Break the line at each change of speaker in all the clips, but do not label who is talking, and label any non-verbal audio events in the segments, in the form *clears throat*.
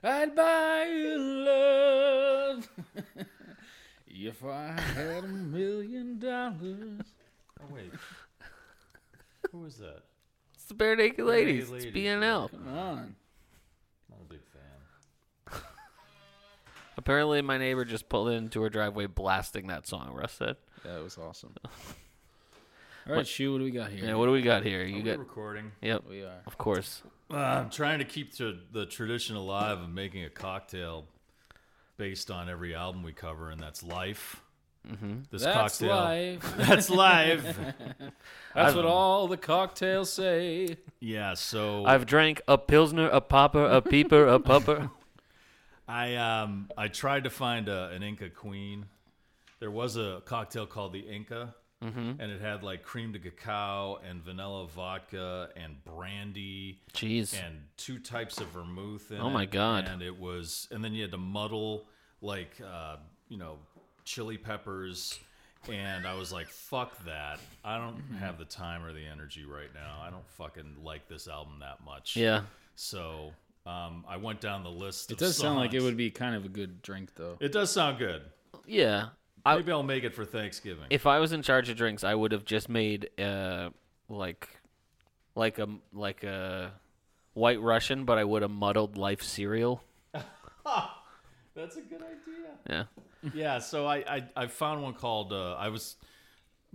I'd buy you love *laughs* if I had a million dollars.
Oh wait, who was that?
It's the Bare Naked Ladies. It's
Ladies,
BNL.
Come on.
Not a big fan.
Apparently, my neighbor just pulled into her driveway blasting that song. Russ said,
That was awesome. All right, Shu, what do we got here?
"Yeah, what do we got here? You
We're
got
recording.
yep,
we are.
of course.
Uh, I'm trying to keep to the tradition alive of making a cocktail based on every album we cover, and that's life. Mm-hmm. This
That's
cocktail.
life.
*laughs* That's life.
That's what all the cocktails say.
yeah. So
I've drank a pilsner, a popper, a peeper, a *laughs* pupper.
I um I tried to find a, an Inca Queen. There was a cocktail called the Inca, and it had like cream de cacao and vanilla vodka and brandy
Jeez,
and two types of vermouth. In
Oh,
it,
my God.
And it was, and then you had to muddle like uh, you know chili peppers. And I was like, "Fuck that! I don't have the time or the energy right now. I don't fucking like this album that much."
yeah.
So um, I went down the list.
It
of
does sound like it
songs.
would be kind of a good drink, though.
It does sound good.
Yeah. I,
Maybe I, will make it for Thanksgiving.
if I was in charge of drinks, I would have just made uh like like a like a white Russian, but I would have muddled life cereal.
That's a good idea.
Yeah.
yeah, so I, I, I found one called, uh, I was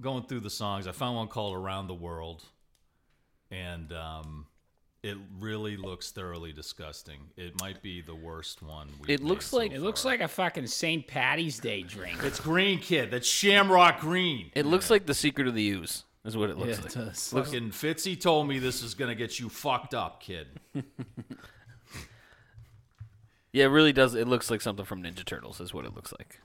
going through the songs. I found one called Around the World. And um, it really looks thoroughly disgusting. It might be the worst one. We've
It looks
made so
like-
far.
It
It looks like a fucking St. Patty's Day *laughs* drink.
It's green, kid. That's shamrock green.
It looks like the secret of the ooze is what it looks like.
does.
Fucking Fitzy told me this is going to get you fucked up, kid.
Yeah, it really does. It looks like something from Ninja Turtles is what it looks like.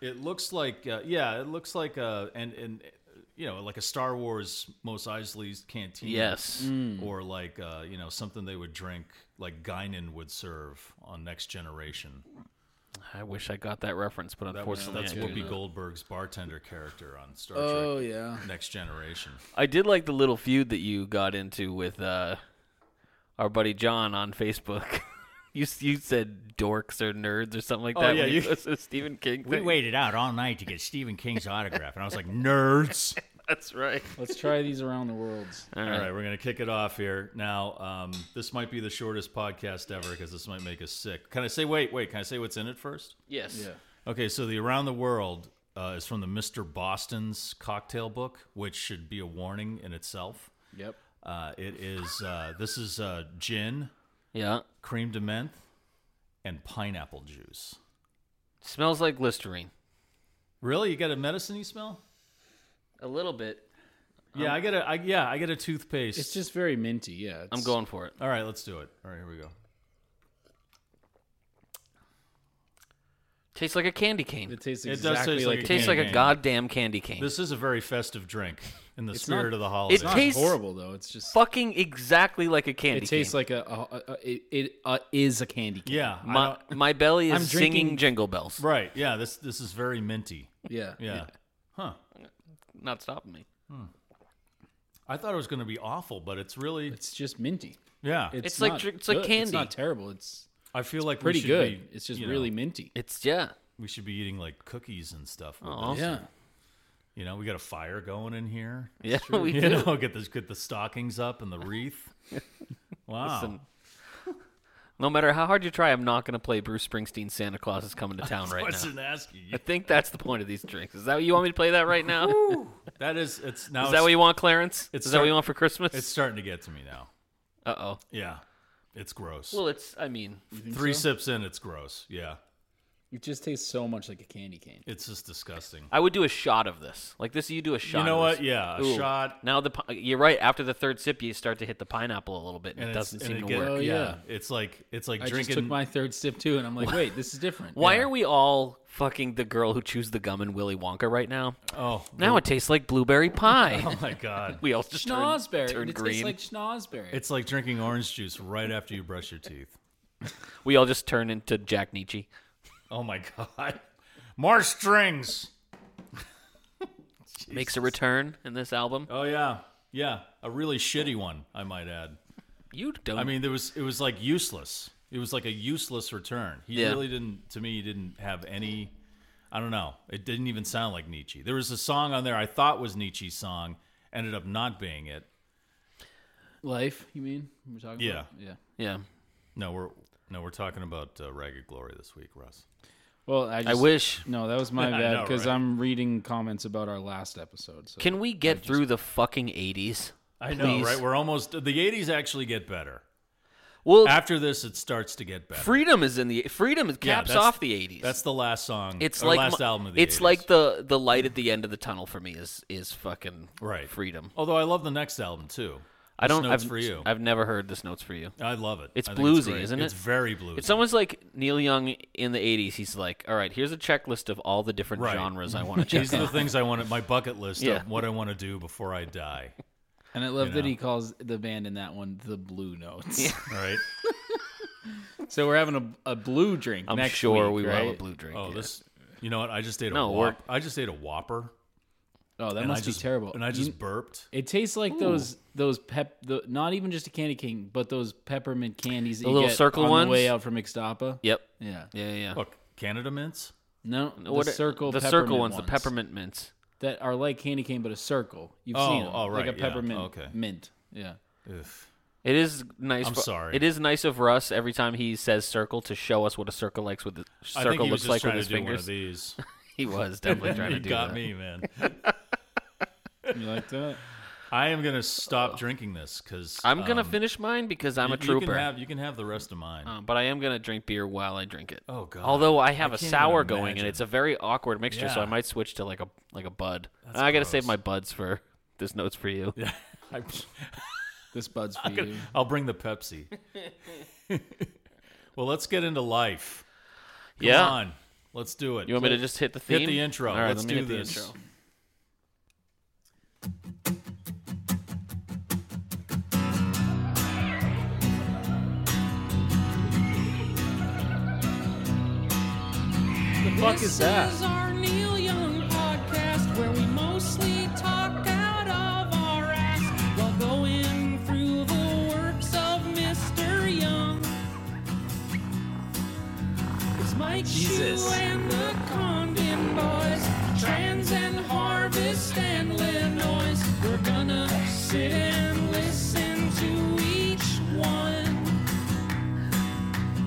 It looks like uh, yeah, it looks like a and and uh, you know like a Star Wars Mos Eisley's canteen.
Yes.
or like uh, you know something they would drink like Guinan would serve on Next Generation.
I wish I got that reference, but
That was
unfortunately,
that's
I, do
Whoopi
not.
Goldberg's bartender character on Star
Oh
Trek
yeah.
Next Generation.
I did like the little feud that you got into with uh, our buddy John on Facebook. *laughs* you s- you said dorks or nerds or something like that.
Oh, yeah,
when
you-
posted the Stephen King. Thing.
waited out all night to get Stephen King's autograph, and I was like, nerds.
That's right.
Let's try these around the worlds.
All right, we're gonna kick it off here now. Um, this might be the shortest podcast ever because this might make us sick. Can I say wait, wait? Can I say what's in it first?
Yes.
Yeah.
Okay, so the Around the World uh, is from the Mr. Boston's cocktail book, which should be a warning in itself.
Yep.
Uh, it is, uh, this is uh, gin,
Yeah.
cream de menthe, and pineapple juice.
Smells like Listerine.
Really? You got a medicine smell?
A little bit.
Yeah, I got a, I, yeah, I got a toothpaste.
Um, It's just very minty. Yeah.
I'm
it's-
going for it.
All right, let's do it. All right, here we go.
Tastes like a candy cane.
It tastes
It does
exactly
taste
like.
like
a
a
Tastes
candy
like a
cane.
goddamn candy cane.
This is a very festive drink in the
It's
spirit
not-
of the
it
holidays.
It's not
tastes
horrible though. It's just.
fucking exactly like a candy
It tastes
cane.
like a. a, a, a it it uh, is a candy cane.
yeah, I
my,
don't-
my belly is
I'm
singing
drinking-
jingle bells.
right. Yeah, this this is very minty.
Yeah.
Yeah. Huh.
Not stopping me.
I thought it was going to be awful, but it's really
It's just minty.
yeah.
It's,
It's like
not
dr- it's like
good.
candy.
It's not terrible. It's
I feel like
pretty
we should
good.
Be,
it's just
you know,
really minty.
It's yeah.
we should be eating like cookies and stuff. with
Aw.
this.
Yeah.
You know, we got a fire going in here.
*laughs* Yeah, we
*laughs* You
do. *laughs*
*laughs* know, get this, get the stockings up and the wreath. Wow.
Listen, No matter how hard you try, I'm not going to play Bruce Springsteen Santa Claus is
*laughs*
coming to town right now.
What's an asking?
I think that's the point of these drinks. Is that what you want me to play that right now? is
*laughs* That is, it's now.
that
it's,
what you want, Clarence?
it's
is that what
start-
you want for
It's
Christmas?
starting to get to me now.
Uh oh.
Yeah, it's gross.
Well, it's. I mean,
You think
Three
so?
sips in, it's gross. Yeah,
It just tastes so much like a candy cane.
it's just disgusting.
I would do a shot of this. Like this, you do a shot.
you know
of
what?
this.
Yeah, a
Ooh.
shot.
Now the pi- you're right. After the third sip, you start to hit the pineapple a little bit, and,
And
it
it's-
doesn't
and
seem
it
to
get-
work.
Oh, yeah.
it's like it's like
I
drinking.
just took my third sip too, and I'm like, wait, this is different.
Why are we all fucking the girl who chews the gum in Willy Wonka right now?
oh,
Now it tastes like blueberry pie.
*laughs* *laughs* oh my god!
*laughs* we all just turn,
schnozberry?
turn
it tastes
green.
like schnozberry.
It's like drinking orange juice right after you brush your teeth.
we all just turn into Jack Nietzsche.
Oh my *laughs* god! More strings.
Makes a return in this album.
Oh yeah, yeah. A really shitty one, I might add.
You don't.
I mean, there was it was like useless. It was like a useless return. He
Yeah.
really didn't. To me, he didn't have any. I don't know. It didn't even sound like Nietzsche. There was a song on there I thought was Nietzsche's song, ended up not being it.
life? You mean we're talking?
Yeah.
about? yeah.
yeah.
No, we're no, we're talking about uh, Ragged Glory this week, Russ.
Well, I, just,
I wish.
No, that
*laughs*
was my
I
bad
know,
because
right?
I'm reading comments about our last episode. So
Can we get through the fucking eighties?
I know, right? We're almost the '80s. Actually, get better
Well,
after this. It starts to get better.
freedom is in the freedom
Yeah,
caps
that's-
off the eighties.
That's the last song.
it's
or
like
last
my-
album of the.
it's
80s.
like the the light at the end of the tunnel for me is is fucking
Right.
freedom.
Although I love the next album too.
I
This
don't.
Notes
I've,
for you.
I've never heard this notes for you.
I love it.
It's
I think
bluesy,
great.
isn't
It's
it?
very bluesy.
It's almost like Neil Young in the '80s. He's like, "All right, here's a checklist of all the different
Right.
genres I
*laughs*
want to check
These are the
*laughs* out."
things I want. My bucket list
Yeah.
of what I want to do before I die.
And I love
You
that
know.
he calls the band in that one the Blue Notes.
All right.
*laughs*
*laughs*
so we're having a, a blue drink.
I'm
next
sure
week,
we will
right?
have a blue drink.
Oh,
yeah.
this. You know what? I just ate a.
No, we're-
whop- I just ate a Whopper.
Oh, that
and
must
I
be
just-
terrible.
And I just
You-
burped.
it tastes like those those pep. The, not even just a candy cane, but those peppermint candies. that
The
you
little
get
circle
on
ones?
The way out from Ixtapa.
Yep.
Yeah.
Yeah, yeah.
Look, Canada mints.
No, the
What are-
circle.
The
peppermint
circle ones, the
ones
peppermint mints.
that are like candy cane, but a circle. You've
Oh,
seen 'em,
oh, right,
like a
yeah,
peppermint
okay.
mint. Yeah.
Ugh.
It is nice.
I'm
for-
sorry.
It is nice of Russ every time he says circle to show us what a circle likes with the
I think
circle
he was
looks
just
like with
trying
his
to do one of
fingers.
these.
He was definitely *laughs*
*laughs*
trying
he
to do
got
that.
me,
*laughs*
man.
You like that?
I am gonna stop drinking this because
Oh. I'm gonna finish mine because I'm a
Um, You can
trooper.
have, you can have the rest of mine.
Um, but I am gonna drink beer while I drink it.
Oh, God.
Although I have
I
a
can't
sour
even
going,
imagine.
and it's a very awkward mixture, so I
Yeah.
might switch to like a like a bud. I gotta save
gross.
my buds for *laughs* this notes for you.
I,
This
*laughs*
bud's for you.
I'll bring the Pepsi. *laughs* well, let's get into life. Come
yeah.
on, let's do it.
You want me to just hit the
Hit
theme?
the intro.
All right,
Let's
let me
do
hit
this.
the intro.
the fuck is that?
This is our Neil Young podcast where we mostly talk out of our ass while going through the works of Mr. Young. It's Mike
Jesus.
Shue and the Condon Boys, Trans and Harvest and Linois. We're gonna sit and listen to each one.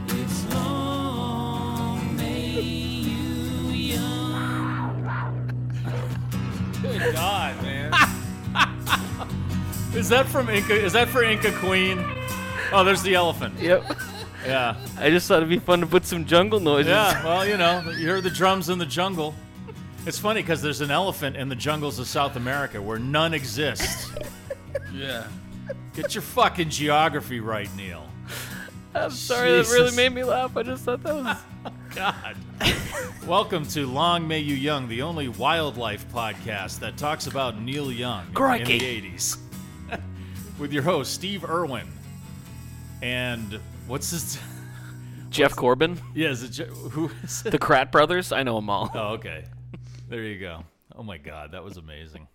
It's long may you young.
God, man. *laughs* is that from Inca? Is that for Inca Queen? Oh, there's the elephant.
Yep.
Yeah.
I just thought it'd be fun to put some jungle noises.
Yeah. Well, you know, you heard the drums in the jungle. It's funny because there's an elephant in the jungles of South America where none *laughs* exist.
Yeah.
Get your fucking geography right, Neil.
*laughs* I'm sorry, that
Jesus.
really made me laugh. I just thought that was.
God. Welcome to Long May You Young, the only wildlife podcast that talks about Neil Young
Crikey.
in the 80s. *laughs* With your host, Steve Irwin. And what's his.
*laughs*
*laughs*
Jeff Corbin,
Yeah, is it. Jo- Who is it?
the Krat brothers. I know them *laughs* all.
Oh, okay. There you go. Oh, my God. That was amazing.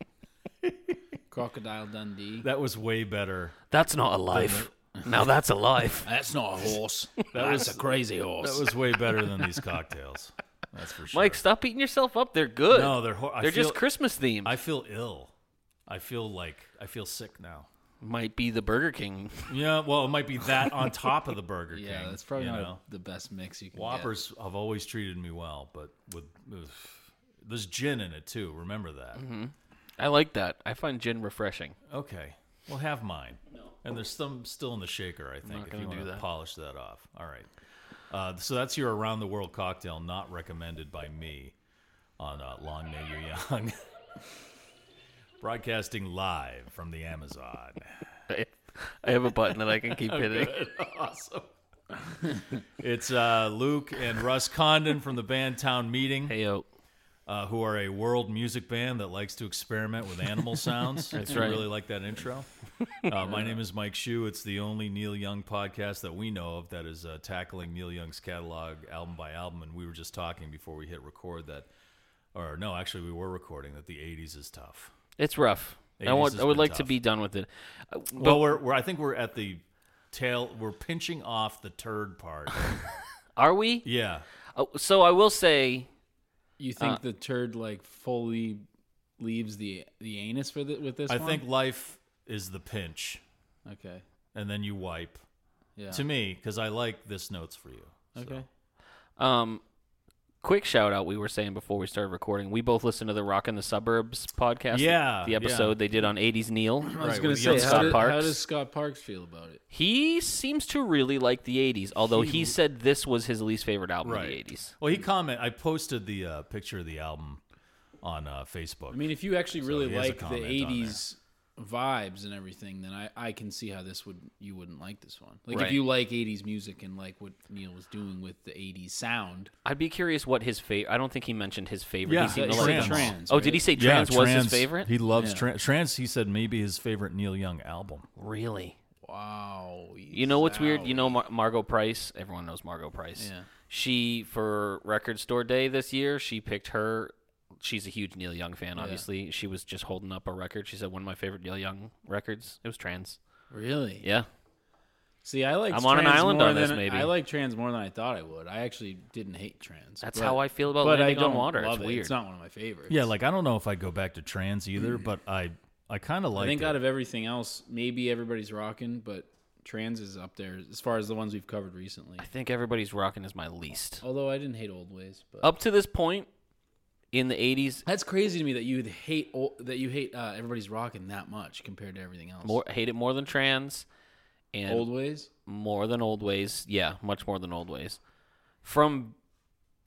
Crocodile Dundee.
That was way better.
That's not a life. Now that's a life.
That's not a *laughs* horse.
That's was- a
crazy
That
horse.
was way better than these cocktails. That's for
*laughs*
sure.
Mike, stop beating yourself up. They're good.
No, they're hor- I
they're just
feel-
Christmas themed.
I feel ill. I feel like. I feel sick now.
Might be the Burger King. *laughs*
Yeah, well, it might be that on top of the Burger King.
*laughs* Yeah, that's probably
you
not
know?
the best mix you can get.
Whoppers have always treated me well, but with, with there's gin in it too. Remember that.
Mm-hmm. I like that. I find gin refreshing.
Okay, well, have mine. And there's some still in the shaker, I think, if
gonna
you
do
want to
that.
polish that off. All right. Uh, so that's your around the world cocktail, not recommended by me on uh, Long May You're Young. *laughs* Broadcasting live from
*laughs*
the Amazon.
I I have a button that I can
*laughs* Oh,
keep hitting.
awesome. it's uh, Luke and Russ Condon from the band Town Meeting.
Hey yo,
uh, who are a world music band that likes to experiment with
*laughs*
animal sounds. That's
right.
really like that intro. Uh, my name is Mike Shue. It's the only Neil Young podcast that we know of that is uh, tackling Neil Young's catalog album by album. And we were just talking before we hit record that, or no, actually we were recording that the '80s is tough.
it's rough. I
80s
want.
has
I would
been
like to
tough.
be done with it. Uh, But
well, we're, we're I think we're at the tail. We're pinching off the
*laughs*
turd part.
are we?
yeah.
Oh, so I will say,
You think the turd like fully leaves the the anus for the, with this
I
one?
think life is the pinch,
Okay.
and then you wipe.
Yeah.
To me, because I like this notes for you. So.
Okay.
um, quick shout out. We were saying before we started recording, we both listened to the Rock in the Suburbs podcast.
Yeah,
the
yeah.
episode they did on '80s Neil.
I was
*clears throat* Right,
gonna
with
say,
young
how,
Scott
did-
Parks.
how does Scott Parks feel about it?
He seems to really like the '80s, although he, said this was his least favorite album of the
Right.
'80s.
Well, he comment. I posted the uh, picture of the album on uh, Facebook.
I mean, if you actually really
he has a
like the
comment on
'80s vibes and everything, then I, I can see how this would you wouldn't like this one. Like
Right.
if you like '80s music and like what Neil was doing with the '80s sound.
I'd be curious what his favorite. I don't think he mentioned his favorite.
Yeah, uh,
he seemed
he
to like them
said
all.
trans,
Oh,
right?
did he say trans, was his favorite?
He loves
Yeah.
trans. Trans. He said maybe his favorite Neil Young album.
really?
Wow.
You know what's weird? You know Mar- Margot Price. Everyone knows Margot Price.
Yeah.
She for Record Store Day this year, she picked her. She's a huge Neil Young fan. Obviously, she was just holding up a record. She said one of my favorite Neil Young records. It was trans.
Really?
Yeah.
See, I like.
I'm on an island on this, maybe.
I like trans more than I thought I would. I actually didn't hate trans.
That's
but-
how I feel about
but I
Landing on
don't
Water.
Love
It's
it.
weird.
It's not one of my favorites.
Yeah, like I don't know if I go back to trans either, but I I kind of
I
like.
think
it.
out of everything else, maybe everybody's rocking, but trans is up there as far as the ones we've covered recently.
I think everybody's rocking is my least.
Although I didn't hate old ways, but
Up to this point, in the '80s,
that's crazy to me that you would hate old, that you hate uh, everybody's rocking that much compared to everything else.
more hate it more than trans, and
old ways.
more than old ways. Yeah, much more than old ways. From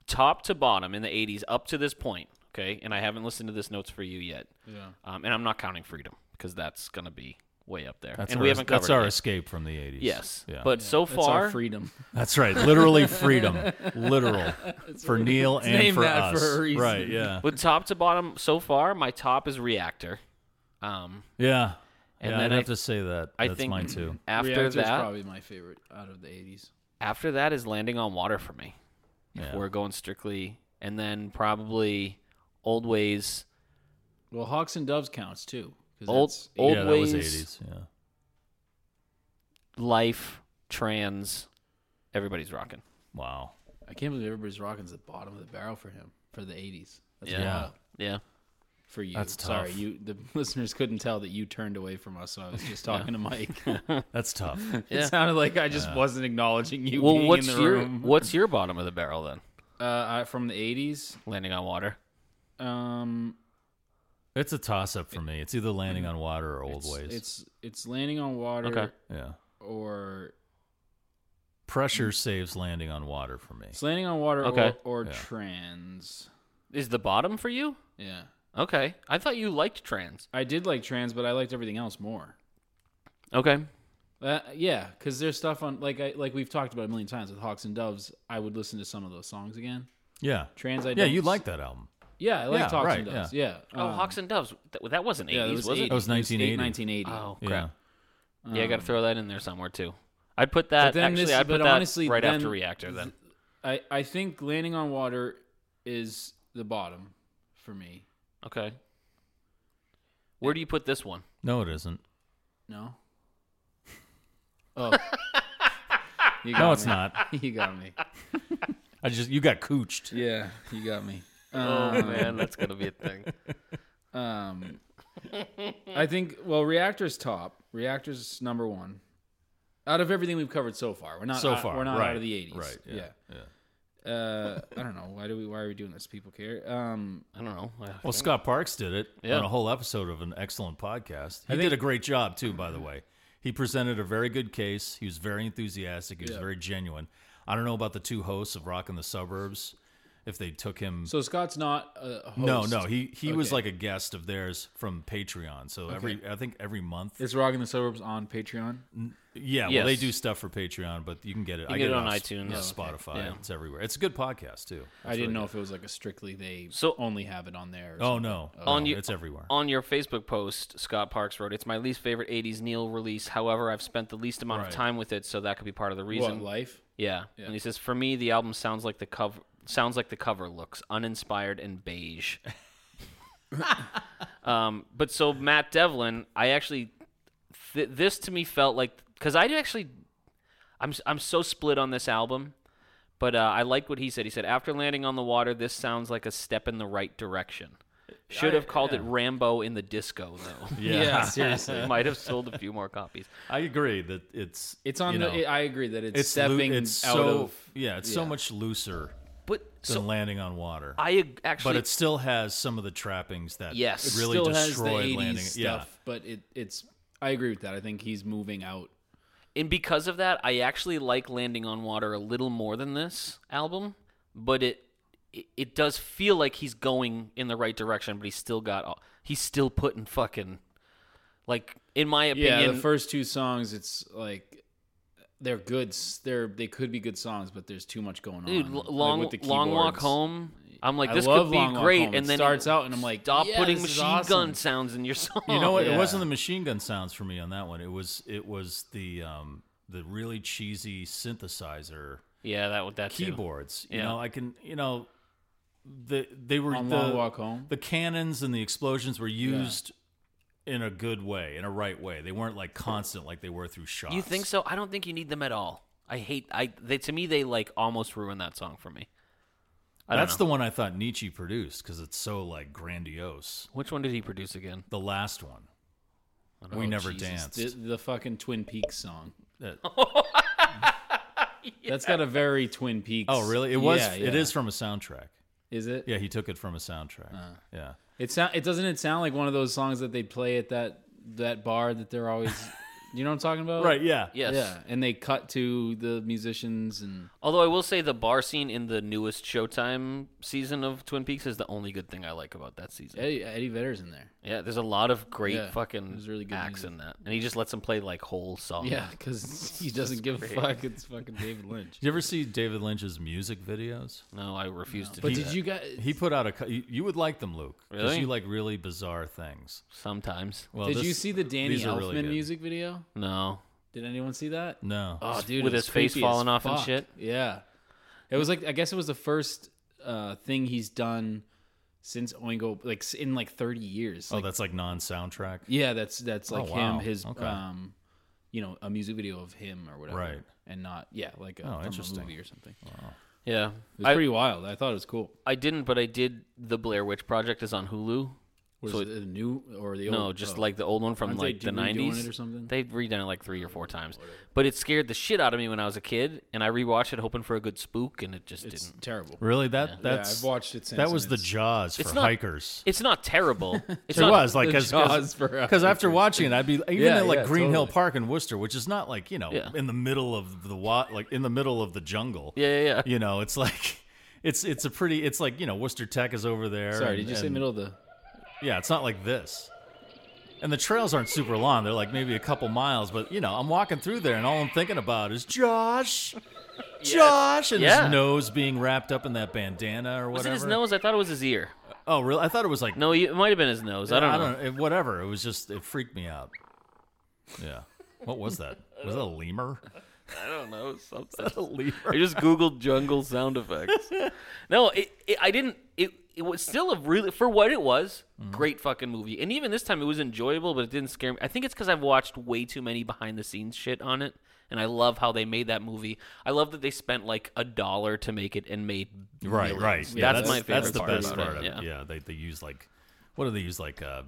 top to bottom in the 80s up to this point, okay? And I haven't listened to this notes for you yet.
Yeah.
Um, and I'm not counting freedom because that's going to be way up there.
that's
and
our,
we haven't covered
that's our
it. yet.
escape from the '80s.
Yes.
Yeah.
But so
That's our
far,
freedom.
that's
*laughs*
right. Literally freedom. Literal for Neil and
named
for
that for
us.
a reason.
*laughs*
Right. Yeah.
with top to bottom so far, my top is reactor. Um,
Yeah.
And
yeah,
then
I'd
I-
have to say that.
I
that's
think
mine too.
after
Reactor's
that,
probably my favorite out of the '80s.
after that is landing on water for me. If
Yeah.
we're going strictly and then probably old ways,
Well, Hawks and Doves counts too. 'cause
old
that's-
old
yeah,
ways
that was '80s. Yeah.
life, trans, everybody's rocking.
Wow.
I can't believe everybody's rocking's the bottom of the barrel for him for the '80s. That's
Yeah.
wild.
Yeah.
for you.
That's
Sorry,
tough.
you the *laughs* listeners couldn't tell that you turned away from us, so I was just talking to
*laughs*
Mike. *laughs*
That's tough.
Yeah.
It sounded like I just wasn't acknowledging you
Well,
being
what's
in the
your
room. *laughs*
what's your bottom of the barrel then?
uh, I- from the '80s?
Landing on water.
Um,
It's a toss up for me. It's either landing on water or old
it's,
ways.
It's it's landing on water
Okay.
yeah.
or
Pressure saves landing on water for me.
it's landing on water
Okay.
or, or
Yeah.
trans.
Is the bottom for you?
Yeah,
Okay. I thought you liked trans.
I did like trans, but I liked everything else more.
Okay.
Uh, yeah, because there's stuff on like I like we've talked about a million times with Hawks and Doves. I would listen to some of those songs again.
Yeah.
Trans, I
yeah,
don't
you
s-
like that album.
Yeah, I like
Yeah,
Hawks
right,
and Doves.
yeah.
Yeah.
Oh,
um,
Hawks and Doves. That, that wasn't
Yeah, that
eighties,
was,
was, it?
That was 1980.
1980.
Oh
Yeah.
crap. Yeah, I got to throw that in there somewhere too. I'd put that
then
actually.
this-
I'd
but
put that
honestly,
right
then
after Reactor. Then
I, I think landing on water is the bottom for me.
okay. Where do you put this one?
No, it isn't.
No.
*laughs*
Oh. you got
No, it's
me.
not.
*laughs* You got me.
I just you got cooched.
Yeah, you got me.
Oh man, that's gonna be a thing.
*laughs*
Um, I think well, reactor's top. Reactors number one. Out of everything we've covered so far, we're not
so
out-
far.
We're not
right,
out of the '80s,
Right. Yeah. yeah.
Uh, I don't know why do we why are we doing this? People care. Um,
I don't know. I-
Well, Scott Parks did it
Yeah.
on a whole episode of an excellent podcast. He did a great job too, by the way. He presented a very good case. He was very enthusiastic. He was very genuine. I don't know about the two hosts of Rock in the Suburbs if they took him.
so Scott's not a host.
no, no, he he was
Okay.
like a guest of theirs from Patreon. So every I think every month,
It's Rock in the Suburbs on Patreon.
yeah. Well, they
Yes.
do stuff for Patreon, but you can get it. I
get it on
off-
iTunes.
on Spotify.
Yeah.
It's everywhere. It's a good podcast too.
I didn't know if it was like a strictly they
So-
only have it on there. or
Oh no,
On
No,
you- *laughs*
it's everywhere.
On your Facebook post, Scott Parks wrote, "It's my least favorite '80s Neil release. However, I've spent the least amount
Right.
of time with it, so that could be part of the
something.
reason."
What, life.
yeah. and he says, "For me, the album sounds like the cover sounds like the cover looks uninspired and beige." um, but so Matt Devlin, I actually th- this to me felt like because I actually I'm s- I'm so split on this album. But uh, I like what he said. He said, "After landing on the water, this sounds like a step in the right direction." Should have called it Rambo in the Disco, though.
*laughs*
*laughs*
yeah.
seriously.
It might have sold a few more copies.
I agree that it's
It's on
you
the.
know,
I agree that it's,
loo-
stepping
it's
out
so,
of.
yeah, it's so much looser
But
than
so
landing on water.
I ag- actually,
but it still has some of the trappings that
Yes. It
really
still has the
destroy
80s
landing.
stuff,
Yeah,
but it it's. I agree with that. I think he's moving out.
and because of that, I actually like Landing on Water a little more than this album. But it it, it does feel like he's going in the right direction. But he's still got all, he's still putting fucking like in my opinion.
Yeah, the first two songs, it's like they're good. s- They're they could be good songs, but there's too much going on.
Dude,
Like,
L- long
with the
long walk
keyboards.
home. I'm like,
I
this
love
could be
Long Walk
great,
Home.
and
It
then
starts out and I'm like,
stop
yeah,
putting
this is
machine
awesome.
gun
*laughs*
sounds in your song.
you know what?
yeah.
It wasn't the machine gun sounds for me on that one. It was it was the um, the really cheesy synthesizer
Yeah, that would that too.
keyboards. You
Yeah.
know, I can you know the they were
On
the
Long Walk Home?
the cannons and the explosions were used. In a good way, in a right way. They weren't like constant like they were through shots.
You think so? I don't think you need them at all. I hate. I they to me they like almost ruined that song for me. I don't
That's
know.
the one I thought Nietzsche produced because it's so like grandiose.
Which one did he produce again?
The last one,
I don't
we
know.
never
Oh, Jesus.
danced.
The, the fucking Twin Peaks song.
That-
*laughs*
That's got a very Twin Peaks.
oh, really? It was.
Yeah,
It
yeah.
is from a soundtrack.
Is it?
Yeah, he took it from a soundtrack.
Uh.
yeah,
It sound it doesn't it sound like one of those songs that they play at that that bar that they're
*laughs*
always you know what I'm talking about?
right. Yeah,
Yes.
Yeah. And they cut to the musicians and
Although I will say the bar scene in the newest Showtime season of Twin Peaks is the only good thing I like about that season.
Eddie, Eddie Vedder's in there.
yeah, there's a lot of great
Yeah,
fucking
there's really good
acts
music.
in that, and he just lets them play like whole songs.
*laughs*
Yeah, because he doesn't give a fuck. It's fucking David Lynch.
Did you ever see David Lynch's music videos?
No, I refuse to.
But
do
did
that.
you guys?
He put out a. cou- You you would like them, Luke, because
Really?
you like really bizarre things.
Sometimes.
Well,
did
this-
you see the Danny
these are
Elfman
really good.
music video?
No.
Did anyone see that?
No.
Oh, dude,
with
it was
his face
creepy as
falling off and
fuck.
shit?
Yeah, it was like I guess it was the first uh, thing he's done since Oingo, like s- in like 30 years.
oh,
Like,
that's like non-soundtrack.
Yeah, that's that's like him,
wow.
his
Okay.
um, you know, a music video of him or whatever,
Right. Oh,
And not yeah, like a, from
interesting.
a movie or something. It
Yeah.
was
I,
pretty wild. I thought it was cool.
I didn't, but I did. The Blair Witch Project is on Hulu.
Was
So
it the new or the old?
No, just
oh.
like the old one from
Aren't they
like the
do- redoing
nineties
it or something? Oh,
They've redone it like three or four times, but it scared the shit out of me when I was a kid, and I rewatched it hoping for a good spook, and it just
it's
didn't.
terrible.
Really? That
Yeah,
that's
I've watched it since.
that
and
was the
it's-
Jaws for
It's not-
hikers.
It's not terrible. It's
It
not,
was like
the Jaws
*laughs*
for
because after
hikers.
watching it, I'd be even
Yeah,
at like
yeah,
Green Hill
totally.
Park in Worcester, which is not like you know
Yeah.
in the middle of the wa- like in the middle of the jungle.
Yeah, yeah, yeah.
You know, it's like *laughs* it's it's a pretty it's like you know Worcester Tech is over there.
Sorry,
and-
did you say
and-
middle of the?
Yeah, it's not like this. And the trails aren't super long; they're like maybe a couple miles. But you know, I'm walking through there, and all I'm thinking about is Josh, Josh, and
Yeah.
his nose being wrapped up in that bandana or
Was
whatever.
it his nose? I thought it was his ear.
Oh, really? I thought it was like
No, it might have been his nose. I don't know.
it- whatever. It was just it freaked me out. Yeah. What was that? Was that
*laughs*
a lemur?
*laughs* I don't know.
*laughs*
Something.
A lemur.
I just googled jungle sound
*laughs*
effects. No, it, it, I didn't. It, it was still a really for what it was.
Mm-hmm.
Great fucking movie, and even this time it was enjoyable, but it didn't scare me. I think it's because I've watched way too many behind the scenes shit on it, and I love how they made that movie. I love that they spent like a dollar to make it and made
Right,
millions.
right. Yeah,
that's, my favorite
That's the
part
best
about it,
part of it.
yeah.
Yeah. they they use like what do they use like uh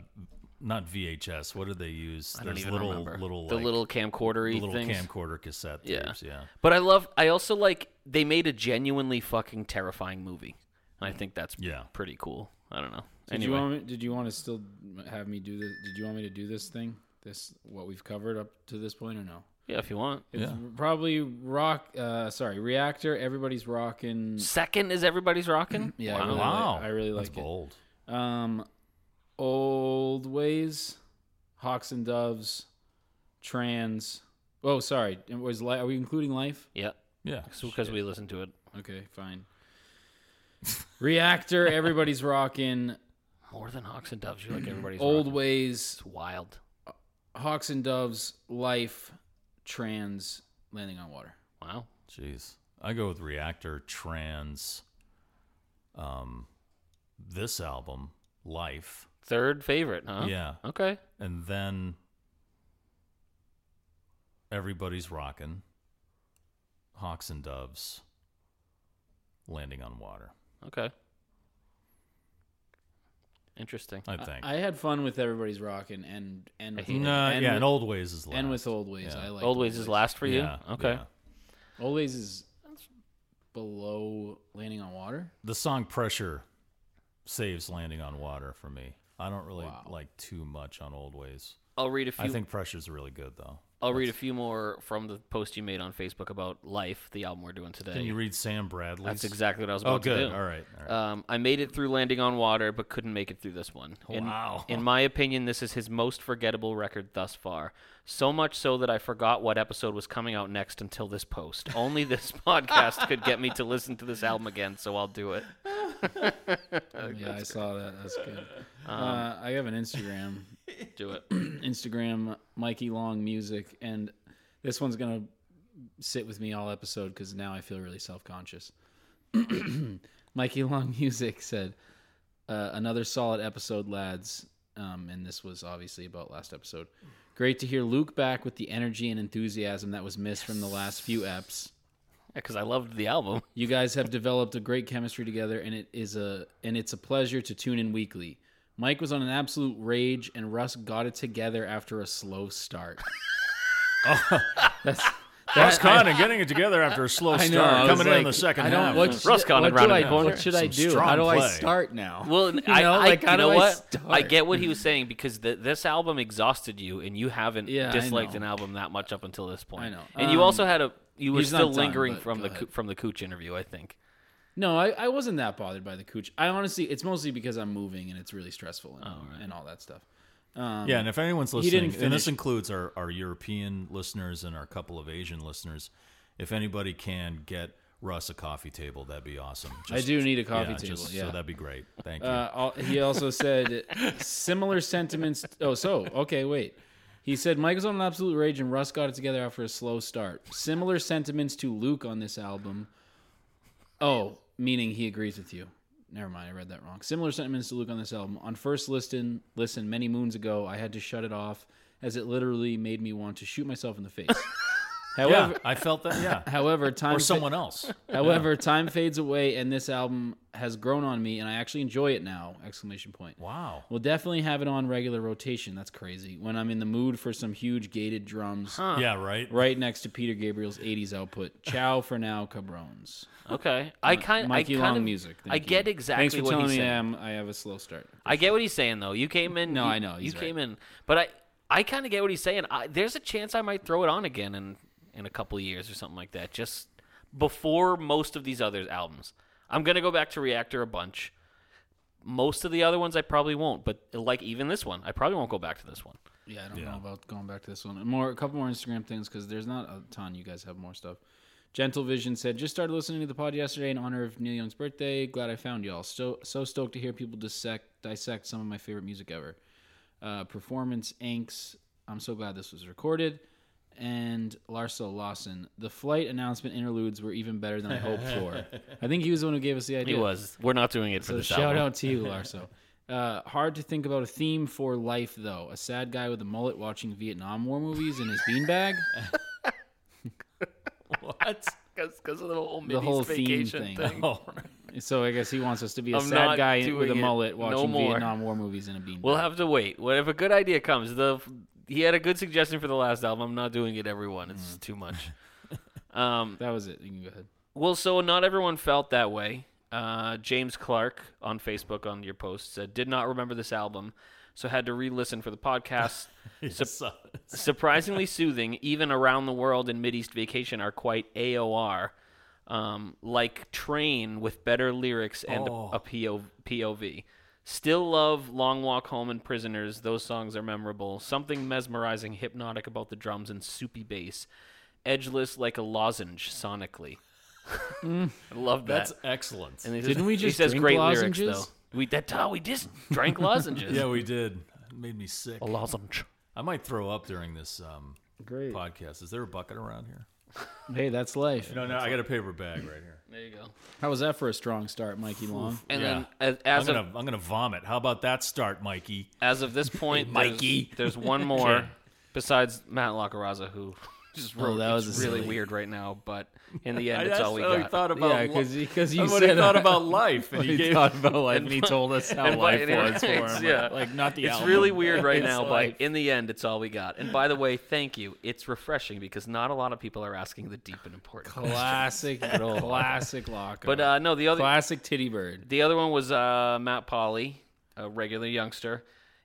not VHS. What did they use?
I don't even
little
remember.
little
the
like,
little camcordery
the little
things.
camcorder cassette
Yeah.
tapes. Yeah.
But I love. I also like. They made a genuinely fucking terrifying movie, and I think that's
Yeah.
pretty cool. I don't know.
Did
anyway,
you want me, did you want to still have me do this? Did you want me to do this thing? This what we've covered up to this point or no?
yeah, if you want.
It's probably rock. Uh, sorry, reactor. Everybody's rocking.
Second is everybody's *clears throat* rocking.
Yeah, I
Wow.
really,
Wow.
like, I really
That's
like it.
bold.
Um, old ways, hawks and doves, trans. Oh, sorry. It was li- are we including life?
Yeah,
Yeah.
because we listened to it.
Okay, fine. Reactor. Everybody's rocking.
More than Hawks and Doves. You like everybody's
Old
Rockin'.
ways.
It's wild.
Hawks and Doves, Life, Trans, Landing on Water.
Wow.
Jeez. I go with Reactor Trans. Um, this album Life,
Third favorite, huh?
Yeah.
Okay.
and then everybody's rocking. Hawks and doves. Landing on water.
Okay. Interesting.
I think.
I had fun with everybody's rocking and and with,
no,
and,
yeah,
with-
and old ways is last.
and with old ways.
Yeah.
I like
Old Ways is last for you.
Yeah,
okay.
yeah.
Old ways is below Landing on Water.
The song Pressure saves Landing on Water for me. I don't really like too much on old ways.
I'll read a few.
I think Pressure's really good though.
I'll read a few more from the post you made on Facebook about Life, the album we're doing today.
Can you read Sam Bradley?
That's exactly what I was about
Oh,
to
good.
do.
All right. All
*laughs*
right.
Um, I made it through landing on water, but couldn't make it through this one. In,
Wow.
In my opinion, this is his most forgettable record thus far. So much so that I forgot what episode was coming out next until this post.
*laughs*
Only this podcast could get me to listen to this album again, so I'll do it. Oh,
yeah, I saw that. That's good.
*laughs*
uh, I have an Instagram,
Um, Do it.
*clears throat* Instagram Mikey Long Music, and this one's gonna sit with me all episode because now I feel really self conscious. *clears throat* Mikey Long *laughs* Music said, uh, another solid episode, lads. Um, and this was obviously about last episode. Great to hear Luke back with the energy and enthusiasm that was missed from the last few eps.
Because I loved the album.
You guys have developed a great chemistry together, and it is a and it's a pleasure to tune in weekly. Mike was on an absolute rage, and Russ got it together after a slow start. that's
Russ Condon getting it together after a
*laughs*
slow
I
start,
know, I was
coming in, in the
like,
second
I don't-
half.
what should-
Russ got it
what
round
do
in
I-
the corner.
What should I
Some
do?
strong
How do I
play.
start now?
*laughs*
*laughs*
Well,
You
I,
know,
I,
like, how
you know
do I
what? I
start?
get what he was saying because th this album exhausted you, and you haven't
Yeah, I
disliked
know.
an album that much up until this point.
I know.
And you
Um,
also had a you were
he's not
still
done,
lingering
but
from
go
the
ahead.
Coo- from the Cooch interview, I think.
No, I, I wasn't that bothered by the cooch. I honestly, it's mostly because I'm moving and it's really stressful and, and all that stuff.
yeah, and if anyone's
He didn't
listening, and
finish.
this includes our, our European listeners and our couple of Asian listeners, if anybody can get Russ a coffee table, that'd be awesome.
I do need a coffee
yeah,
table.
just-
yeah,
So that'd be great. Thank you.
Uh, al- he also said similar sentiments. Oh, so okay, wait. He said Mike was on an absolute rage, and Russ got it together after a slow start. Similar sentiments to Luke on this album. Oh, meaning he agrees with you. Never mind, I read that wrong. Similar sentiments to Luke on this album. On first listen, listen many moons ago, I had to shut it off as it literally made me want to shoot myself in the
*laughs*
face.
yeah,
however,
I felt that.
*laughs*
Yeah,
however, time
or
fa-
someone else.
However, time fades away, and this album has grown on me, and I actually enjoy it now! Exclamation point.
Wow.
We'll definitely have it on regular rotation. That's crazy. When I'm in the mood for some huge gated drums,
Yeah, right.
right next to Peter Gabriel's '80s output. Ciao for now, cabrones.
Okay, I kind
Mikey
I kind
Long
of,
music.
I
Thank you.
get exactly
Thanks for
what
telling me
he's saying.
I'm, I have a slow start.
I get what he's saying though. You came in.
No,
you-
I know, he's
you came
right.
in, but I I kind of get what he's saying. I, there's a chance I might throw it on again in in a couple of years or something like that. Just before most of these other albums, I'm gonna go back to Reactor a bunch. Most of the other ones I probably won't, but like even this one, I probably won't go back to this one.
Yeah, I don't know about going back to this one. More a couple more Instagram things because there's not a ton. You guys have more stuff. Gentle Vision said, just started listening to the pod yesterday in honor of Neil Young's birthday. Glad I found y'all. So so stoked to hear people dissect dissect some of my favorite music ever. Uh, performance inks. I'm so glad this was recorded. And Larso Lawson, the flight announcement interludes were even better than I hoped *laughs* for. I think he was the one who gave us the idea.
It was. We're not doing it for
So
this
shout
album.
out to you,
*laughs*
Larso. Uh, hard to think about a theme for life, though. A sad guy with a mullet watching Vietnam War movies in his
*laughs*
beanbag.
What? Because of the whole
the whole theme thing.
*laughs* Oh,
So I guess he wants us to be a
I'm
sad
not
guy with a
doing it
mullet
no
watching
more.
Vietnam War movies in a bean.
We'll have to wait. What if a good idea comes? The he had a good suggestion for the last album. I'm not doing it. Everyone, it's too much. *laughs* um,
that was it. You can go ahead.
well, so not everyone felt that way. Uh, James Clark on Facebook on your post said did not remember this album, so had to re-listen for the podcast.
*laughs* Yes.
surprisingly soothing even around the world and mideast vacation are quite aor um, like train with better lyrics and a- a PO- pov still love long walk home and prisoners those songs are memorable something mesmerizing hypnotic about the drums and soupy bass edgeless like a lozenge sonically *laughs* i love that
That's excellent.
and he
Didn't we just
he says
drink
great lyrics
lozenges?
though we that's how we just drank lozenges
*laughs* yeah, we did. It made me sick.
a lozenge
I might throw up during this um,
Great.
podcast. Is there a bucket around here?
Hey, that's life.
No, no. I got a paper bag right here.
there you go
How was that for a strong start, Mikey Long?
and
Yeah.
then as,
I'm
as of-
gonna, I'm gonna vomit. How about that start, Mikey?
*laughs*
As of this point,
Mikey.
There's, there's one more besides Matt Lacaraza who *laughs* just
Oh,
wrote.
that was
it's
a
really
silly-
weird right now, but
*laughs*
in the end, it's all we got.
thought about.
Yeah, because because you
That's what
said
he thought about
*laughs*
life, and
He
he gave
thought about life, and he told us how
and by-
life was for
*laughs* it's-
him.
yeah.
Like not the
*laughs* it's
album.
really weird right
It's
now,
life.
but in the end, it's all we got. And by the way, thank you. It's refreshing because not a lot of people are asking the deep and important. questions.
classic,
*laughs*
classic locker.
But uh, no, the other
classic titty bird.
The other one was uh, Matt Polly, a regular youngster.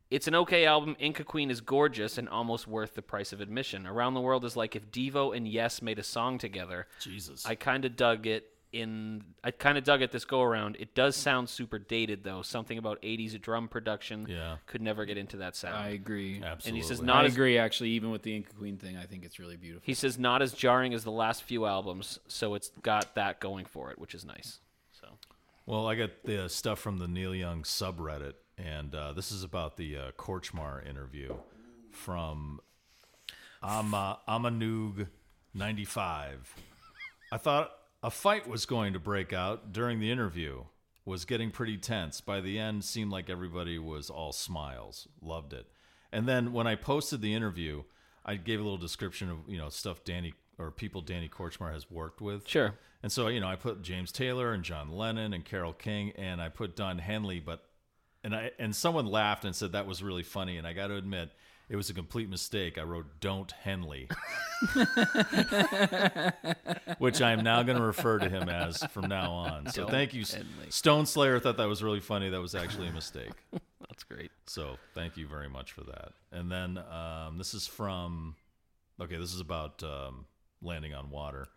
It's an okay album. Inca Queen is gorgeous and almost worth the price of admission. Around the World is like if Devo and Yes made a song together.
Jesus.
I kind of dug it in. I kind of dug it this go around. It does sound super dated though. Something about '80s drum production.
Yeah.
Could never get into that sound.
I agree.
Absolutely.
and he says
I
not as
agree. Actually, even with the Inca Queen thing, I think it's really beautiful.
he says not as jarring as the last few albums. So it's got that going for it, which is nice. So
Well, I got the uh, stuff from the Neil Young subreddit, and uh, this is about the uh, Korchmar interview from Ama, Amanug95. I thought a fight was going to break out during the interview. Was getting pretty tense. By the end, seemed like everybody was all smiles. Loved it. And then when I posted the interview, I gave a little description of you know stuff Danny or people Danny Korchmar has worked with.
Sure.
And so, you know, I put James Taylor and John Lennon and Carol King and I put Don Henley, but and I and someone laughed and said that was really funny and I got to admit it was a complete mistake. I wrote "Don't Henley," *laughs* which I am now going to refer to him as from now on. So thank you, Stone Slayer. Thought that was really funny. That was actually a mistake.
*laughs* that's great.
So thank you very much for that. And then um, this is from, okay, this is about um, landing on water.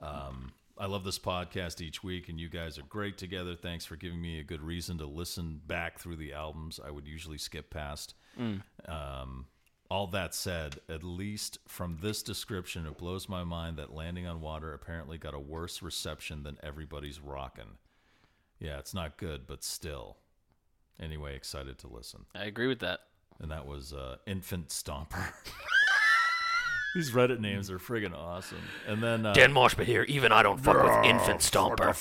Um, I love this podcast each week, and you guys are great together. Thanks for giving me a good reason to listen back through the albums I would usually skip past. Um, all that said, at least from this description, it blows my mind that Landing on Water apparently got a worse reception than everybody's rockin'. Yeah, it's not good, but still. Anyway, excited to listen.
I agree with that.
And that was uh, Infant Stomper. *laughs* These Reddit names are friggin' awesome. And then uh,
Marshman here. Even I don't fuck with infant stomper.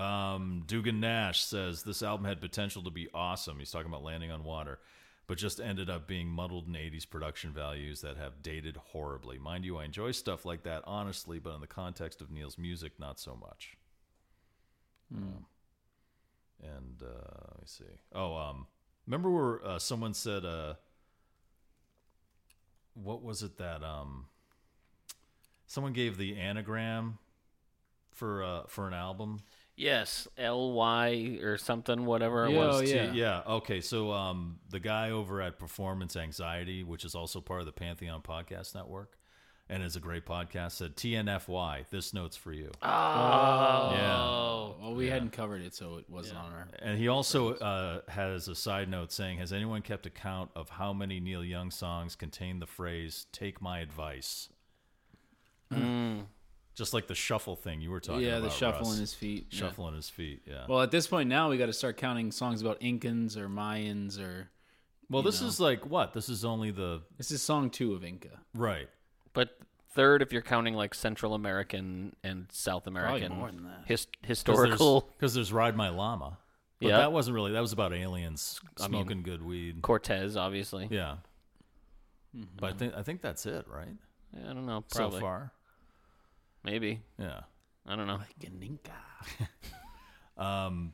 um, Dugan Nash says this album had potential to be awesome. He's talking about landing on water, but just ended up being muddled in 80s production values that have dated horribly. Mind you, I enjoy stuff like that, honestly, but in the context of Neil's music, not so much. Um, and uh, let me see. Oh, um, remember where uh, someone said, uh, what was it that um, someone gave the anagram for uh, for an album?
Yes, L Y or something, whatever it
Yeah,
was.
oh,
T-
yeah.
yeah. Okay. So um, the guy over at Performance Anxiety, which is also part of the Pantheon Podcast Network, and is a great podcast, said TNFY. This note's for you.
Oh,
Yeah.
Well, we hadn't covered it, so it wasn't on our.
And he also uh, has a side note saying, "Has anyone kept account of how many Neil Young songs contain the phrase "Take my advice"?" Just like the shuffle thing you were talking
Mm. Yeah,
about.
the shuffle
Russ.
in his feet. yeah.
shuffling his feet. Yeah.
Well, at this point now, we got to start counting songs about Incans or Mayans or.
Well, this is like what? This is only the
This is song two of Inca.
right.
But third, if you're counting like Central American and South American
more than that.
his-
Because there's-
historical
Because there's, Ride My Llama. But
Yeah.
that wasn't really. That was about aliens smoking good weed.
Cortez, obviously.
Yeah. But I think I think that's it, right?
I don't know. Mm-hmm. Probably.
So far.
Maybe.
Yeah.
I don't know.
An Inca.
Um,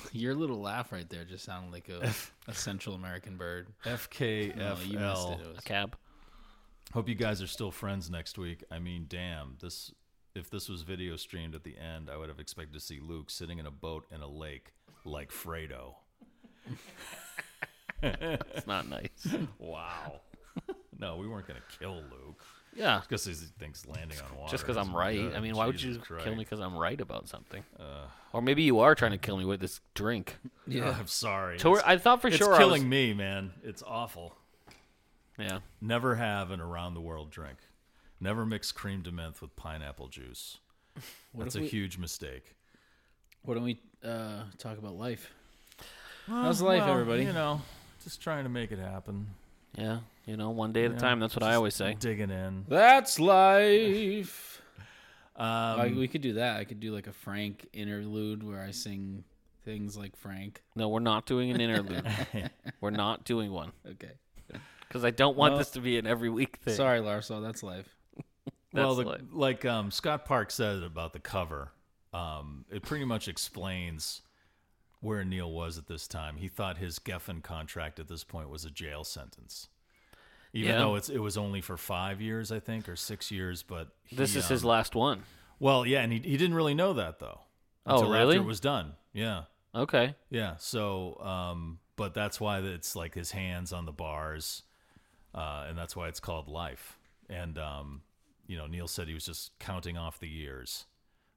*laughs* Your little laugh right there just sounded like a, a Central American bird.
*laughs*
No, you missed it.
FKFL.
It was-
A cab.
Hope you guys are still friends next week. I mean, damn, this if this was video streamed at the end, I would have expected to see Luke sitting in a boat in a lake like Fredo.
*laughs* It's not nice.
*laughs* Wow. no, we weren't gonna kill Luke
yeah.
because he thinks landing on water.
Just because I'm
is
right.
good.
I mean, why would you
Jesus
kill
Christ. Uh,
me because I'm right about something? or maybe you are trying to kill me with this drink.
Yeah, *laughs* I'm sorry.
Tor-
It's-
I thought for
it's
sure. I was-
killing me, man. It's awful.
Yeah.
Never have an around the world drink. Never mix cream de menthe with pineapple juice. That's a
if we-
huge mistake.
Why don't we uh, talk about life? How's life, everybody?
Uh, You know, just trying to make it happen.
Yeah. You know, one day at a time. That's what I always say.
Digging in.
That's life.
Um,
Like, we could do that. I could do like a Frank interlude where I sing things like Frank.
No, we're not doing an interlude.
*laughs*
we're not doing one
Okay.
because I don't want
Well-
this to be an every week thing.
Sorry, Larso. That's life.
That's
well, the,
like-
like um, Scott Park said about the cover, um, it pretty much explains where Neil was at this time. He thought his Geffen contract at this point was a jail sentence, even
Yeah.
though it's it was only for five years, I think, or six years. But he,
this is his
um,
last one.
Well, yeah, and he he didn't really know that though.
Oh,
until
really?
After it was done. Yeah.
Okay.
Yeah. So, um, but that's why it's like his hands on the bars, uh, and that's why it's called life. And um, you know, Neil said he was just counting off the years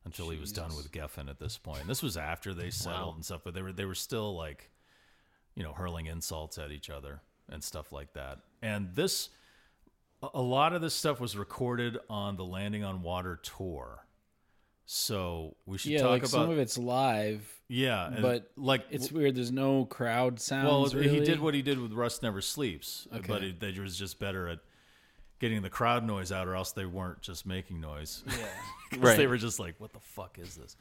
until he was done with Geffen at this point. This was after they settled and stuff, but they were they were still like, you know, hurling insults at each other and stuff like that. And this, a- a lot of this stuff was recorded on the Landing on Water tour. So we should
Yeah,
talk
like
about
some of it's live,
yeah, and
but
like
it's weird. There's no crowd sounds.
well,
really.
he did what he did with Rust Never Sleeps, uh, but
Okay.
it, they was just better at getting the crowd noise out, or else they weren't just making noise. Yeah, *laughs*
Right.
they were just like, "What the fuck is this?"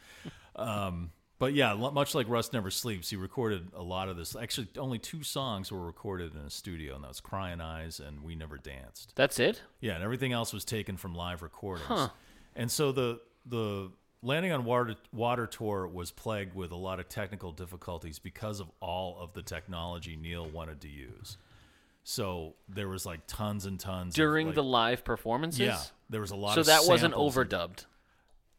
Um, but yeah, lo- much like Rust Never Sleeps, he recorded a lot of this. Actually, only two songs were recorded in a studio, and that was "Crying Eyes" and "We Never Danced."
That's it.
Yeah, and everything else was taken from live recordings. And so the the landing on water water tour was plagued with a lot of technical difficulties because of all of the technology Neil wanted to use. So there was like tons and tons
During
of,
the
like,
live performances.
yeah, there was a lot.
So
of
that wasn't
samples and-
overdubbed.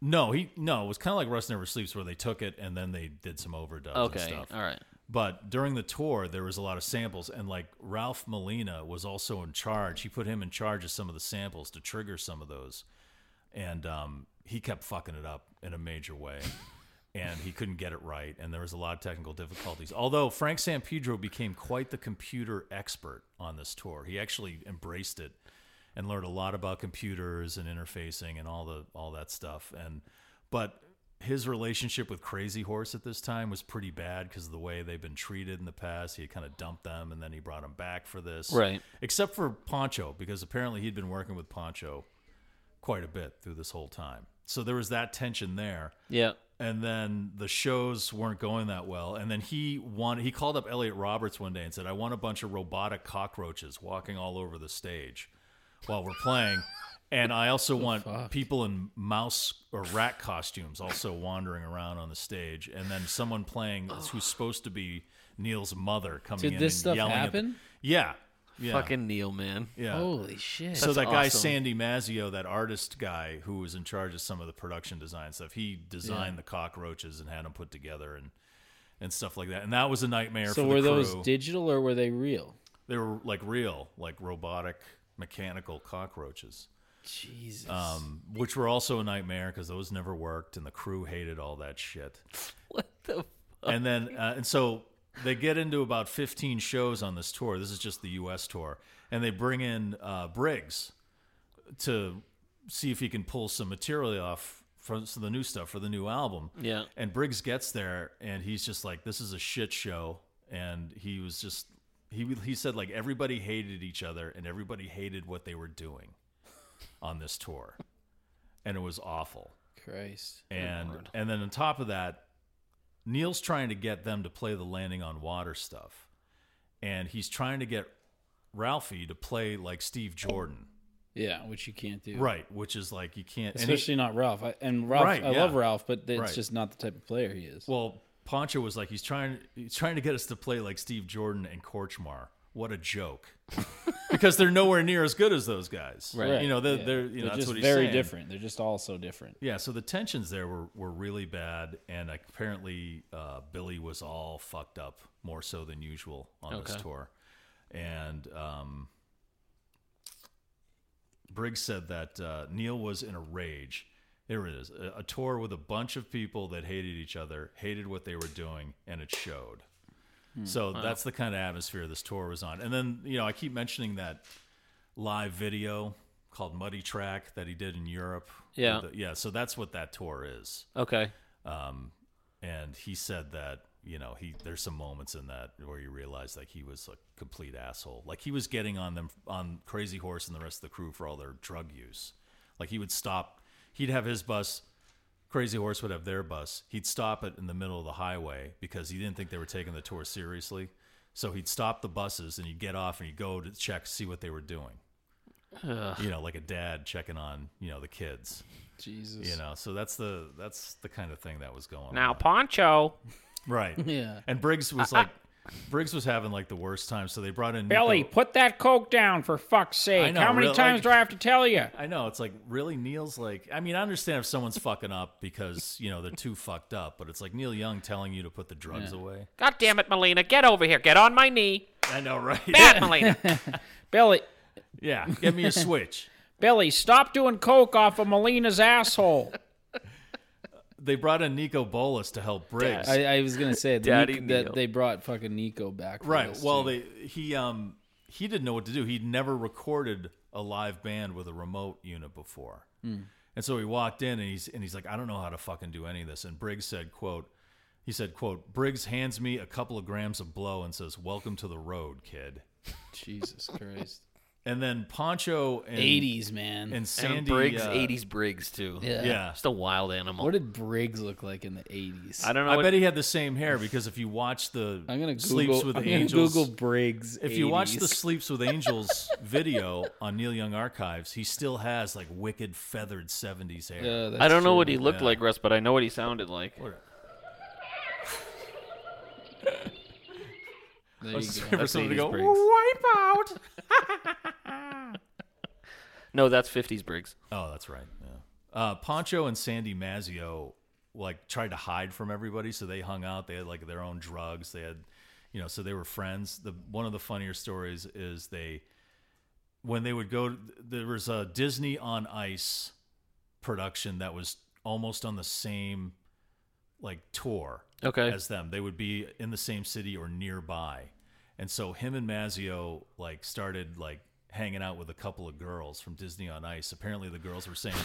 No, he no, it was kind of like Rust Never Sleeps, where they took it and then they did some overdubs. and
Okay.
stuff.
All right.
But during the tour, there was a lot of samples, and like Ralph Molina was also in charge. He put him in charge of some of the samples to trigger some of those, and um, he kept fucking it up in a major way, and he couldn't get it right, and there was a lot of technical difficulties. Although Frank San Pedro became quite the computer expert on this tour, he actually embraced it and learned a lot about computers and interfacing and all the all that stuff. And but his relationship with Crazy Horse at this time was pretty bad because of the way they've been treated in the past. He had kind of dumped them and then he brought them back for this.
Right.
Except for Poncho, because apparently he'd been working with Poncho quite a bit through this whole time. So there was that tension there
Yeah.
and then the shows weren't going that well and then he wanted he called up elliot roberts one day and said i want a bunch of robotic cockroaches walking all over the stage while we're playing
*laughs*
and i also want people in mouse or rat costumes also wandering around on the stage and then someone playing who's supposed to be neil's mother coming
Did
in
this
and
stuff
yelling at the-
happen?
yeah yeah
Fucking Neil, man.
yeah
Holy shit!
so that guy
awesome.
Sandy Mazio, that artist guy who was in charge of some of the production design stuff, he designed the cockroaches and had them put together and and stuff like that. And that was a nightmare.
so
for
were
the crew.
those digital or were they real?
they were like real, like robotic, mechanical cockroaches,
Jesus.
um, which were also a nightmare because those never worked, and the crew hated all that shit.
*laughs* What the?
and then uh, and so they get into about 15 shows on this tour this is just the us tour and they bring in uh, briggs to see if he can pull some material off from some of the new stuff for the new album
Yeah.
and briggs gets there and he's just like this is a shit show and he was just he, he said like everybody hated each other and everybody hated what they were doing on this tour and it was awful
Christ.
and and then on top of that, Neil's trying to get them to play the landing on water stuff, and he's trying to get Ralphie to play like Steve Jordan
Yeah, which you can't do.
right? Which is like you can't. and he-
Especially not Ralph. I, and Ralph,
Right,
I love
yeah.
Ralph, but it's
Right.
just not the type of player he is.
well, Poncho was like he's trying he's trying to get us to play like Steve Jordan and Korchmar. What a joke! *laughs* because they're nowhere near as good as those guys.
Right.
You know they're,
Yeah.
they're you know
They're
that's
just
what he's
very
saying.
different. They're just all so different.
Yeah, so the tensions there were, were really bad, and apparently uh, Billy was all fucked up more so than usual on this tour, and um, Briggs said that uh, Neil was in a rage. Here it is, a, a tour with a bunch of people that hated each other, hated what they were doing, and it showed. So that's the kind of atmosphere this tour was on. And then you know I keep mentioning that live video called Muddy Track that he did in Europe.
Yeah.
With the- yeah. So that's what that tour is.
Okay.
And he said that you know he there's some moments in that where you realize like he was a complete asshole. Like he was getting on them on Crazy Horse and the rest of the crew for all their drug use. Like he would stop. He'd have his bus. Crazy Horse would have their bus. He'd stop it in the middle of the highway because he didn't think they were taking the tour seriously. So he'd stop the buses and he'd get off and he'd go to check see what they were doing. You know, like a dad checking on you know the kids.
Jesus.
You know, so that's the that's the kind of thing that was going on.
Now Poncho.
*laughs*
Right.
Yeah.
And Briggs was like, Briggs was having like the worst time. So they brought in Nico-
Billy, put that coke down for fuck's
I
sake.
know,
How many
really,
times
like-
do I have to tell you?
I know it's like really Neil's like. I mean, I understand if someone's fucking up because you know they're too fucked up, but it's like Neil Young telling you to put the drugs away.
God damn it, Melina, get over here. Get on my knee.
I know, right?
Bat Melina.
Billy,
*laughs* yeah, give me a switch.
Billy, stop doing coke off of Melina's asshole.
They brought in Nico Bolas to help Briggs.
I, I was gonna say that,
Daddy
Nico, that
Neil.
they brought fucking Nico back. For
right.
this,
Well,
too.
they he um he didn't know what to do. He'd never recorded a live band with a remote unit before.
Hmm.
And so he walked in and he's and he's like, I don't know how to fucking do any of this. And Briggs said, quote, he said, quote, Briggs hands me a couple of grams of blow and says, Welcome to the road, kid.
Jesus Christ.
And then Poncho and
Eighties man.
and Sandy
And Briggs,
uh,
80s Briggs too.
yeah.
Yeah.
Just a wild animal.
What did Briggs look like in the eighties?
I don't know.
I
what-
bet he had the same hair because if you watch the
I'm gonna Google.
Sleeps with
I'm gonna
Angels
Google Briggs.
If you watch
*laughs*
the
80s.
Sleeps with Angels video on Neil Young Archives, he still has like wicked feathered 70s hair.
Yeah, Oh, that's
I don't know
true.
what he looked like, Russ, but I know what he sounded like.
There
I was
you
just
go.
waiting for
That's
someone to
80s
go,
Briggs.
No, that's 50s Briggs.
Oh, that's right. Yeah. Uh, Poncho and Sandy Mazio like tried to hide from everybody, so they hung out. They had like their own drugs. They had, you know, so they were friends. The one of the funnier stories is they when they would go. There was a Disney on Ice production that was almost on the same like tour
Okay.
as them. They would be in the same city or nearby. And so him and Mazio like started like hanging out with a couple of girls from Disney on Ice. Apparently the girls were saying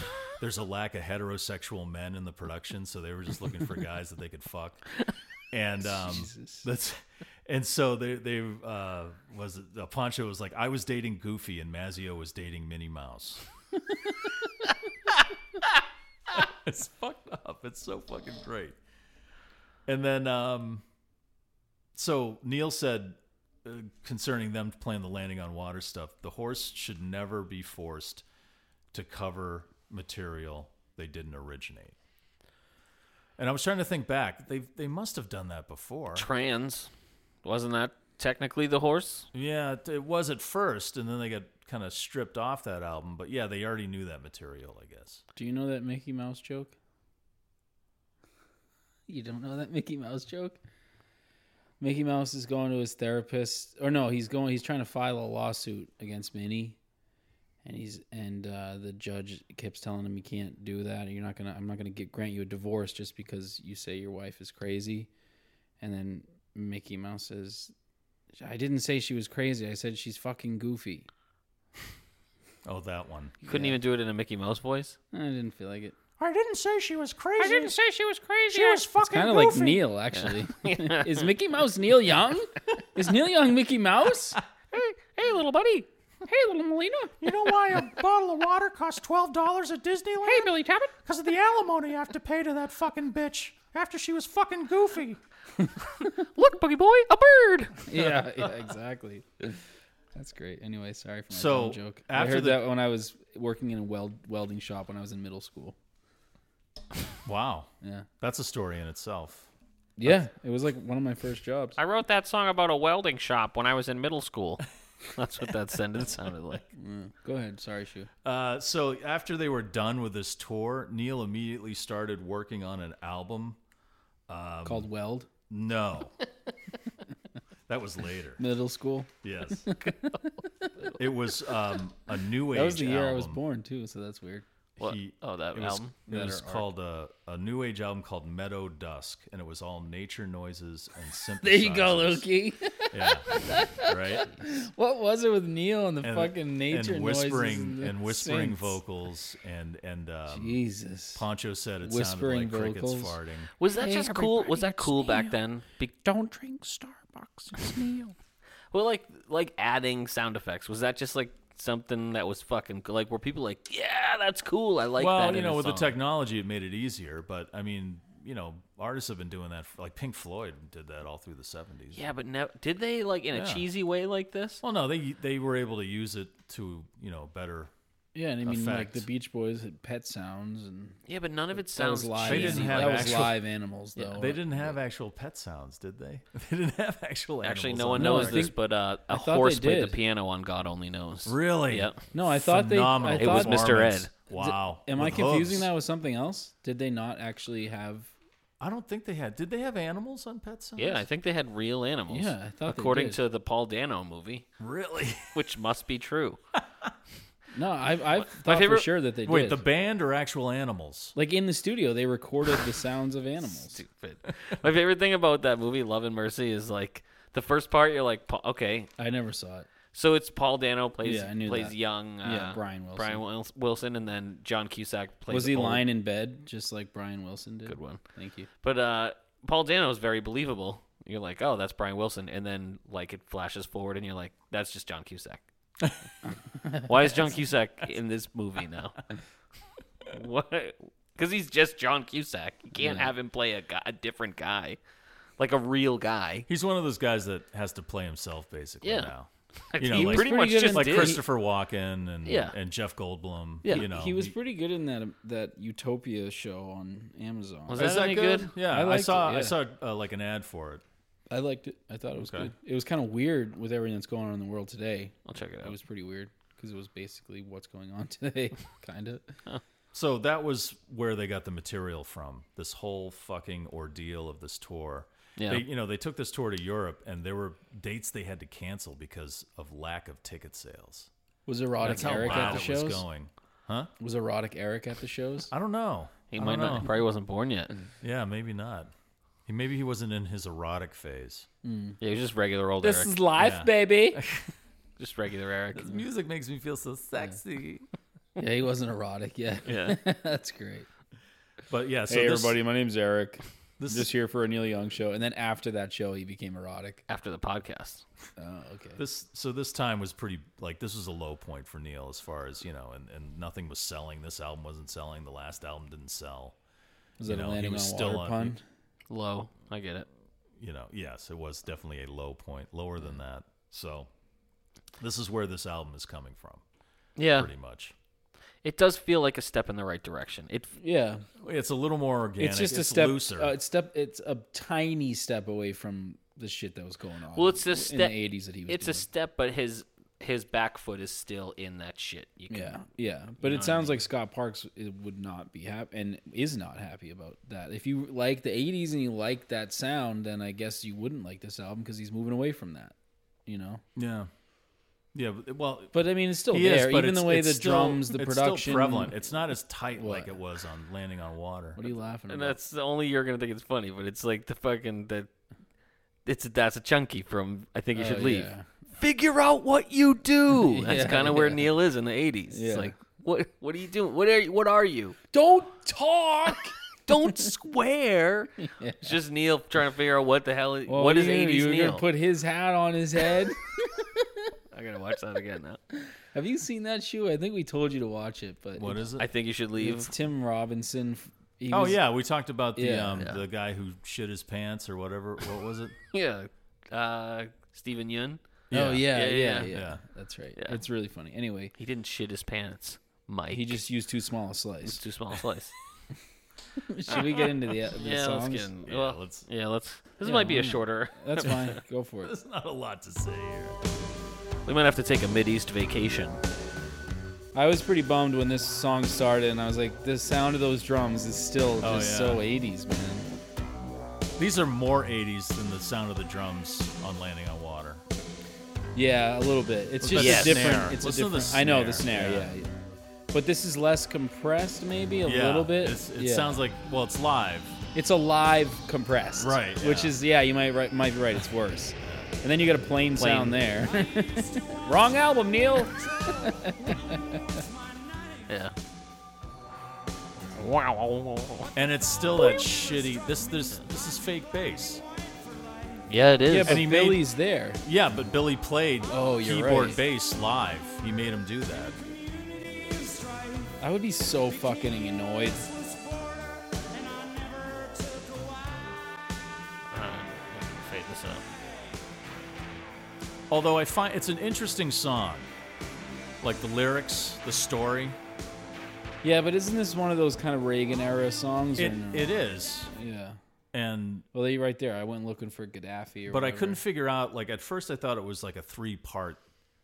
there's a lack of heterosexual men in the production, so they were just looking for guys that they could fuck. And um that's and so they they uh was uh, Poncho was like I was dating Goofy and Mazio was dating Minnie Mouse. *laughs* it's fucked up. It's so fucking great. And then, um, so Neil said uh, concerning them playing the landing on water stuff, the horse should never be forced to cover material they didn't originate. And I was trying to think back. They they must have done that before.
Trans. Wasn't that technically the horse?
Yeah, it- it was at first, and then they got kind of stripped off that album. But yeah, they already knew that material, I guess.
Do you know that Mickey Mouse joke? You don't know that Mickey Mouse joke? Mickey Mouse is going to his therapist, or no, he's going. He's trying to file a lawsuit against Minnie, and he's and uh, the judge keeps telling him you can't do that. You're not gonna. I'm not gonna get grant you a divorce just because you say your wife is crazy. And then Mickey Mouse says, "I didn't say she was crazy. I said she's fucking goofy."
Oh, that one.
You couldn't even do it in a Mickey Mouse voice?
I didn't feel like it.
I didn't say she was crazy. I didn't say she was crazy. She was
It's kind of like Neil,
*laughs*
actually. *laughs* is Mickey Mouse Neil Young? Is Neil Young Mickey
*laughs*
Mouse?
Hey, little buddy.
Hey, little Melina.
You know why
*laughs*
a bottle of water costs twelve dollars at Disneyland?
Hey, Billy Tappet.
because of the alimony I have to pay to that fucking bitch after she was fucking goofy.
Look, Boogie Boy, a bird.
yeah, yeah, exactly. That's great. Anyway, sorry for my
So,
dumb joke.
after
I heard
the-
that when I was working in a weld welding shop when I was in middle school.
Wow.
Yeah.
That's a story in itself.
Yeah, it was like one of my first jobs.
I wrote that song about a welding shop when I was in middle *laughs* school. That's what that sentence sounded like.
Go ahead. Sorry, Shu.
Uh, so after they were done with this tour, Neil immediately started working on an album. Um,
Called weld. *laughs*
No. that was later.
Middle school.
Yes. it was um, a new age
That was the year I
album.
was uh, born too, so that's weird.
What?
He-
oh, that
It was,
album.
it was called a, a new age album called Meadow Dusk, and it was all nature noises and synthesizers.
There you go, Loki.
Yeah, *laughs* right.
what was it with Neil and the
And,
fucking nature
and
noises
whispering
and, the
and whispering
synths?
vocals, and and um,
Jesus.
Poncho said it
Whispering
sounded like
vocals.
crickets farting.
Was that just cool? Was that cool back then? Be-
Don't drink Starbucks. It's Neil.
well, like like adding sound effects. Was that just like something that was fucking like were people like, yeah, that's cool. I like
well,
that.
you
in
know,
a
with the
song."
technology, it made it easier. But I mean, you know, artists have been doing that. For, like Pink Floyd did that all through the seventies.
Yeah, but nev- did they like in a
Yeah.
cheesy way like this?
Well, no, they they were able to use it to you know better.
Yeah, and I mean, like
effect.
the Beach Boys had pet sounds, and
Yeah, but none of it
that
sounds
was live.
They didn't
cheesy.
have
that was *laughs*
actual-
live animals, though.
They didn't have actual pet sounds, did they? *laughs* They didn't have actual.
Actually,
animals
no
on
one
the
No, I
knows
record.
this,
think-
but uh, a
I thought they
horse played the
did.
piano on God Only Knows.
Really?
Yeah.
No, I thought
Phenomenal
they. I thought
It was Mr. Ed.
performance. Wow.
Am I
With
confusing
hooves.
that with something else? Did they not actually have?
I don't think they had. Did they have animals on Pet Sounds?
Yeah, I think they had real animals.
Yeah, I thought they
according
did.
to the Paul Dano movie,
really.
which must be true. *laughs*
No, I I thought
favorite-
for sure that they did.
Wait, the band or actual animals?
like in the studio, they recorded the sounds of animals.
Stupid. My favorite thing about that movie, Love and Mercy, is like the first part. You're like, "Pa- okay,
I never saw it.
so it's Paul Dano plays
Yeah, I knew
plays
that.
young. Uh,
Yeah, Brian Wilson.
Brian Wils- Wilson, and then John Cusack plays.
Was he
old-
lying in bed just like Brian Wilson did?
Good one.
Thank you.
But uh, Paul Dano is very believable. You're like, oh, that's Brian Wilson, and then like it flashes forward, and you're like, that's just
*laughs*
John Cusack. Why is John Cusack in this movie now? *laughs* what? Because he's just John Cusack. You can't have him play a, guy, a different guy, like a real guy.
He's one of those guys that has to play himself basically
Yeah.
now.
*laughs* Like,
You know,
he
like-
pretty
Pretty
much
good
just
in-
like
did.
Christopher Walken and
Yeah.
and Jeff Goldblum.
Yeah.
you know,
he was pretty good in that um, that Utopia show on Amazon.
Was
Is
that any
that good? Yeah,
I
I,
liked
saw
it, yeah.
I saw uh, like an ad for it.
I liked it. I thought it was
Okay.
good. It was kind of weird with everything that's going on in the world today.
I'll check it
It
out.
was pretty weird because it was basically what's going on *laughs* today, kind of.
So that was where they got the material from. This whole fucking ordeal of this tour.
Yeah.
They, you know, they took this tour to Europe, and there were dates they had to cancel because of lack of ticket sales.
Was erotic
That's how
Eric at
loud
the
it
shows?
was going.
Was erotic Eric at the *laughs* shows?
I don't know.
He
I
might
don't
not.
know.
Probably wasn't born yet.
Yeah, maybe not. He, maybe he wasn't in his erotic phase.
Yeah, he was just regular old Eric.
life,
Yeah.
baby.
Just regular Eric.
music makes me feel so sexy.
yeah, he wasn't erotic yet.
Yeah.
*laughs* that's great.
But yeah, so this-
my name's Eric.
This,
here for a Neil Young show, and then after that show, he became erotic.
After the podcast.
Oh, okay.
This so this time was pretty like this was a low point for Neil as far as you know, and, and nothing was selling. This album wasn't selling. The last album didn't sell.
Was
you
that a
know, he
landing
was
on
still
water
on-
pun?
Low. I get it.
You know, yes, it was definitely a low point, lower than that. So this is where this album is coming from,
Yeah.
pretty much.
It does feel like a step in the right direction. It
Yeah,
It's a little more organic.
it's just a step.
looser.
uh, it's step. It's a tiny step away from the shit that was going on.
Well, it's a
in the
step.
'80s that he was.
It's a
doing.
step, but his his back foot is still in that shit. You can,
Yeah, yeah, but it sounds like Scott Parks i- would not be happy and is not happy about that. If you like the '80s and you like that sound, then I guess you wouldn't like this album because he's moving away from that. You know,
yeah, yeah. but- Well,
but I mean, it's still
he is,
there.
but
even
it's-
the way
it's
the
still-
drums, the
it's
production.
still prevalent. It's not as tight
What?
like it was on Landing on Water.
What are you laughing
and
about?
that's the only you're gonna think it's funny, but it's like the fucking that. It's that's a chunky from I think you should
Oh,
leave.
yeah.
Figure out what you
*laughs*
do. That's
Yeah,
kind of where
yeah.
Neil is in the '80s.
Yeah.
It's like what what are you doing? What are you? What
*laughs*
are you?
Don't talk.
*laughs* Don't swear. It's just Neil trying to figure out what the hell. What is
Well, you gonna do?
'80s
you were
Neil?
gonna put his hat on his head. *laughs*
I gotta watch that again now.
Have you seen that shoe? I think we told you to watch it, but
What is
*laughs*
it?
I think you should leave.
it's
*laughs*
Tim Robinson. He
Oh
was-
yeah, we talked about the
Yeah.
um, the guy who shit his pants or whatever. What was it?
Yeah. Uh, Steven Yun.
Oh yeah, yeah, yeah,
yeah.
That's right.
Yeah.
It's really funny. Anyway,
He didn't shit his pants, Mike.
he just used too small a
it's
slice.
too small a *laughs* slice.
*laughs*
*laughs*
Should we get into the, the
yeah,
songs?
let's get in.
Yeah,
well,
let's-
yeah, let's. This might be a shorter.
*laughs*
That's fine. Go for it.
*laughs* There's not a lot to say here.
*laughs* We might have to take a mid east vacation.
I was pretty bummed when this song started, and I was like, the sound of those drums is still
Oh,
just
yeah.
so 80s, man.
These are more 80s than the sound of the drums on Landing on Water.
Yeah, a little bit. It's
Listen
just
to
a
the
different.
snare.
It's
Listen
a
to the
different. I know the
snare,
snare. Yeah.
yeah.
yeah. But this is less compressed, maybe a little bit.
It's, it
Yeah.
sounds like, well, it's live.
it's a live compressed,
Right,
Which
yeah.
is yeah, you might right, might be right. It's
*laughs*
worse. And then you got a plain, sound there.
Wrong album, Neil.
Yeah.
And it's still that shitty. This this this is fake bass.
Yeah, it is.
yeah, but
he made-
Billy's there.
Yeah, but Billy played
Oh, you're
keyboard
right.
bass live. He made him do that.
I would be so fucking annoyed.
Fade this out.
Although I find it's an interesting song. Like the lyrics, the story.
Yeah, but isn't this one of those kind of Reagan era songs? or
It
no?
it is.
yeah.
And
Well, they right there. I went looking for Gaddafi. Or
but I
whatever.
couldn't figure out like at first I thought it was like a three part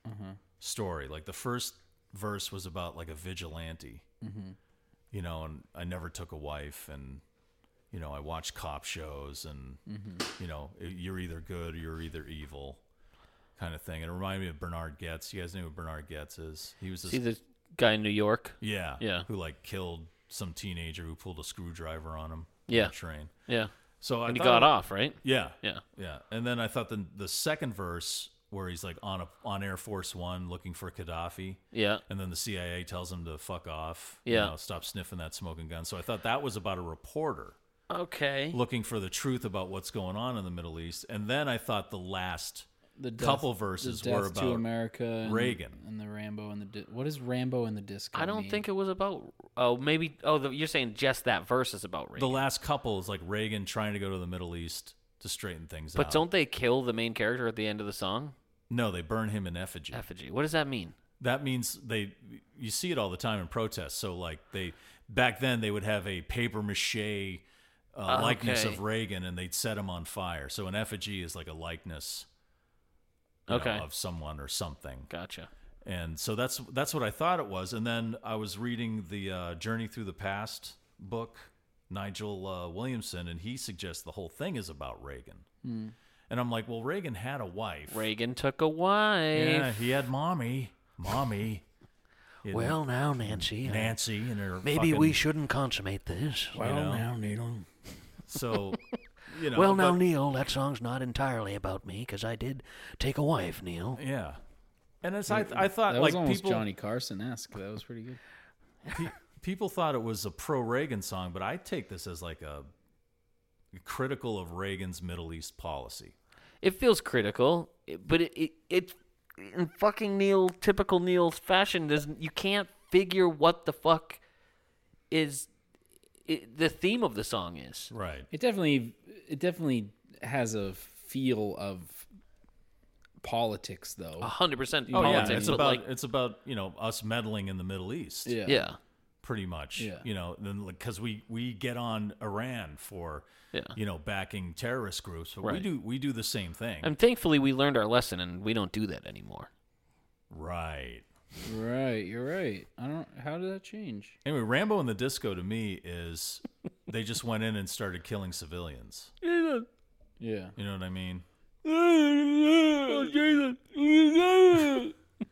Mm-hmm.
story. Like the first verse was about like a vigilante.
Mm-hmm.
You know, and I never took a wife and you know, I watched cop shows and
Mm-hmm.
you know, i- you're either good or you're either evil kind of thing. And it reminded me of Bernard Getz. You guys knew who Bernard Getz is. He was this
See the guy in New York.
Yeah.
Yeah.
Who like killed some teenager who pulled a screwdriver on him. on
Yeah.
a train.
Yeah,
So I
and he
thought-
got off, right?
Yeah.
Yeah.
Yeah. And then I thought the the second verse where he's like on a on Air Force One looking for Gaddafi.
Yeah.
And then the CIA tells him to fuck off.
Yeah.
You know, stop sniffing that smoking gun. So I thought that was about a reporter
Okay.
looking for the truth about what's going on in the Middle East. And then I thought the last
the death-
couple
the
verses
death
were
to
about
America and,
Reagan.
and the Rambo and the di- what is Rambo and the disco?
I don't
mean?
think it was about. Oh, maybe. Oh, the, you're saying just that verse is about rape.
the last couple is like Reagan trying to go to the Middle East to straighten things out.
but don't they kill the main character at the end of the song?
No, they burn him in effigy.
Effigy. What does that mean?
that means they you see it all the time in protests so like they back then they would have a paper mache uh,
Ah,
likeness
okay.
of reagan and they'd set him on fire so an effigy is like a likeness you know,
Okay.
of someone or something
Gotcha.
and so that's that's what i thought it was and then i was reading the uh, journey through the past book nigel uh, williamson and he suggests the whole thing is about reagan and i'm like well reagan had a wife
Hmm. Reagan took a wife.
yeah he had mommy mommy You know?
Well, now, Nancy. I-
Nancy and her.
Maybe we
fucking-
shouldn't consummate this.
you know,
Neil.
So,
*laughs*
you know.
Well, now,
but-
Neil, that song's not entirely about me because I did take a wife, Neil.
Yeah. And it's, I, I thought
that
like
was almost
people
Johnny Carson esque. That was pretty good.
*laughs* pe- people thought it was a pro Reagan song, but I take this as like a critical of Reagan's Middle East policy.
It feels critical, it- but it, it, it in fucking Neil, typical Neil's fashion, doesn't you can't figure what the fuck is it, the theme of the song is.
Right.
It definitely it definitely has a feel of politics though.
A hundred percent
Oh
politics,
yeah, it's
but
about
like,
it's about you know us meddling in the Middle East.
yeah.
yeah,
pretty much.
Yeah.
You know, then because we we get on Iran for
Yeah.
you know backing terrorist groups, but we
Right.
do we do the same thing.
And thankfully, we learned our lesson, and we don't do that anymore.
right.
Right, you're right. I don't how did that change?
Anyway, Rambo and the Disco to me is *laughs* they just went in and started killing civilians.
Yeah.
You know what I mean?
*laughs*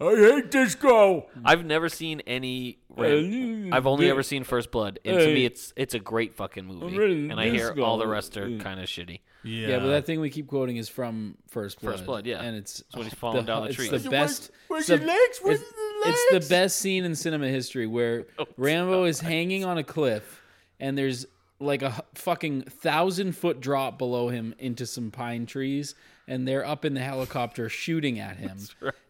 I hate disco.
Mm.
I've never seen any. Ram- I've only ever seen First Blood, and to me, it's it's a great fucking movie. And I hear all the rest are
Mm.
kind of shitty.
Yeah.
Yeah. but that thing we keep quoting is from First Blood.
First Blood, yeah.
and it's *laughs*
when he's falling down the
it's
tree.
the
Is it
best. it's the- it's, it's the best scene in cinema history
*laughs*
where
Oh,
Rambo is hanging on a cliff, and there's like a h- fucking thousand foot drop below him into some pine trees, and they're up in the helicopter shooting at him.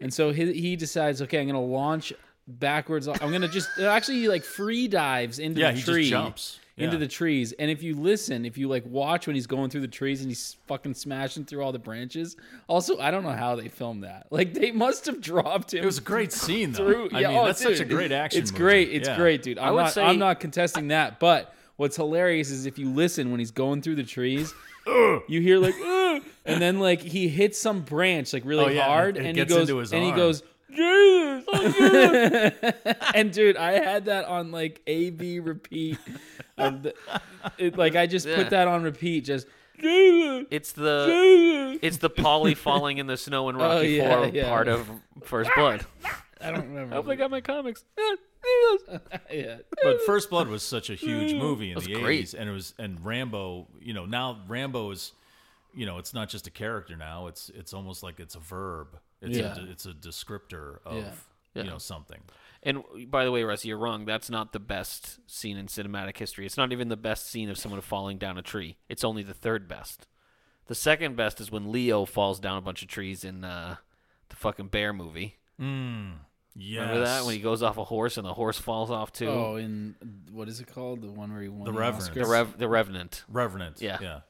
And so he, he decides, okay, I'm gonna launch backwards. I'm gonna just *laughs* actually like free dives into
Yeah,
the
he just
tree,
jumps.
into
Yeah.
the trees. And if you listen, if you like watch when he's going through the trees and he's fucking smashing through all the branches. Also, I don't know how they filmed that. *laughs* Like they must have dropped him.
It was a great scene, though.
through.
I
yeah,
mean,
oh,
that's such a
dude,
great action.
It's
movie.
great. It's
Yeah.
great, dude. I'm
would
not.
say-
I'm not contesting that. But what's hilarious is if you listen when he's going through the trees, you hear
*laughs*
like, "Ugh," and then like he hits some branch like really
Oh, yeah, and
hard,
it
and
gets
he goes,
into his
and he
arm.
goes. Jesus, *laughs* oh, Jesus." and dude, I had that on like A B repeat. Of the, it, like I just
Yeah.
put that on repeat. Just Jesus,
It's the
Jesus."
it's the Polly falling in the snow in *laughs* Rocky
yeah,
Four
yeah.
part of First Blood.
I don't remember.
Ah, I got my comics.
yeah.
But First Blood was such a huge
Mm.
movie in
That's
the
great.
eighties, and it was and Rambo. You know, now Rambo is, you know, it's not just a character now. It's it's almost like it's a verb. It's
Yeah.
a, it's a descriptor of
Yeah.
Yeah.
you know something.
And by the way, Russ, you're wrong. That's not the best scene in cinematic history. It's not even the best scene of someone falling down a tree. It's only the third best. The second best is when Leo falls down a bunch of trees in uh, the fucking bear movie.
Yes.
Remember that when he goes off a horse and the horse falls off too.
Oh, in what is it called? The one where he won
The
an
Reverend.
Oscar?
the Rev- the Revenant.
Revenant.
Yeah.
Yeah.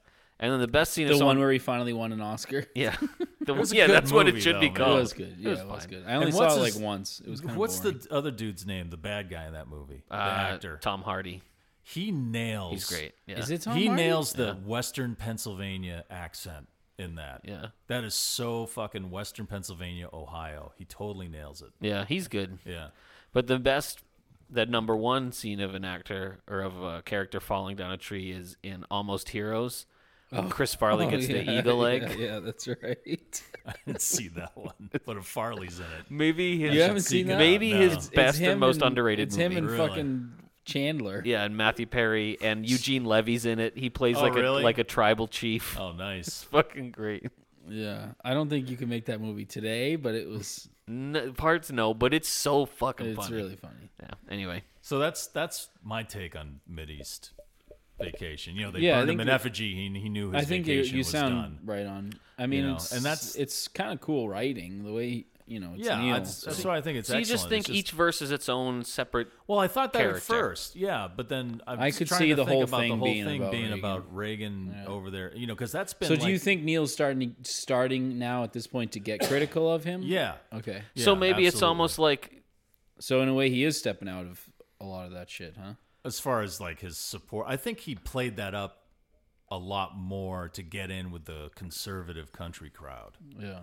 And then the best scene
the
is
one
someone-
where he finally won an
*laughs*
Oscar.
yeah, the,
was a
yeah,
good
that's what it
movie,
should be
though, man.
called.
It was good. Yeah, it was,
was fine.
good. I only
And
saw
what's
it like
his-
once. It was kind of
What's the other dude's name? The bad guy in that movie. The
Uh,
actor.
Tom Hardy.
He nails.
He's great. Yeah.
Is it Tom
he
Hardy?
nails the Western Pennsylvania accent in that.
Yeah.
That is so fucking Western Pennsylvania, Ohio. He totally nails it.
Yeah, he's good.
Yeah.
But the best, the number one scene of an actor or of a character falling down a tree is in Almost Heroes. when Chris
*laughs*
Farley
Oh,
gets
yeah, *laughs*
the eagle leg.
Yeah, yeah, that's
*laughs*
right.
I didn't see
*laughs*
that one. But if Farley's in it.
Maybe his
you haven't
seek
seen
it
that?
out.
maybe
No.
his
It's-
best and
him
most
and-
underrated
It's
movie.
him and
Really?
fucking Chandler.
yeah, and Matthew Perry and Eugene Levy's in it. He plays
Oh,
like
really?
a like a tribal chief.
Oh, nice.
*laughs* Fucking great.
Yeah. I don't think you can make that movie today, but it was.
N parts no, but it's so fucking
It's
funny.
really funny.
yeah. Anyway,
So that's that's my take on Mideast vacation. You know, they
Yeah, I
burned him
think
in
that-
effigy. He, he knew his
I think you,
vacation
you
was
sound
done.
right on. I mean,
know,
it's,
and that's-
it's kind of cool writing the way you know. It's
Yeah,
Neil,
that's,
so-
that's why I think it's
so you
excellent.
just think
It's
each verse is its own separate.
Well, I thought that
character.
at first, yeah, but then I'm
I could
trying
see
to
the
think
whole
about
thing
the whole
being
thing
about
being
Reagan.
about Reagan over there, you know, because that's been.
So do
like-
you think Neil's starting starting now at this point to get critical of him?
Yeah.
Okay.
so
Yeah,
maybe it's
absolutely.
almost like
So in a way, he is stepping out of a lot of that shit, huh?
as far as like his support, I think he played that up a lot more to get in with the conservative country crowd.
Yeah.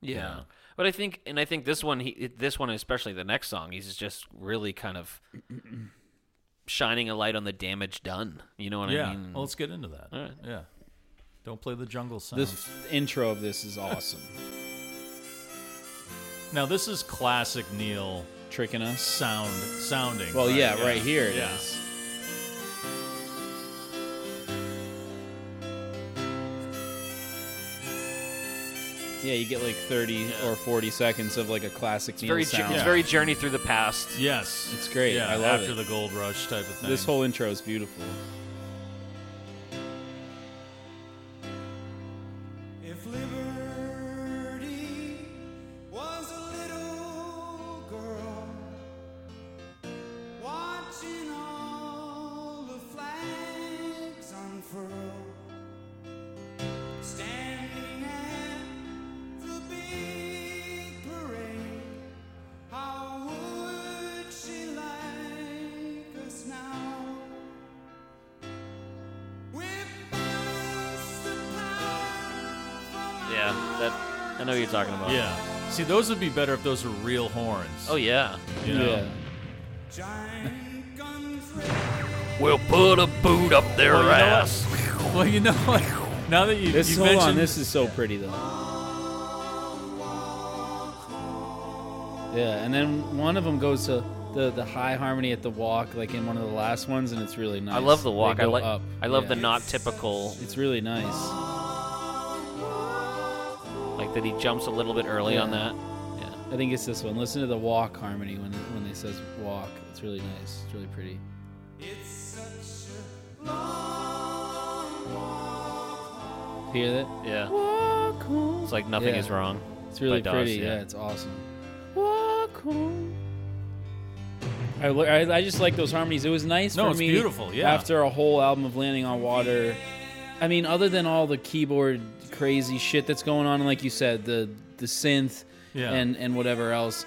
Yeah. But I think, and I think this one, he, this one especially, the next song, he's just really kind of shining a light on the damage done. You know what
yeah,
I mean?
well, let's get into that.
All right.
Yeah, don't play the jungle sound.
This intro of this is awesome.
now this is classic Neil
Tricking us.
sound sounding.
Well,
right?
yeah, right here it is.
Yeah.
Yeah, you get like 30 or 40 seconds of like a classic Neil
very, jour-
sound.
it's very journey through the past.
Yes,
It's great.
Yeah,
I love
after
it.
the gold rush type of thing.
this whole intro is beautiful.
If liberty was a little girl watching all the flags unfurl, standing at the big parade, how would she like us now?
Yeah, that I know what you're talking about.
Yeah. See, those would be better if those were real horns.
Oh yeah.
You know?
Yeah.
We'll put a boot up their
Well, you know what?
ass.
*laughs* Well, you know, what? now that you,
This
you
hold
mentioned
on, this is so pretty though. Yeah, and then one of them goes to the, the high harmony at the walk, like in one of the last ones, and it's really nice.
I love the
They
walk. I
go
like.
up.
I love
Yeah.
the not typical,
It's really nice.
like that he jumps a little bit early on that. Yeah.
I think it's this one. Listen to the walk harmony when when they says walk. It's really nice. It's really pretty. Hear that?
Yeah. It's like nothing
Yeah.
is wrong.
It's really
By Dawes,
pretty.
yeah.
yeah. it's awesome. I, li- I, I just like those harmonies. It was nice
No,
for
it's
me.
beautiful, yeah.
After a whole album of Landing on Water, I mean, other than all the keyboard crazy shit that's going on, and like you said, the the synth
Yeah.
and and whatever else.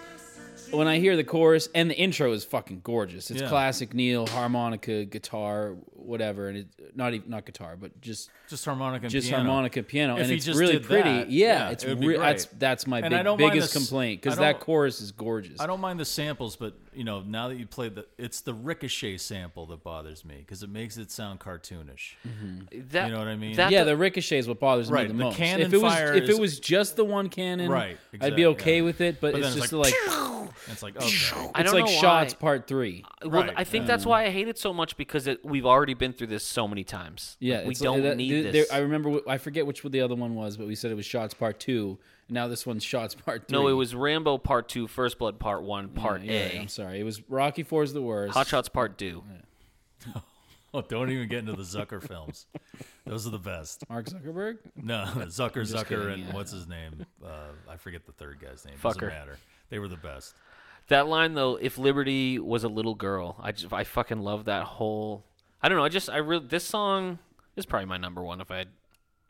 When I hear the chorus and the intro is fucking gorgeous. It's
Yeah.
classic Neil harmonica, guitar, whatever, and it not even not guitar, but just
Just harmonica and
just
piano.
harmonica piano,
If
and
he
it's
just
really
did
pretty.
that,
yeah,
yeah,
it's
it would be
re-
great.
that's that's my
And
big,
I don't mind
biggest
this-
complaint because
I
that
don't-
chorus is gorgeous.
I don't mind the samples, but you know, now that you play the, it's the ricochet sample that bothers me because it makes it sound cartoonish.
Mm-hmm.
That,
You know what I mean?
That,
yeah, the ricochet is what bothers
Right,
me the,
the
most.
cannon
if it was
fire
if
is-
it was just the one cannon,
Right,
I'd be
exact-
okay
yeah.
with it. But,
But
it's
then
just
it's
like,
And it's like
*laughs*
okay,
I
it's
don't
like
know
shots
why.
part three.
Well,
Right,
I think that's
um,
why I hate it so much because it, we've already been through this so many times.
Yeah,
we
it's like
don't
that-
need
there-
this.
I remember wh- I forget which the other one was, but we said it was shots part two. And now this one's shots part three.
no, it was Rambo Part Two, First Blood Part One, Part
You're right,
A,
I'm sorry, it was Rocky Four is the worst.
Hot Shots Part Two.
oh, don't even get into the Zucker films. Those are the best.
Mark Zuckerberg.
No, *laughs* Zucker, Zucker,
kidding,
and
yeah.
what's his name? Uh, I forget the third guy's name. Doesn't
Fucker.
matter. They were the best.
That line though, if Liberty was a little girl, I just I fucking love that whole. I don't know. I just I really this song is probably my number one. If I had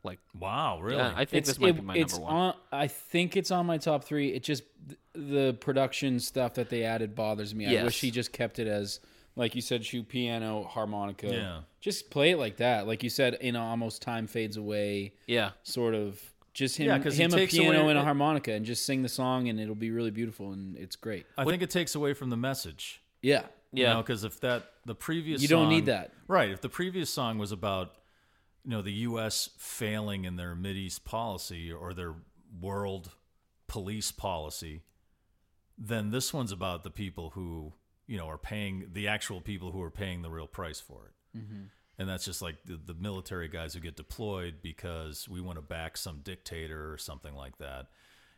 like,
Wow, really?
yeah, I think this might be my
it's
number one.
On, I think it's on my top three. It just th- the production stuff that they added bothers me. I
Yes.
wish she just kept it as like you said, shoe piano, harmonica.
Yeah.
Just play it like that. Like you said, in almost time fades away,
yeah,
sort of just him,
Yeah, 'cause he
him a
takes
piano
away-
and a harmonica, and just sing the song, and it'll be really beautiful and it's great.
I think it takes away from the message.
Yeah.
yeah.
because if that the previous
You don't need
song-
that.
right? If the previous song was about you know the U.S. failing in their Mideast policy or their world police policy, then this one's about the people who you know are paying the actual people who are paying the real price for it.
Mm-hmm.
And that's just like the, the military guys who get deployed because we want to back some dictator or something like that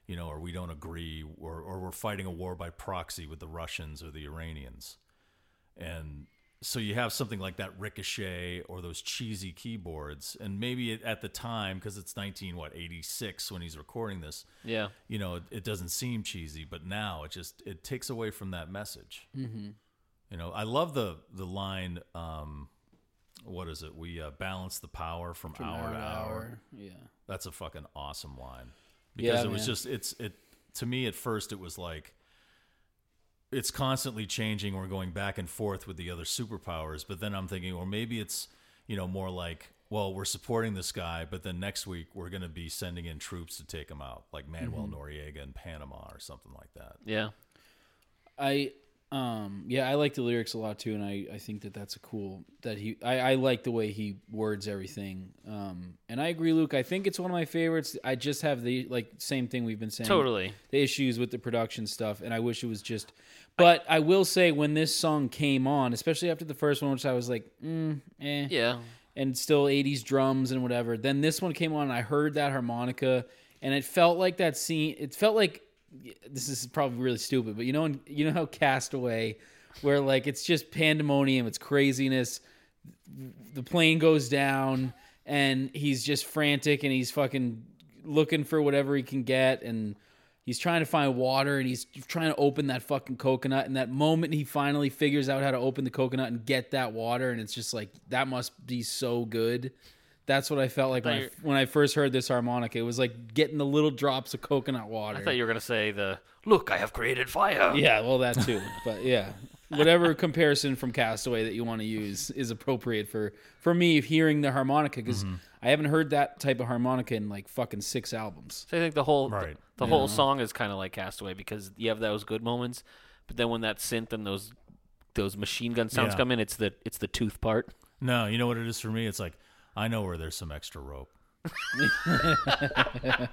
you know, or we don't agree, or, or we're fighting a war by proxy with the Russians or the Iranians. And so you have something like that ricochet or those cheesy keyboards. And maybe it, at the time, because it's 19, what, 86 when he's recording this,
yeah.
you know, it, it doesn't seem cheesy, but now it just, it takes away from that message. Mm-hmm. You know, I love the, the line, um, what is it? We uh, balance the power from, hour to hour.
Yeah.
That's a fucking awesome line because
Yeah,
it was
man.
just it's it to me at first it was like it's constantly changing. We're going back and forth with the other superpowers, but then I'm thinking, or maybe it's you know more like well we're supporting this guy, but then next week we're going to be sending in troops to take him out, like Manuel
Mm-hmm.
Noriega in Panama or something like that.
Yeah.
I um yeah, I like the lyrics a lot too, and I I think that that's a cool that he I I like the way he words everything. Um, and I agree, Luke. I think it's one of my favorites. I just have the like same thing we've been saying.
Totally.
the issues with the production stuff, and I wish it was just. But I, will say when this song came on, especially after the first one, which I was like, mm, eh,
Yeah.
and still 80s drums and whatever. Then this one came on and I heard that harmonica and it felt like that scene it felt like this is probably really stupid, but you know you know how Castaway where like it's just pandemonium, it's craziness. The plane goes down and he's just frantic and he's fucking looking for whatever he can get and he's trying to find water and he's trying to open that fucking coconut and that moment he finally figures out how to open the coconut and get that water and it's just like that must be so good that's what i felt like when I,
you're-
when I first heard this harmonica it was like getting the little drops of coconut water
I thought you were gonna say the look. I have created fire.
yeah well that too but yeah whatever comparison from castaway that you want to use is appropriate for for me hearing the harmonica because
Mm-hmm.
i haven't heard that type of harmonica in like fucking six albums
So I think the whole
Right.
the, whole song is kind of like Castaway because you have those good moments, but then when that synth and those those machine gun sounds
Yeah.
come in, it's the it's the tooth part.
No, you know what it is for me? It's like I know where there's some
*laughs*
extra rope.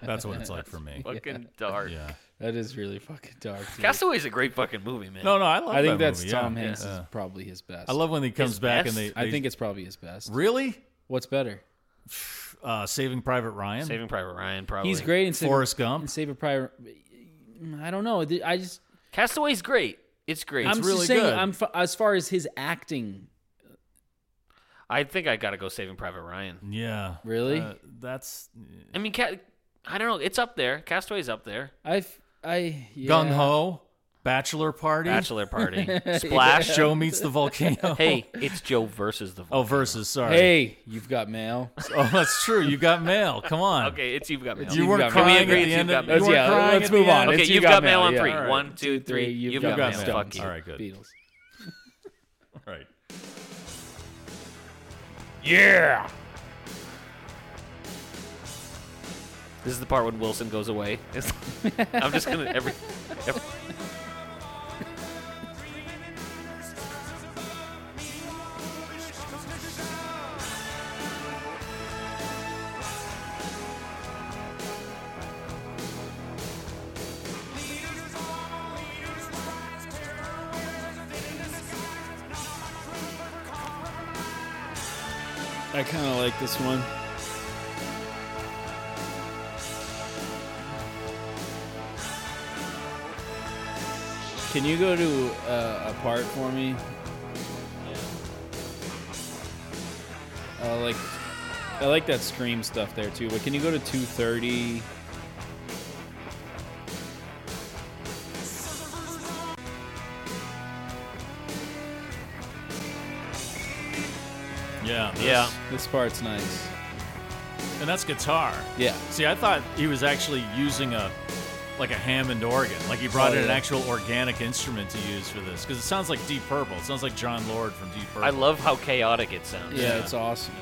That's what it's like
*laughs*
for me.
Fucking dark.
Yeah.
that is really fucking dark dude.
Castaway's a great fucking movie, man.
No, no, I love.
I think
that
that's
movie, yeah.
Tom
Yeah.
Hanks is probably his best.
I love when he comes back
best?
and they.
I
they-
think it's probably his best.
really
What's better?
uh, Saving Private Ryan,
Saving Private Ryan, probably.
He's great in Saving,
Forrest Gump.
and Saving Private. I don't know. I just
Castaway's great. It's great.
I'm
really
just saying.
good.
I'm f- as far as his acting,
I think I gotta go Saving Private Ryan.
yeah,
really.
Uh, that's
I mean, Ca- I don't know. It's up there. Castaway's up there.
I've I yeah.
gung ho. Bachelor party.
Bachelor
*laughs*
party. Splash.
Joe meets the volcano.
*laughs* Hey, it's Joe versus the.
Oh, versus. Sorry.
Hey, you've got mail.
Oh, that's true. You got mail. Come on.
Okay, it's you've got mail.
You
You've
weren't
Got Mail.
Can we
crying
agree
at the
it's You've Got Mail?
end. of- you weren't
Yeah,
crying
let's
at the
move
end.
on.
Okay,
It's
you've,
You
got,
Got
mail
Mail,
on
yeah.
three.
Alright.
One, two, three. You've,
You
got,
got
mail.
mail.
Fuck you.
All right, good.
Beatles.
All right.
Yeah.
This is the part when Wilson
*laughs*
goes away. It's- I'm just gonna every. every
I kind of like this one. Can you go to uh, a part for me? Uh, like, I like that scream stuff there too. But can you go to 230?
Yeah. this-
yeah.
This part's nice.
And that's guitar.
Yeah.
See, I thought he was actually using a like a Hammond organ. Like he brought
Oh,
in an
yeah.
actual organic instrument to use for this because it sounds like Deep Purple. It sounds like John Lord from Deep Purple.
I love how chaotic it sounds.
Yeah, it's awesome.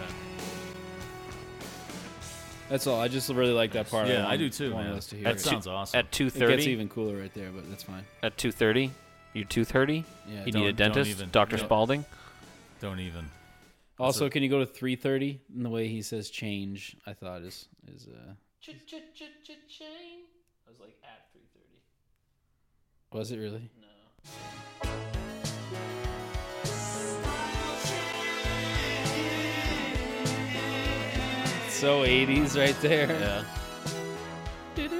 That's all. I just really like that part.
Yeah, I
want-
do too,
wanted
man.
us to hear
That
it.
sounds awesome.
At two
It gets
thirty.
even cooler right there, but that's fine.
At two thirty. You're two thirty.
Yeah,
you
don't-
need a
don't
dentist,
even-
Doctor
no.
Spalding.
Don't even.
Also, can you go to 330? And the way he says change, I thought is is uh
I was like at three thirty.
was it really? So 80s right there.
Yeah.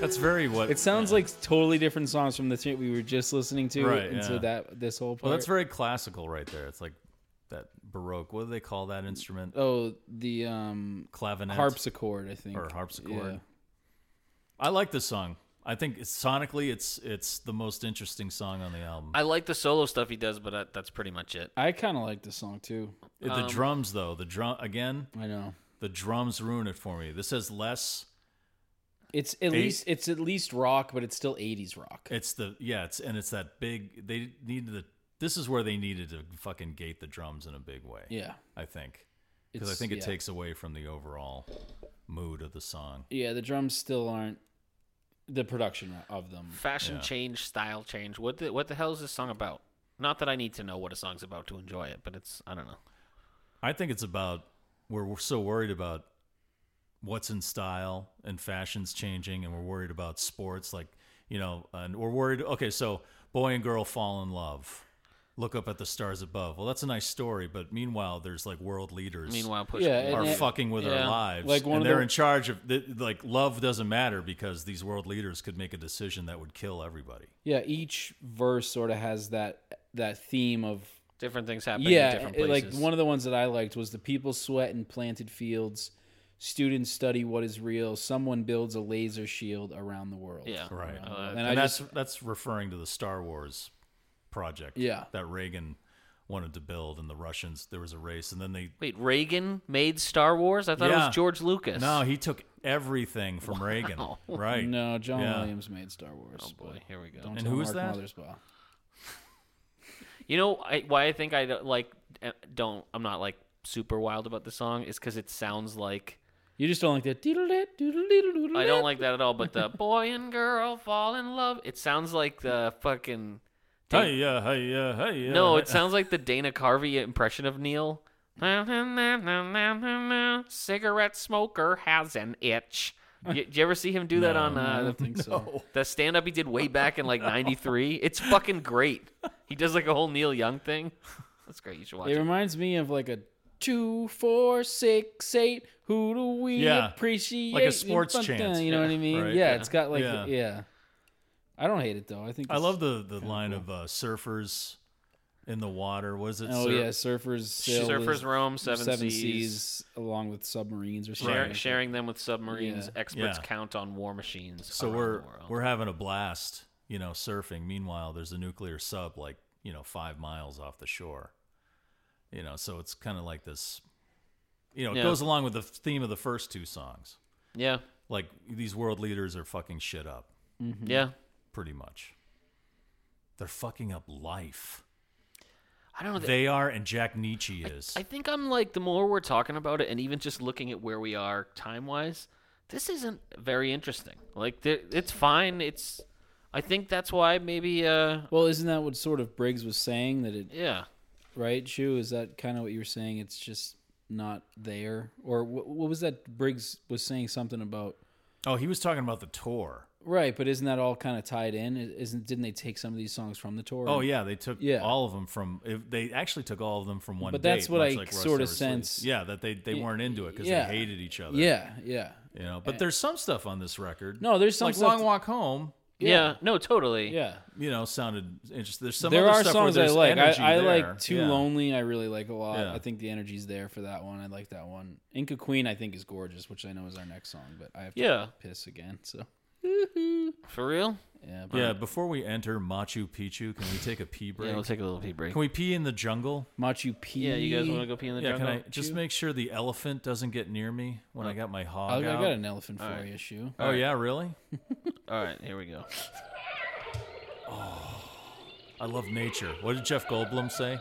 That's very what.
It sounds like totally different songs from the shit we were just listening to.
Right,
And so
yeah.
that this whole part.
Well, that's very classical right there. It's like that baroque. What do they call that instrument?
oh, the um
Clavinet
harpsichord, I think.
or harpsichord.
Yeah.
I like this song. I think it's, sonically, it's it's the most interesting song on the album.
I like the solo stuff he does, but that, that's pretty much it.
I kind of like this song too.
the drums, though, the drum again,
I know.
the drums ruin it for me. This has less.
It's at least it's at least rock, but it's still 80s rock.
It's the yeah, it's and it's that big. They need the. This is where they needed to fucking gate the drums in a big way.
yeah.
I think because I
It's-
think it
yeah.
takes away from the overall mood of the song.
Yeah, the drums still aren't the production of them.
Fashion change, style change. What the, what the hell is this song about? Not that I need to know what a song's about to enjoy it, but it's I don't know.
I think it's about we're, we're so worried about what's in style and fashions changing, and we're worried about sports, like you know, and we're worried. Okay, so boy and girl fall in love, look up at the stars above. Well, that's a nice story, but meanwhile, there's like world leaders.
Meanwhile, push
Yeah, and
are
it-
fucking with
yeah.
our lives,
Like one
and
of
they're
the-
in charge of th- like love doesn't matter because these world leaders could make a decision that would kill everybody.
Yeah, each verse sort of has that that theme of
different things happen in
yeah,
different
it- like
places.
one of the ones that I liked was the people sweat in planted fields, students study what is real, someone builds a laser shield around the world.
yeah,
Right.
Uh,
And,
and
I
that's
just
that's referring to the Star Wars project.
Yeah.
that Reagan wanted to build, and the Russians. There was a race, and then they.
Wait, Reagan made Star Wars? I thought it
Yeah.
was George Lucas.
No, he took everything
*laughs*
from Reagan. Right.
no, John
Yeah.
Williams made Star Wars. Oh boy, here we go. Don't
And
tell
who
Mark
is that?
Mothersbaugh.
You know I, why I think I don't, like eh, don't I'm not like super wild about the song is because it sounds like
You just don't like that. doodle-dit, doodle-dit, doodle-dit.
I don't like that at all. But the boy and girl fall in love. It sounds like the fucking
Hey, yeah, hey, yeah, hey, yeah.
no.
hey-
It sounds like the Dana Carvey impression of Neil. Cigarette smoker has an itch. You, did you ever see him do that on uh,
I don't think so.
The stand up he did way back in like 93. It's fucking great. He does like a whole Neil Young thing. That's great. You should watch
It
it.
reminds me of like a two, four, six, eight. Who do we
Yeah.
appreciate?
Like a sports
Dun, dun,
chant,
You know what I mean?
right?
Yeah, it's got like yeah.
Yeah.
I don't hate it though. I think
I
it's-
love the the line of uh, surfers in the water. Was it?
Oh
Sur-
yeah, surfers. Sail
Surfers
is-
Rome, Seven,
seven
Seas.
seas, along with submarines or something.
Share-
like
Sharing them with submarines,
Yeah.
experts
Yeah.
count on war machines.
So
around
we're
the world.
we're having a blast. you know, surfing. Meanwhile, there's a nuclear sub like, you know, five miles off the shore. You know, so it's kind of like this, you know, it
Yeah.
goes along with the theme of the first two songs.
Yeah.
Like, these world leaders are fucking shit up,
Mm-hmm.
Yeah.
pretty much. They're fucking up life.
I don't know.
They are, and Jack Nietzsche is.
I think I'm like the more we're talking about it, and even just looking at where we are time wise, this isn't very interesting. Like there- it's fine. It's I think that's why maybe uh
Well, isn't that what sort of Briggs was saying that it
yeah
right? Shu, is that kind of what you were saying? It's just not there, or what, what was that Briggs was saying something about?
oh, he was talking about the tour.
Right, but isn't that all kind of tied in? I- Isn't didn't they take some of these songs from the tour?
Oh yeah, they took
Yeah.
all of them from. If they actually took all of them from one.
But that's
date,
what
much
I
like Rust
sorta
Never Sleeps.
sense.
Yeah, that they they weren't into it because
yeah.
they hated each other.
yeah, yeah.
you know. But there's some stuff on this record.
No, there's some
like
stuff
Long
that-
Walk Home.
yeah, no totally
Yeah,
You know, sounded interesting. There's some.
there
other
are
stuff where
songs I
there's
like.
energy
I, I
there.
like Too
Yeah.
Lonely. I really like a lot.
Yeah.
I think the energy's there for that one. I like that one. Inca Queen, I think, is gorgeous, which I know is our next song, but I have to
Yeah.
piss again. So
for real.
yeah, but
Yeah. Before we enter Machu Picchu, can we take a pee break?
Yeah, we'll take a little pee break.
can we pee in the jungle?
Machu Picchu.
yeah, you guys want to go pee in the
Yeah, can
jungle?
I just make sure the elephant doesn't get near me when I got my
Oh. I, I
hog out?
got an elephant for you, Shu.
oh yeah, really?
All right, here we go.
I love nature. What did Jeff Goldblum say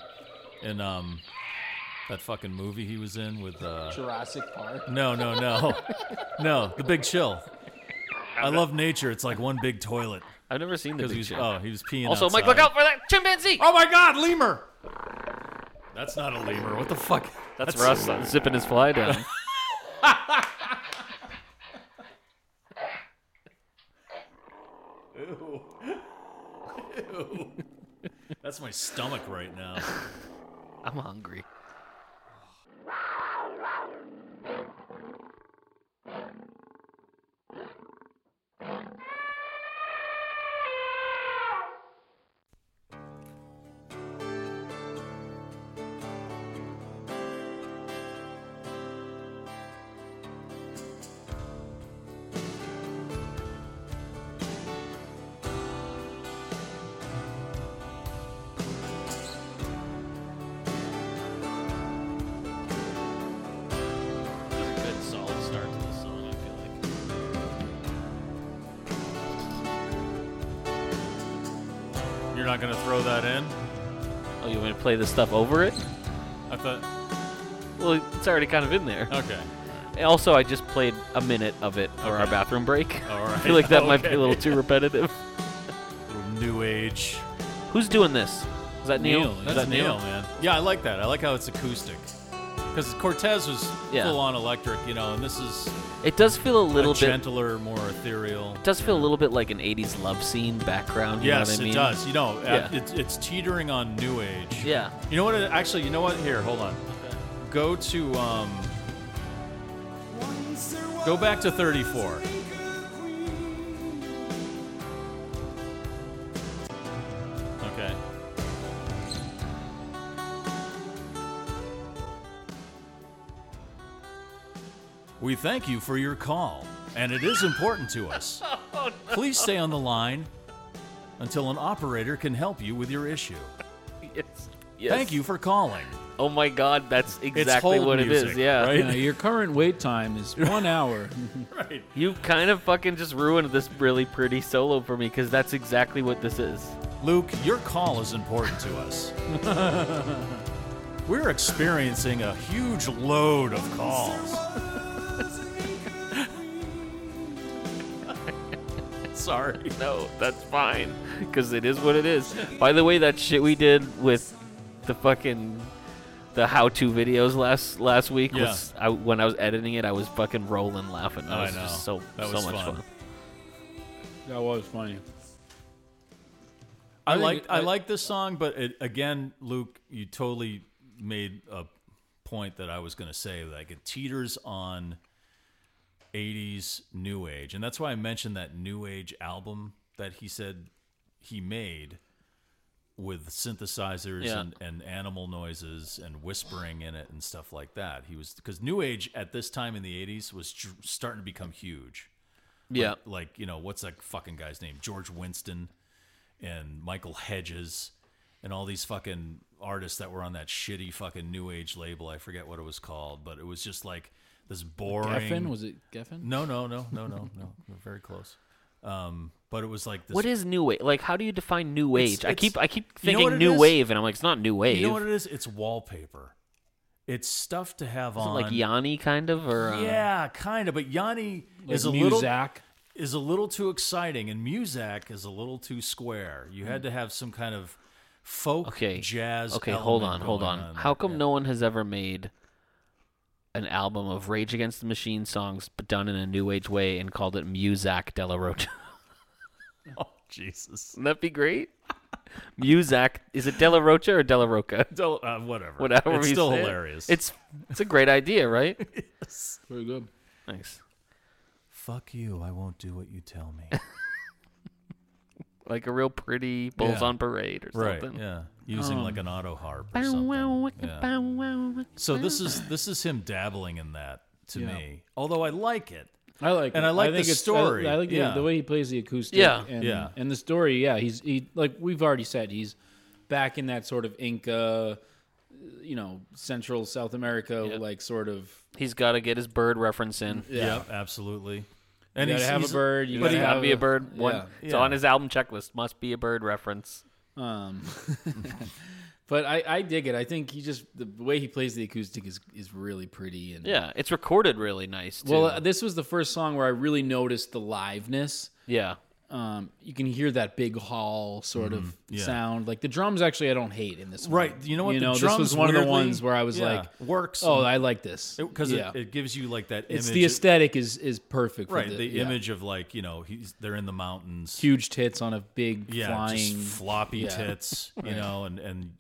in um that fucking movie he was in with uh
Jurassic *laughs* Park.
No, no,
*laughs*
no. No, The Big Chill. I love nature. It's like one big toilet
I've never seen the
because
big
he's
Chill.
oh, he was peeing
also, Mike,
outside.
look out for that chimpanzee.
uh, Oh my god, lemur. That's not a lemur. What the fuck?
that's, Russ zipping his fly down.
That's my stomach right now.
*laughs* I'm hungry.
Good solid start to the song, I feel like. You're not gonna throw that in?
Oh, you want to play this stuff over it?
I thought
Well, it's already kind of in there.
okay.
Also, I just played a minute of it for our
Okay.
bathroom break. *laughs*
All
I
right.
feel like that might be
*laughs* Okay.
a little too repetitive.
New age.
Who's doing this? Is that Neil? Is
That's
that
Neil, man. Yeah, I like that. I like how it's acoustic. Because Cortez was
Yeah.
full on electric, you know, and this is
It does feel a
a
little bit.
gentler, more ethereal.
It does feel a little bit like an '80s love scene background. You know
Yes,
what I mean?
it does. You know, uh,
Yeah.
it's, it's teetering on new age.
Yeah.
You know what? It, actually, you know what? Here, hold on. Go to um. Go back to 34. Okay. We thank you for your call, and it is important to us. Please stay on the line until an operator can help you with your issue.
Yes. Yes.
Thank you for calling.
Oh my God, that's exactly
hold
what it is.
music,
Yeah.
right?
Yeah, your current wait time is one
*laughs*
hour.
You kind of fucking just ruined this really pretty solo for me because that's exactly what this
*laughs*
is.
Luke, your call is important to us. *laughs* We're experiencing a huge load
*laughs*
of calls. Sorry.
No, that's *laughs* fine because it is what it is. By the way, that shit we did with the fucking the how-to videos last last week
Yeah.
was I, when I was editing it, I was fucking rolling laughing. That
I
was
know.
just so
That
so
was
much
fun.
fun.
that was funny.
I
think
like
it-
I
I-
like this song, but it, again, Luke, you totally made a point that I was going to say. Like it teeters on '80s new age, and that's why I mentioned that new age album that he said he made with synthesizers
Yeah.
and, and animal noises and whispering in it and stuff like that. He was because new age at this time in the '80s was tr- starting to become huge
Yeah,
like you know what's that fucking guy's name george winston and Michael Hedges and all these fucking artists that were on that shitty fucking new age label. I forget what it was called, but it was just like this boring.
Geffen? Was it Geffen?
No, no, no, no, no, no. We're very close. Um, but it was like this.
What is new wave? Like, how do you define new wave? I
it's-
keep I keep
you know
thinking
what it
new
is?
wave, and I'm like, it's not new wave.
you know what it is? It's wallpaper. It's stuff to have
Isn't it
on.
like Yanni kind of, or uh,
yeah, kind of. But Yanni
Like
is a little
Muzak?
is a little too exciting, and Muzak is a little too square. You had to have some kind of folk
okay,
jazz.
Okay, hold on,
element
hold
going
on. How come
Yeah.
no one has ever made an album of Rage Against the Machine songs, but done in a new age way, and called it Muzak De La Rocha? *laughs*
Oh Jesus!
Wouldn't that be great? Muzak is it De La Rocha or De La Roca? *laughs*
Don't, uh, whatever.
Whatever.
It's
you
still
say it.
hilarious.
It's it's a great idea,
*laughs*
right?
Pretty good.
nice.
fuck you. I won't do what you tell
*laughs*
me.
Like a real pretty bulls
Yeah.
on parade or
right?
something.
Yeah. Using like an auto harp or something. Yeah. So this is this is him dabbling in that to
Yeah.
me. Although I like it.
I like,
And
it.
I like the
think it's-
story.
I, I like the-
Yeah.
the, way he plays the acoustic.
Yeah.
and,
Yeah.
and the story. Yeah, he's he like we've already said he's back in that sort of Inca, you know, Central South America like sort of.
He's got to get his bird reference in.
Yeah, absolutely. And
You gotta have a bird. You
but
gotta
he-
Gotta
have
be a
a-
bird. One.
yeah.
It's on his album checklist. Must be a bird reference.
Um, but I I dig it. I think he just the way he plays the acoustic is is really pretty and
Yeah, it's recorded really nice. Too.
Well, uh, this was the first song where I really noticed the liveness.
yeah,
Um, you can hear that big hall sort of sound. Like the drums, actually, I don't hate in this. one.
Mm-hmm. Right. You know what?
You
the
know, this
drums
was one of the
weirdly-
ones where I was
yeah,
like,
works.
"Oh, I like this."
because
Yeah.
it, it gives you like that.
it's
image
the aesthetic is is perfect. For
right? The,
yeah.
image of like you know he's they're in the mountains.
huge tits on a big
yeah,
flying.
just floppy
yeah. *laughs*
tits. You know, and and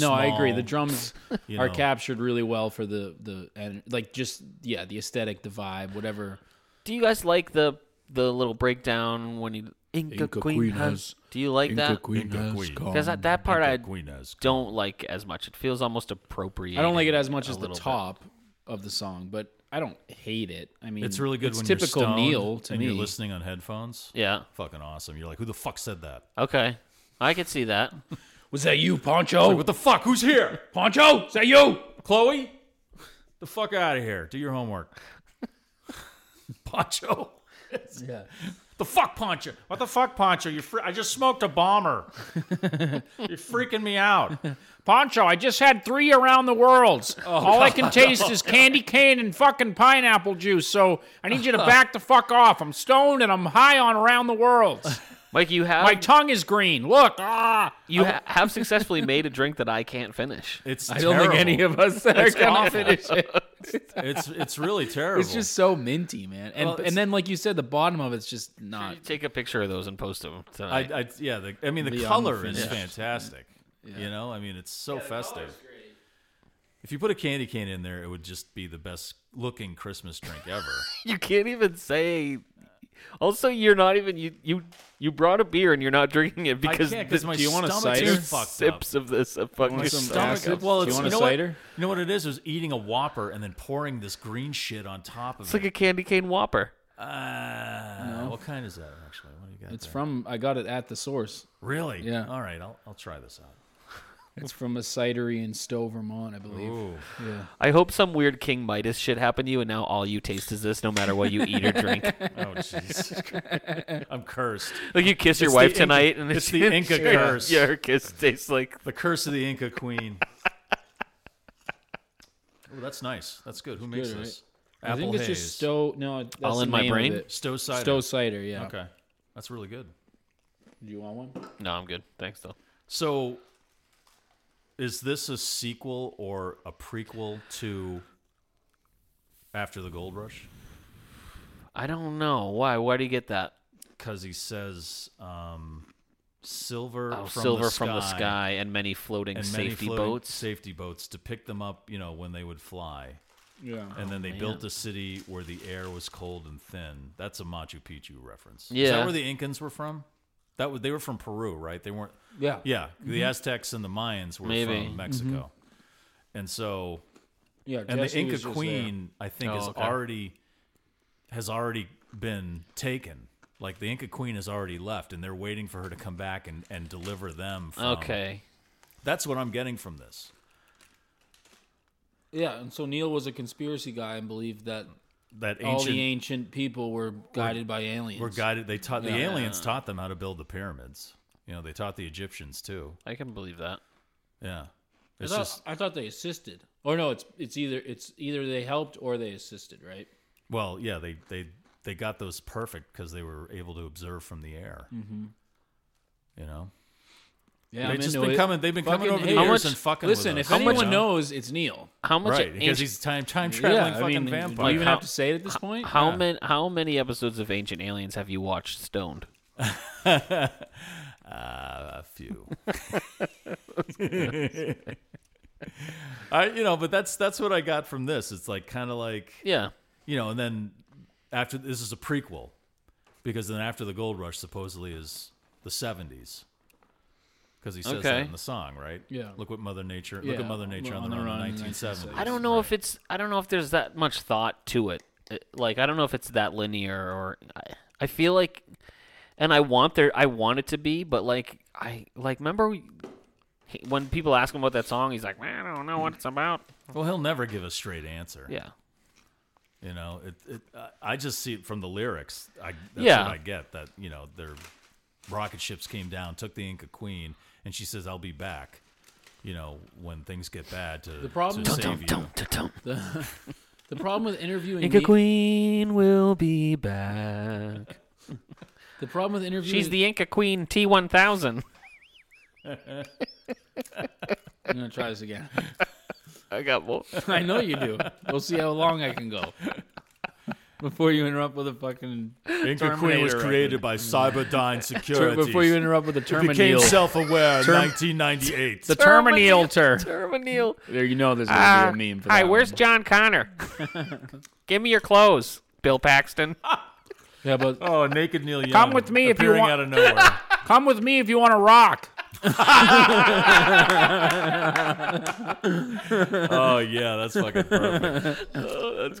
no, I agree. The
small,
drums
*laughs* you
are
know.
captured really well for the the and like just yeah the aesthetic, the vibe, whatever.
Do you guys like the the little breakdown when you Inca,
Inca
Queen
Queen
has?
has-
Do you like that?
Inca Queen.
Because that, that part I
Inca Queen has come.
don't like as much. It feels almost appropriate.
I don't like it as much as the
little bit.
top of the song, but I don't hate it. I mean,
It's really good
It's
when
typical
you're stoned
Neil to
and
me.
you're listening on headphones.
Yeah.
Fucking awesome. You're like, who the fuck said that?
Okay. I could see that.
Was that you, Poncho?
Like, what the fuck? Who's here?
Poncho, is that you?
Chloe, *laughs* the fuck out of here. Do your homework. *laughs* Poncho. *laughs*
Yeah.
The fuck, Poncho? What the fuck, Poncho? You fr- I just smoked
*laughs*
a bomber. You're freaking me out.
Poncho, I just had three around the worlds.
Oh,
All
*laughs*
I can taste is candy cane and fucking pineapple juice, so I need
*laughs*
you to back the fuck off. I'm stoned and I'm high on around
*laughs*
the worlds.
Mike, you have
My tongue is green. Look, ah.
you ha- have successfully made a drink that I can't finish.
It's
I don't think any of *laughs* us are gonna
awful.
finish it.
It's it's really
*laughs*
terrible.
It's just so minty, man. And
Well, it's-
and then like you said, the bottom of it's just not.
Take a picture of those and post them
I,
tonight.
I yeah. The, I mean, the,
The
color is
unfinished.
fantastic. You know, I mean, it's so festive. If you put a candy cane in there, it would just be the best looking Christmas
*laughs*
drink ever.
you can't even say. Also, you're not even you you you brought a beer and you're not drinking it
I
because
can't because
the
my
do you want a
stomach's
cider?
fucked up.
sips of this have fucking
Want some
stunk
backup?
up.
Do you
it's-
want a
know
cider?
What, you know what it is? It was eating a Whopper and then pouring this green shit on top of
It's
it.
like a candy cane whopper.
Uh, What kind is that actually? What do you got?
It's
there?
from I got it at the source.
really
Yeah.
All right, I'll I'll try this out.
It's from a cidery in Stowe, Vermont, I believe.
Ooh,
Yeah.
I hope some weird King Midas shit happened to you, and now all you taste is this, no matter what you
*laughs*
eat or drink.
oh jeez,
*laughs*
I'm cursed.
like you kiss your
It's the
wife
Inca-
tonight, and *laughs*
it's the Inca
your-
curse.
Your, kiss tastes like
The curse of the Inca Queen. oh, that's nice. That's good. Who makes
good, right?
this?
I think it's just Stowe. No, that's
All
the
in my
name of
brain?
it.
Stowe cider.
Stowe cider. Yeah.
Okay, that's really good.
Do you want one?
no. I'm good, thanks though.
So, is this a sequel or a prequel to After the Gold Rush?
I don't know why. Why do you get that?
Because he says um, silver,
Oh,
from,
silver
the
from the sky and many floating
and many
safety
floating
boats.
safety boats to pick them up. You know when they would fly.
Yeah.
And then they
Oh,
built a city where the air was cold and thin. That's a Machu Picchu reference. Is
Yeah.
that where the Incans were from? That was, they were from Peru, right? They weren't.
Yeah.
Yeah, the Aztecs and the Mayans
Mm-hmm.
were
Maybe. Mm-hmm.
from Mexico. And so,
Yeah.
and
Jesse
the Inca
was just there.
Queen, I think,
Oh,
is
okay.
already has already been taken. Like the Inca Queen has already left, and they're waiting for her to come back and, and deliver them. From,
Okay.
that's what I'm getting from this.
Yeah, and so Neil was a conspiracy guy and believed that
That
all the
ancient
ancient people were guided by aliens.
were guided. They taught the aliens taught them how to build the pyramids. You know, they taught the Egyptians too.
I can believe that.
Yeah,
I
it's
thought,
just
I thought they assisted. Or no, it's it's either it's either they helped or they assisted, right?
well, yeah. They they they got those perfect because they were able to observe from the air. Mm-hmm. You know,
Yeah,
they've just been coming. They've been coming
Fucking-
over the
hey,
how
years
much-
and fucking. with
Listen,
us,
if
you
anyone
know?
knows, it's Neil.
How much
right? Because
ancient-
he's time time traveling fucking
Do you
vampire.
even
how-
have to say it at this point?
how many how many episodes of Ancient Aliens have you watched stoned?
*laughs*
*laughs*
Uh, a few. *laughs* I you know, but that's that's what I got from this. It's like kind of like
Yeah.
you know, and then after this is a prequel because then after the gold rush supposedly is the 70s. Because he says that
Okay.
in the song, right?
Yeah.
Look what Mother Nature. Look
Yeah,
at Mother Nature
on
on the
the
run,
run in
in 1970s.
I don't know if it's I don't know if there's that much thought to it. Uh, Like I don't know if it's that linear or I, I feel like and I want there I want it to be, but like I like remember we, he- when people ask him about that song, he's like, "Man, I don't know what it's about."
Well, he'll never give a straight answer.
Yeah.
You know, it, it, I- I just see it from the lyrics. I, that's
Yeah.
what I get that, you know, their rocket ships came down, took the Inca Queen, and she says, I'll be back, you know, when things get bad to, the
problem-
to
Dun,
save you.
*laughs* *laughs* The problem with interviewing
Inca
Ne-
Queen will be back.
the problem with interviewing
She's the Inca
*laughs*
Queen T1000.
I'm gonna try this again.
*laughs* I got more.
*laughs* I know you do. We'll see how long I can go before you interrupt with a fucking
Inca Queen was created
*laughs*
by Cyberdyne Securities.
before you interrupt with a
It became
terminal.
self-aware in 1998.
the terminal
Terminal.
There you know there's gonna
Ah,
be a meme for that.
hi, where's
one.
John Connor?
*laughs*
Give me your clothes, Bill Paxton.
Yeah, but
oh, naked Neil Young.
Come with me if you
appearing
want-
out
*laughs*
of nowhere.
Come with me if you want to rock.
oh yeah, that's fucking perfect.
That's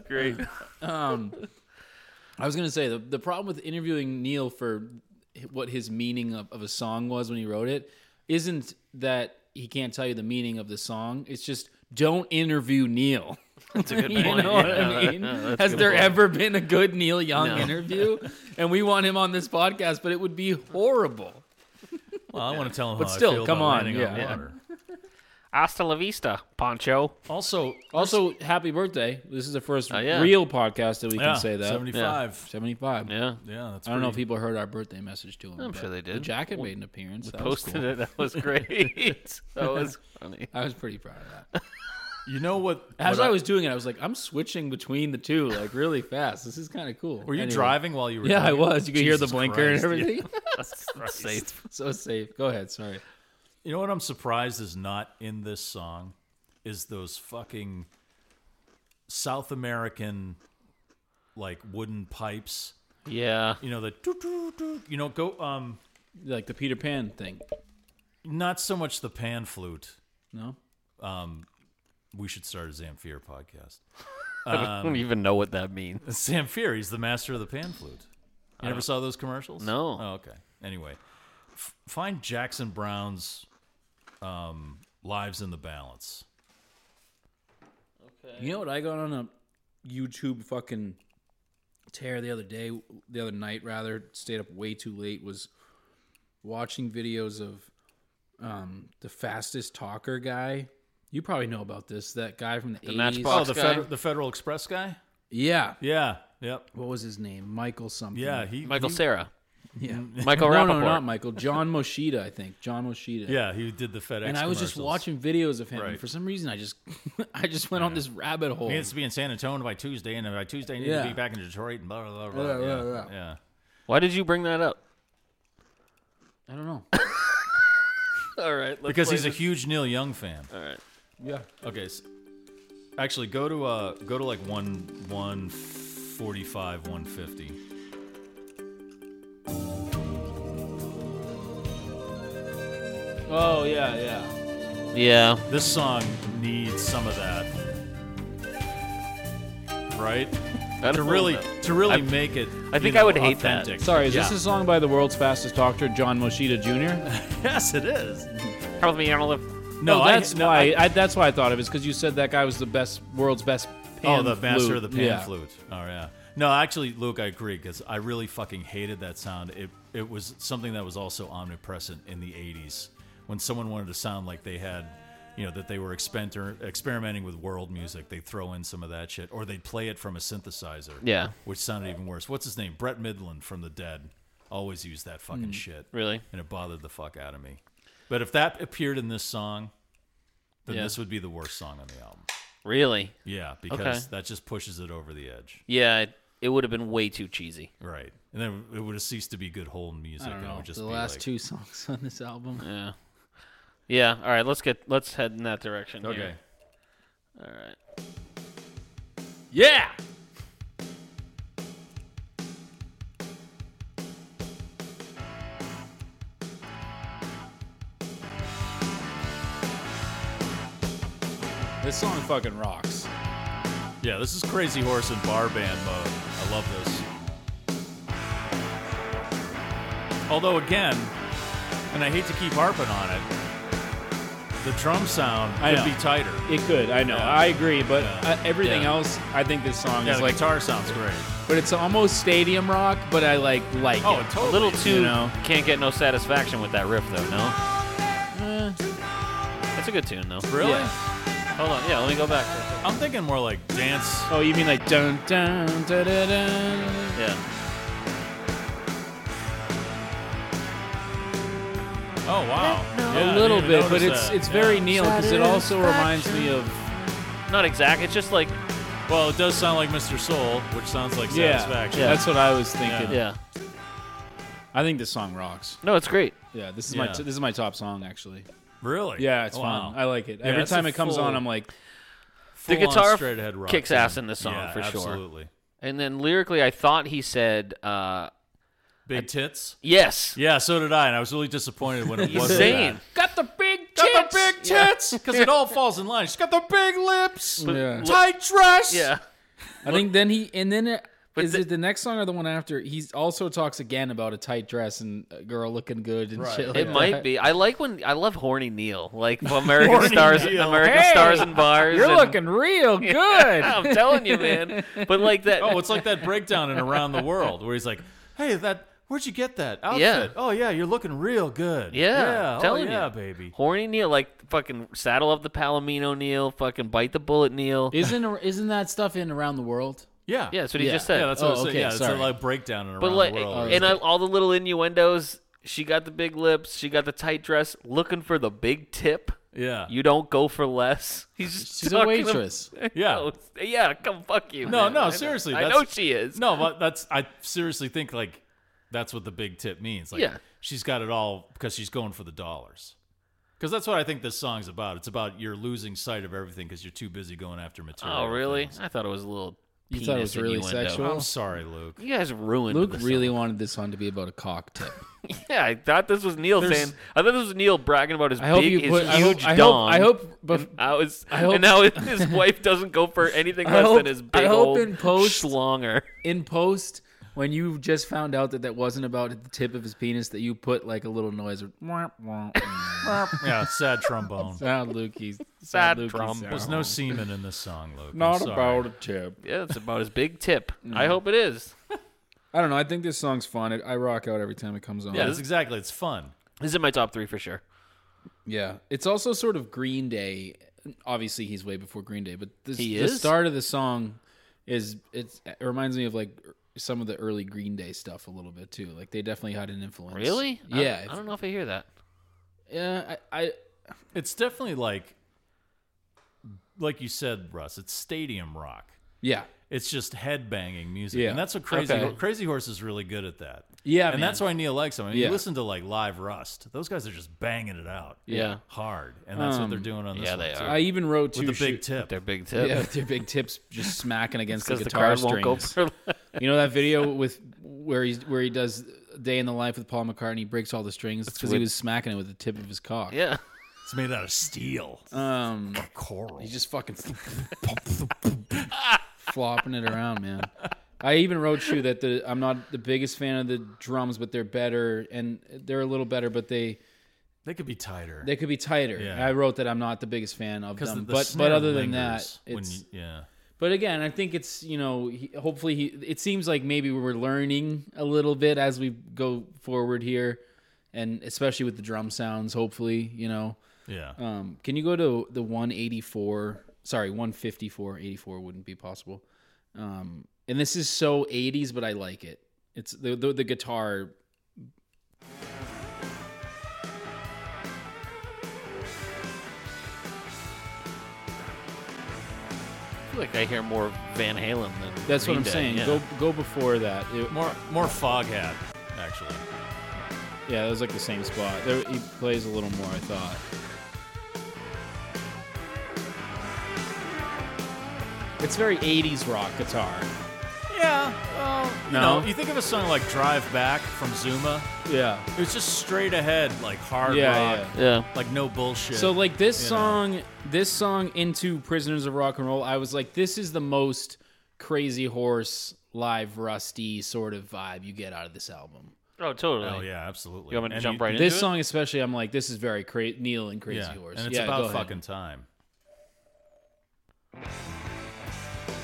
*laughs*
great.
I was gonna say the the problem with interviewing Neil for h- what his meaning of, of a song was when he wrote it isn't that he can't tell you the meaning of the song. It's just don't interview Neil. *laughs* That's a good you know what I mean? Has there ever been a good Neil Young
*laughs*
interview? and we want him on this podcast, but it would be horrible.
Well, I want to tell him
But
how
still,
I feel
come
about
on,
landing
yeah.
water.
Hasta la vista, Poncho.
Also,
Also, happy birthday! This is the first
Oh, yeah.
real podcast that we
yeah,
can say that.
75.
Seventy five.
Yeah.
Yeah, that's
I don't know if
pretty-
people heard our birthday message to him.
I'm
but
sure they
The
did.
jacket made an appearance. That was
Posted
cool.
it. That *laughs* was great. that *laughs* was funny.
I was pretty proud of that.
You know what?
As
what
I was doing it, I was like, I'm switching between the two like really fast. This is kind of cool.
Were you
Anyway.
driving while you were?
Yeah, I
doing it?
was. You could hear the
Jesus
blinker
Christ,
and everything. *laughs*
Safe.
so safe. Go ahead. Sorry.
You know what I'm surprised is not in this song is those fucking South American like wooden pipes.
Yeah.
You know the doo, doo, doo. you know go um
Like the Peter Pan thing.
not so much the pan flute. Um,
No?
We should start a Zamfir podcast. *laughs*
I don't even know what that means.
Zamfir, he's the master of the pan flute. You
Uh,
never saw those commercials?
No.
Oh, okay. Anyway, f- find Jackson Brown's um, "Lives in the Balance."
You know what? I got on a YouTube fucking tear the other day, the other night rather, stayed up way too late, was watching videos of um, the fastest talker guy. You probably know about this. That guy from the, 80s.
Matchbox
Oh, The,
Guy?
Feder- the Federal Express guy.
Yeah.
Yeah. Yep.
What was his name? Michael something.
Yeah. He.
Michael
he-
Sarah.
Yeah.
Michael
no,
Rappaport.
no, not Michael. John Moshida, I think. John Moshida.
Yeah, he did the FedEx.
And I was just
commercials.
watching videos of him. And
Right.
for some reason, I just, *laughs* I just went on this rabbit hole.
He needs to be in San Antonio by Tuesday, and then by Tuesday, he needs
Yeah.
to be back in Detroit, and blah blah blah.
Yeah,
blah. Yeah,
yeah,
yeah,
yeah.
Why did you bring that up?
I don't know.
All right. Let's
Because he's a huge Neil Young fan.
yeah.
Okay, s actually, go to uh, go to like one one forty five, one fifty.
Oh yeah, yeah.
Yeah.
This song needs some of that. right?
don't
to
know
really
that.
to really
I-
make it.
I think
you
I would
know,
hate that.
authentic.
Sorry, is
yeah.
this a song by the world's fastest doctor, John Moshida Jr.?
*laughs* yes, it is.
Help me, Arnold.
No, I-
that's
no,
why. I, that's why I thought of it. Because you said that guy was the best, world's best. Pan
oh, the master of the pan
flute. Yeah.
flute. Oh yeah. No, actually, Luke, I agree because I really fucking hated that sound. It it was something that was also omnipresent in the '80s when someone wanted to sound like they had, you know, that they were experimenter, experimenting with world music. They'd throw in some of that shit, or they'd play it from a synthesizer.
Yeah.
which sounded even worse. What's his name? Brett Midland from The Dead always used that fucking shit.
Really?
and it bothered the fuck out of me. But if that appeared in this song, then
Yeah.
this would be the worst song on the album.
Really?
Yeah, because
Okay.
that just pushes it over the edge.
Yeah, it, it would have been way too cheesy.
Right. And then it would have ceased to be good whole music.
I don't
and it
know.
would just
the
be
last
like,
two songs on this album.
Yeah. Yeah. All right. Let's get let's head in that direction.
Okay.
here. All right.
Yeah. This song fucking rocks.
Yeah, this is Crazy Horse and Bar Band mode. I love this. Although, again, and I hate to keep harping on it, the drum sound
I
could
know.
be tighter.
It could, I know,
Yeah.
I agree, but
Yeah.
uh, everything
Yeah.
else, I think this song
Yeah,
is
the
like,
guitar sounds great.
but it's almost stadium rock, but I like like
Oh,
it.
totally.
A little too
You know.
can't get no satisfaction with that riff though. No. That's a good tune though.
Really?
Yeah.
Hold on. Yeah. Let me go back.
I'm thinking more like dance.
Oh, you mean like dun dun dun dun? dun.
Yeah.
Oh, wow. Yeah, I
a
didn't
little
even
bit, but
notice
it's
that.
it's
Yeah.
very Neil because it also reminds me of
Not exact. It's just like
Well, it does sound like Mr. Soul, which sounds like
yeah,
Satisfaction.
yeah. That's what I was thinking.
yeah.
I think this song rocks.
No, it's great.
Yeah, this is my
Yeah.
t- this is my top song actually.
Really?
Yeah, it's
Wow.
fun. I like it.
Yeah,
Every
that's
time
a
it comes
full-
on, I'm like,
The
full-on
guitar
straight ahead rock
kicks
band.
ass in this song,
Yeah,
for sure.
Absolutely.
And then lyrically, I thought he said uh,
Big tits.
yes.
Yeah, so did I, and I was really disappointed when it
He's
wasn't
saying
got the big
that. Got the big tits because it all falls in line. She's got the big lips,
Yeah.
tight dress.
yeah.
I think then he and then it,
But
is
the-
it the next song or the one after? He also talks again about a tight dress and a girl looking good and shit. Like
It might
that.
be. I like when I love horny Neil, like
*laughs*
from American
Horny
stars,
Neil.
American
Hey,
stars and bars.
You're
and-
looking real
*laughs*
good.
I'm telling you,
*laughs*
man. But like that.
Oh, it's like that breakdown in Around the World where he's like, "Hey, that where'd you get that outfit?
Yeah.
Oh yeah, you're looking real good.
yeah,
yeah,
I'm
oh,
telling
yeah,
you,
baby.
Horny Neil, like fucking saddle up the Palomino Neil, fucking bite the bullet Neil.
Isn't isn't that stuff in around the world?
Yeah,
yeah, that's what he
Yeah.
just said.
yeah. That's
Oh,
what I was saying.
okay,
Yeah, it's a
sorry.
like breakdown in Around
but like,
the World.
and I, all the little innuendos. She got the big lips. She got the tight dress. Looking for the big tip.
yeah,
You don't go for less. *laughs* He's just
She's a
talking
waitress.
about-
Yeah.
No, yeah. Come fuck you.
No,
man.
no,
I know-
seriously,
I
that's-
know she is.
No, but that's I seriously think like that's what the big tip means. Like
Yeah.
she's got it all because she's going for the dollars. Because that's what I think this song's about. It's about you're losing sight of everything because you're too busy going after material.
Oh, really?
things.
I thought it was a little.
You thought it
penis
was really
innuendo.
sexual?
I'm sorry, Luke.
You guys ruined.
Luke
this
really wanted this song to be about a cock tip.
Yeah, I thought this was Neil
There's-
saying. I thought this was Neil bragging about his
I hope
big,
you
his
put. I hope.
huge
I hope.
dong.
I hope. But *laughs*
I was,
I hope-
and now
*laughs*
his- his wife doesn't go for anything
I
less
hope-
than his
I
big
hope
old
in post-
schlonger.
*laughs* in post, when you just found out that that wasn't about the tip of his penis, that you put like a little noise. of womp, womp, womp.
yeah, sad trombone.
Ah,
Sound Lukey's
Sad
Lukey's
drum.
sound.
There's no semen in this song, Luke.
*laughs*
I'm
Not
sorry.
about a tip.
Yeah, it's about his big tip.
Mm.
I hope it is.
I don't know. I think this song's fun. I, I rock out every time it comes on.
Yeah, that's exactly. It's fun.
This is in my top three for sure.
Yeah. It's also sort of Green Day. Obviously, he's way before Green Day, but this,
He
the
is?
start of the song is it's, it reminds me of like some of the early Green Day stuff a little bit too. Like they definitely had an influence.
Really? I-
Yeah.
I, don't know if I hear that.
Yeah. I, I
It's definitely like, like you said, Russ. It's stadium rock.
yeah.
It's just headbanging music,
Yeah.
and that's what Crazy
Okay.
Crazy Horse is really good at that.
Yeah.
and
man.
that's why Neil likes them. I mean,
Yeah.
You listen to like live Rust; those guys are just banging it out,
Yeah.
hard, and that's what they're
Um,
doing on this.
yeah,
one,
they
too.
are.
I even wrote two
with the big
shoe-
tip.
Their big
*laughs*
tip.
Yeah, with their big tips
*laughs*
just smacking against the
Because the,
guitar
card won't
strings.
*laughs* go for
You know that video with where he's where he does "Day in the Life" with Paul McCartney breaks all the strings because he
with-
was smacking it with the tip of his cock.
Yeah.
It's made
Uh,
out of steel,
Um,
*laughs* coral.
he just fucking *laughs* flopping it around, man. I even wrote you that the I'm not the biggest fan of the drums, but they're better and they're a little better, but they
They could be tighter.
they could be tighter.
Yeah.
I wrote that I'm not the biggest fan of
because
them,
the, the
but
snare
but other than
lingers
that,
when
it's
you- yeah.
But again, I think it's you know he, hopefully he. It seems like maybe we're learning a little bit as we go forward here, and especially with the drum sounds. Hopefully, you know.
Yeah.
Um, can you go to the 184? Sorry, 154. 84 wouldn't be possible. Um, and this is so 80s, but I like it. It's the the, the guitar.
I feel like I hear more Van Halen than
That's
Green
what I'm
Day,
saying.
yeah.
Go go before that. It-
more more fog hat, actually.
yeah, it was like the same spot. There, he plays a little more. I thought. It's very 80s rock guitar.
Yeah. Well, you
No.
know, you think of a song like "Drive Back" from Zuma.
Yeah.
It was just straight ahead, like hard
Yeah,
rock,
Yeah.
like no bullshit.
So like this
You know.
song, this song into Prisoners of Rock and Roll, I was like, this is the most crazy horse live rusty sort of vibe you get out of this album.
Oh, totally.
oh yeah, absolutely.
You want me to
And
jump right into
this
it?
song especially, I'm like, this is very crazy Neil and Crazy
Yeah,
Horse.
and it's
yeah, go
about
ahead.
fucking time.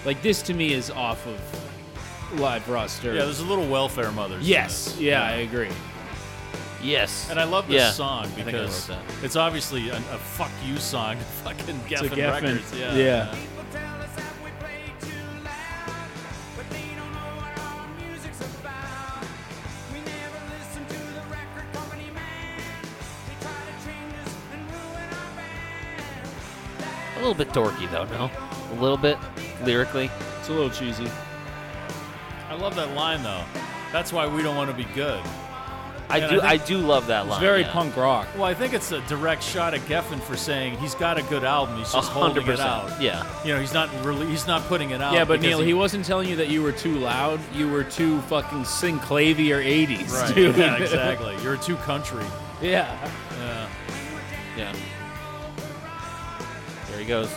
like this to me is off of live rust or
Yeah, there's a little welfare mothers. in
yes,
this.
yeah, I agree.
Yes.
And I love this
Yeah, I
song
think I
because
wrote
it's obviously a, a fuck you song. Fucking Geffen,
To Geffen.
Records. Yeah.
yeah.
People tell us that we play too loud, but they don't know what our music's about. We never listen to the record company man. They try to change us and ruin our band.
A little bit dorky though, no? A little bit lyrically.
It's a little cheesy.
I love that line though. That's why we don't want to be good.
I
And
do
I
I, do love that line.
It's very
Oh, yeah.
punk rock.
Well, I think it's a direct shot at Geffen for saying he's got a good album. He's
A
just
hundred
holding it
percent.
out.
Yeah.
You know, he's not really, he's not putting it out.
Yeah, but
because
Neil, he, wasn't telling you that you were too loud. You were too fucking Sinclavier 80s,
Right.
dude.
Yeah, exactly. You're too country.
yeah.
Yeah. There he goes.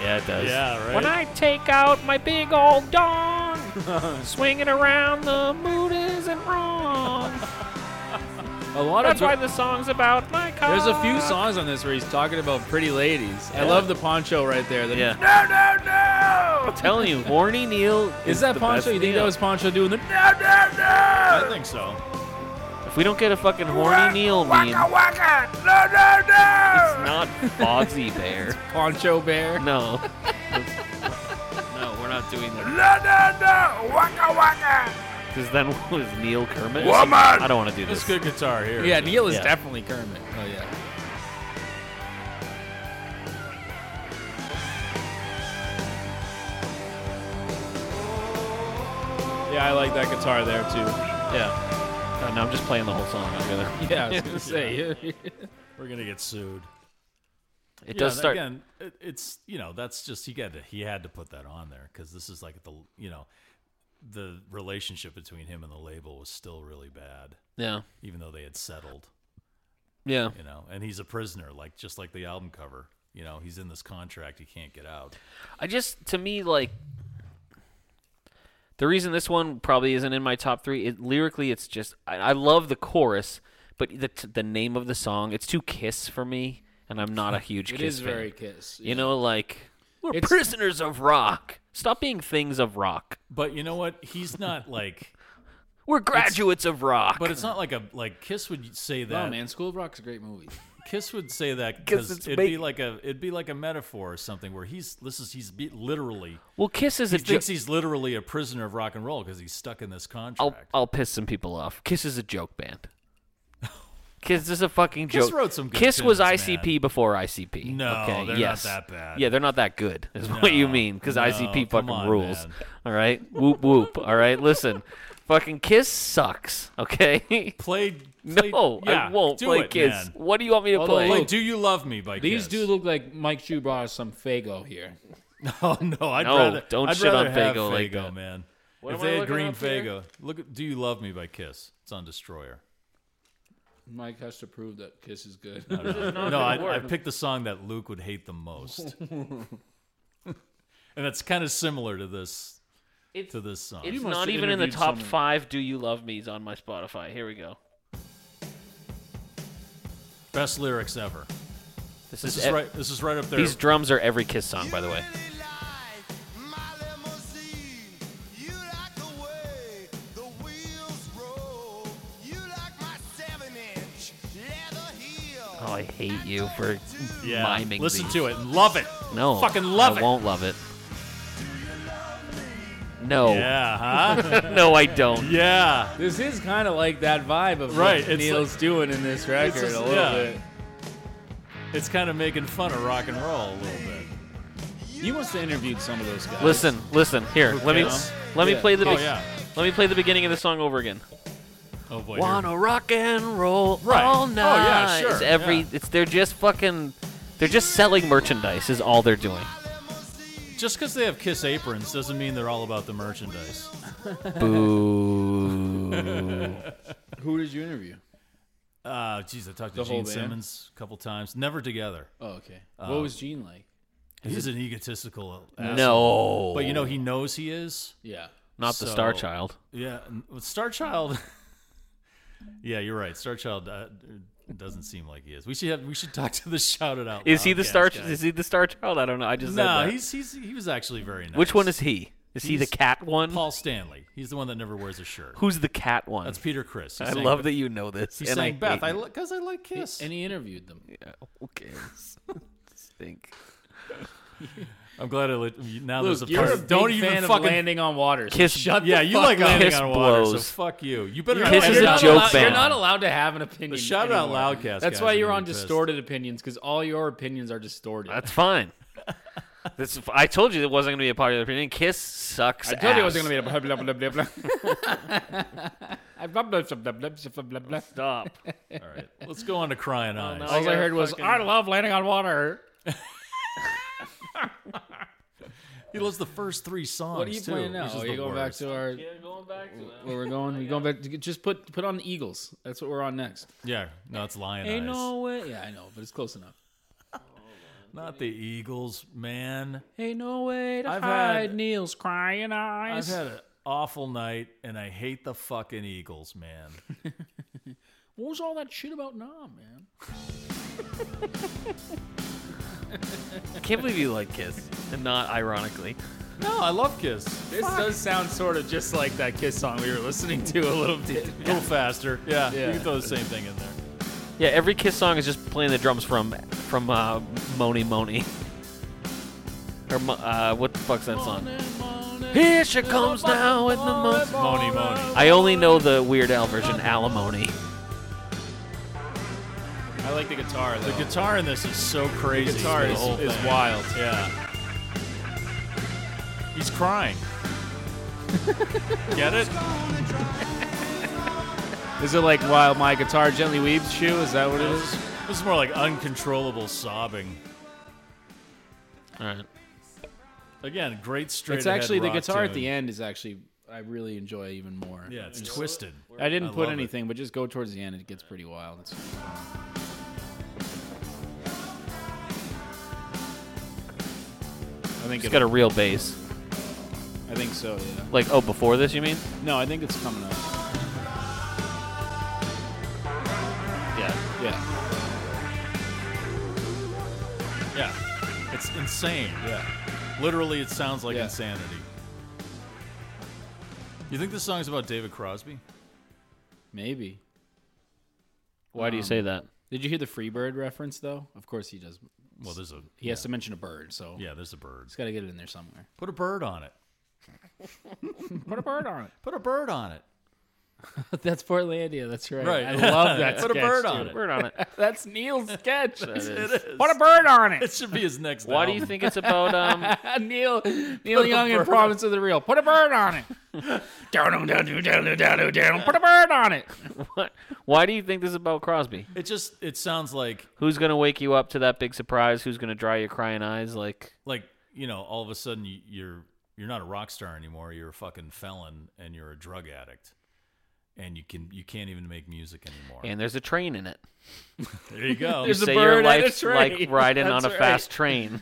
Yeah, it does.
Yeah, right.
When I take out my big old
*laughs*
dong, swinging around the mood isn't wrong.
A lot
That's
of
why the song's about my car.
there's a few songs on this where he's talking about pretty ladies. I love the poncho right there. The-
Yeah.
No, no, no!
I'm telling you, horny Neil.
Is that
the
poncho?
best
You think
Neil.
that was poncho doing the? *laughs*
I think so.
If we don't get a fucking horny Neil meme, it's not Fogsy
*laughs*
Bear.
Poncho bear.
No. no, we're not doing that. No, no, no! Waka waka! Because then what was Neil Kermit? Woman! I don't want to do
It's
this.
good guitar here.
Yeah, Neil is
Yeah.
definitely Kermit. Oh yeah. Yeah, I like that guitar there too.
Yeah. No, no, I'm just playing the whole song. I'm gonna-
Yeah, I was gonna say.
We're gonna get sued.
It
Yeah,
does
that-
start.
Again, it, it's you know that's just he got to, he had to put that on there because this is like the you know the relationship between him and the label was still really bad,
Yeah.
even though they had settled.
Yeah.
You know, and he's a prisoner, like just like the album cover. You know, he's in this contract he can't get out.
I just to me like the reason this one probably isn't in my top three. It lyrically, it's just I, I love the chorus, but the t- the name of the song it's too kiss for me, and I'm not a huge.
It
kiss
is
fan.
very Kiss.
You know, like we're
It's-
prisoners of rock. Stop being things of rock.
But you know what? He's not *laughs* like.
We're graduates of rock.
But it's not like a like Kiss would say that.
Oh man, School of Rock's a great movie.
Kiss would say that
'Cause
because
it's
it'd be
make-
like a it'd be like a metaphor or something where he's this is he's be, literally
well, Kiss is
he
a joke.
thinks he's literally a prisoner of rock and roll because he's stuck in this
I'll
contract.
I'll piss some people off. Kiss is a joke
*laughs*
band. Kiss is a fucking
Kiss
joke.
wrote some good
Kiss was
tunes,
ICP
man.
before ICP.
No,
okay,
they're not
yes.
that bad.
Yeah, they're not that good. Is what you mean? Because
no,
ICP
come
fucking
on,
rules.
man.
All right, whoop whoop. All right, listen, fucking Kiss sucks. Okay. *laughs*
played play,
No,
yeah,
I won't
do
play
it,
Kiss.
man.
What do you want me to
Although,
play?
Play Do You Love Me by
These
Kiss.
do look like Mike Chu brought us some Fago here.
*laughs* Oh no, I'd
No,
rather
don't
I'd
shit on
rather have
Faygo like
Faygo,
that.
man.
What
if
am I
they had
looking
Green
up here?
Fago, look at Do You Love Me by Kiss. It's on Destroyer.
Mike has to prove that Kiss is good.
*laughs*
no, I, I picked the song that Luke would hate the most. and that's kind of similar to this
It's,
to this song.
it's
must
not
have
even in the
interviewed
top
someone.
five Do You Love Me's on my Spotify. Here we go.
Best lyrics ever.
This,
This
is,
is
e-
right. This is right up there.
These drums are every Kiss song, by the way. Oh, I hate you for
yeah.
miming
Listen
these.
to it and love it.
No,
Fucking love
I
it.
won't love it. No,
Yeah, huh? *laughs*
no, I don't.
yeah.
*laughs* This is kind of like that vibe of
Right,
what
it's
Neil's doing in this record
just-
a little
yeah.
bit.
It's kind of making fun of rock and roll a little bit.
You must have interviewed some of those guys.
Listen, listen. Here, let me
cares?
let me
Yeah.
play the
Oh
be-
yeah.
let me play the beginning of the song over again.
Oh boy. here-
Wanna rock and roll
Right.
all
Oh, yeah,
night.
sure,
It's every
yeah.
it's they're just fucking they're just selling merchandise is all they're
*laughs*
doing.
Just because they have Kiss aprons doesn't mean they're all about the merchandise.
Who did you interview?
Uh, geez, I talked to
The whole
Gene
band?
Simmons a couple times. Never together.
Oh, okay. what was Gene like?
He's an egotistical asshole.
No.
But you know, he knows he is.
Yeah.
not the
so-
Star Child.
Yeah. n- with Star Child. *laughs* yeah, you're right. Star Child uh, doesn't seem like he is. We should have. We should talk to the *laughs* shout it out.
Is he the
Loudcast
Star
guy.
Is he the Star Child? I don't know. I just said
No,
that.
he's he's he was actually very nice.
Which one is he? Is he the
He's-
cat one?
Paul Stanley. He's the one that never wears a shirt.
Who's the cat one?
That's Peter Chris. He
I
sang-
love that you know this.
He
and I
sang Beth.
hate
I
you.
because I like Kiss.
And he interviewed them.
Yeah, who cares? *laughs* Stink.
I'm glad I let, you- now
Look,
there's a
you're
part.
a
don't
big
even
fan
fucking
of landing on water. so
Kiss-
Shut the
Yeah, you
fuck
like
up.
landing
Kiss
on water,
blows.
so fuck you. You better.
Kiss
not-
is
you're
a
not
joke
allowed-
allowed, You're
band.
not allowed to have an opinion.
The shout out
anymore.
loudcast
That's
guys
why
are
you're
gonna
on
be pissed.
distorted opinions because all your opinions are distorted.
That's fine. That's, I told you it wasn't going to be a popular opinion. Kiss sucks.
I told you it was
ass.
gonna be a blah blah blah blah *laughs* blah. I blah blah blah blah blah blah blah.
stop.
All right, let's go on to crying eyes.
no.
All I heard was
Fucking-
I love landing on water.
He loves the first three songs.
What are you
too,
playing now?
which is
Are
the
you going
worst.
back to our
going back to
where we're going? We're going back. To, just
*laughs*
put put on Eagles. That's what we're on next.
Yeah, no, it's Lion
Ain't
Eyes.
no way. Yeah, I know, but it's close enough.
Not the Eagles, man.
Ain't no way to
I've
hide
had-
Neil's crying
I've
eyes.
had an awful night, and I hate the fucking Eagles, man.
*laughs* what was all that shit about Nam, man?
*laughs* I can't believe you like Kiss, and not ironically.
no, I love Kiss. A
This does sound sort of just like that Kiss song we were listening to a little bit.
little faster. Yeah,
Yeah.
you can throw the same thing in there.
Yeah, every Kiss song is just playing the drums from from uh, Moni Moni. *laughs* Or Mo- uh, what the fuck's that song? Here she comes now in the month.
Money, money.
I only know the Weird Al version, Alimony.
I like the guitar.
The guitar in this is so crazy.
The guitar
the
is-
whole
is
thing.
wild.
Yeah. He's crying. Get it?
*laughs* Is it like while my guitar gently weeps? Shoe? Is that what it is?
This is more like uncontrollable sobbing.
All right.
Again, great straight.
It's actually the
ahead rock
guitar at
tune.
the end is actually I really enjoy even more.
Yeah, it's twisted.
I didn't
I
put
love it.
anything, but just go towards the end. It gets pretty wild. It's, I think
It's
it,
got a real bass.
I think so. Yeah.
Like, oh, before this, you mean?
No, I think it's coming up.
Yeah.
Yeah.
Yeah, it's insane. Yeah, literally, it sounds like
Yeah.
insanity. You think this song's about David Crosby?
Maybe.
Why do you say that?
Did you hear the Freebird reference though? Of course he does.
Well, there's a
He has to mention a bird, so
yeah, there's a bird.
he's got to get it in there somewhere.
Put a bird on it.
*laughs* Put a bird on it.
Put a bird on it.
That's Portlandia. That's right.
Right.
I
*laughs*
love that.
Put a
sketch,
bird
dude.
on it.
Bird on it.
That's Neil's sketch. *laughs*
*laughs*
Put a bird on it.
It should be his
*laughs*
next.
Why do
album.
you think it's about um, *laughs*
Neil Neil Young in
bird-
Province of the Real. Put a bird on it. down, down, down, down, down, down, down. Put a bird on it.
What? Why do you think this is about Crosby?
It just it sounds like
Who's gonna wake you up to that big surprise? Who's gonna dry your crying eyes? Like,
like you know all of a sudden you- you're you're not a rock star anymore. You're a fucking felon and you're a drug addict, and you can you can't even make music anymore.
and there's a train in it.
there you go.
You
a
say your
bird and a
life's
train.
*laughs* like riding on
That's
a
right.
fast train.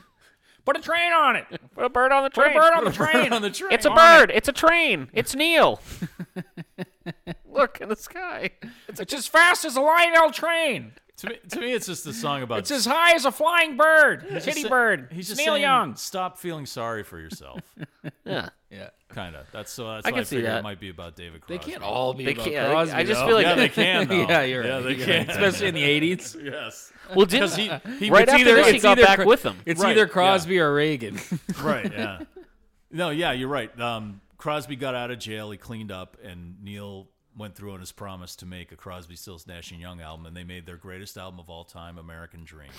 Put a train on it.
Put a bird on the
Put a
train.
bird on the
*laughs*
train.
on the train.
It's a bird. It's a train. It's Neil. *laughs* Look in the sky.
It's as fast as a Lionel train.
to, me, to me, it's just a song about
It's as high as a flying bird.
just
Titty
sa-
bird.
He's just
Neil
saying,
Young.
Stop feeling sorry for yourself.
Yeah.
Yeah.
kind of. That's so. That's
I
why
can
I
see
figured
that.
it might be about David
They
Crosby. Oh,
can't all be
They
about
can't. I-
Crosby.
I just
though.
feel like
Yeah, they can. Though.
yeah, you're
Yeah,
right.
they
You're
can.
right. Especially in the '80s.
*laughs* Yes.
*laughs*
Well, didn't he right
It's
after
either-
this he
it's
got
either
back
Cro-
with them?
It's
Right,
either
yeah.
Crosby or Reagan.
Right. Yeah. *laughs* No. Yeah. You're right. Um, Crosby got out of jail. He cleaned up, and Neil went through on his promise to make a Crosby, Stills, Nash and Young album, and they made their greatest album of all time, "American Dream."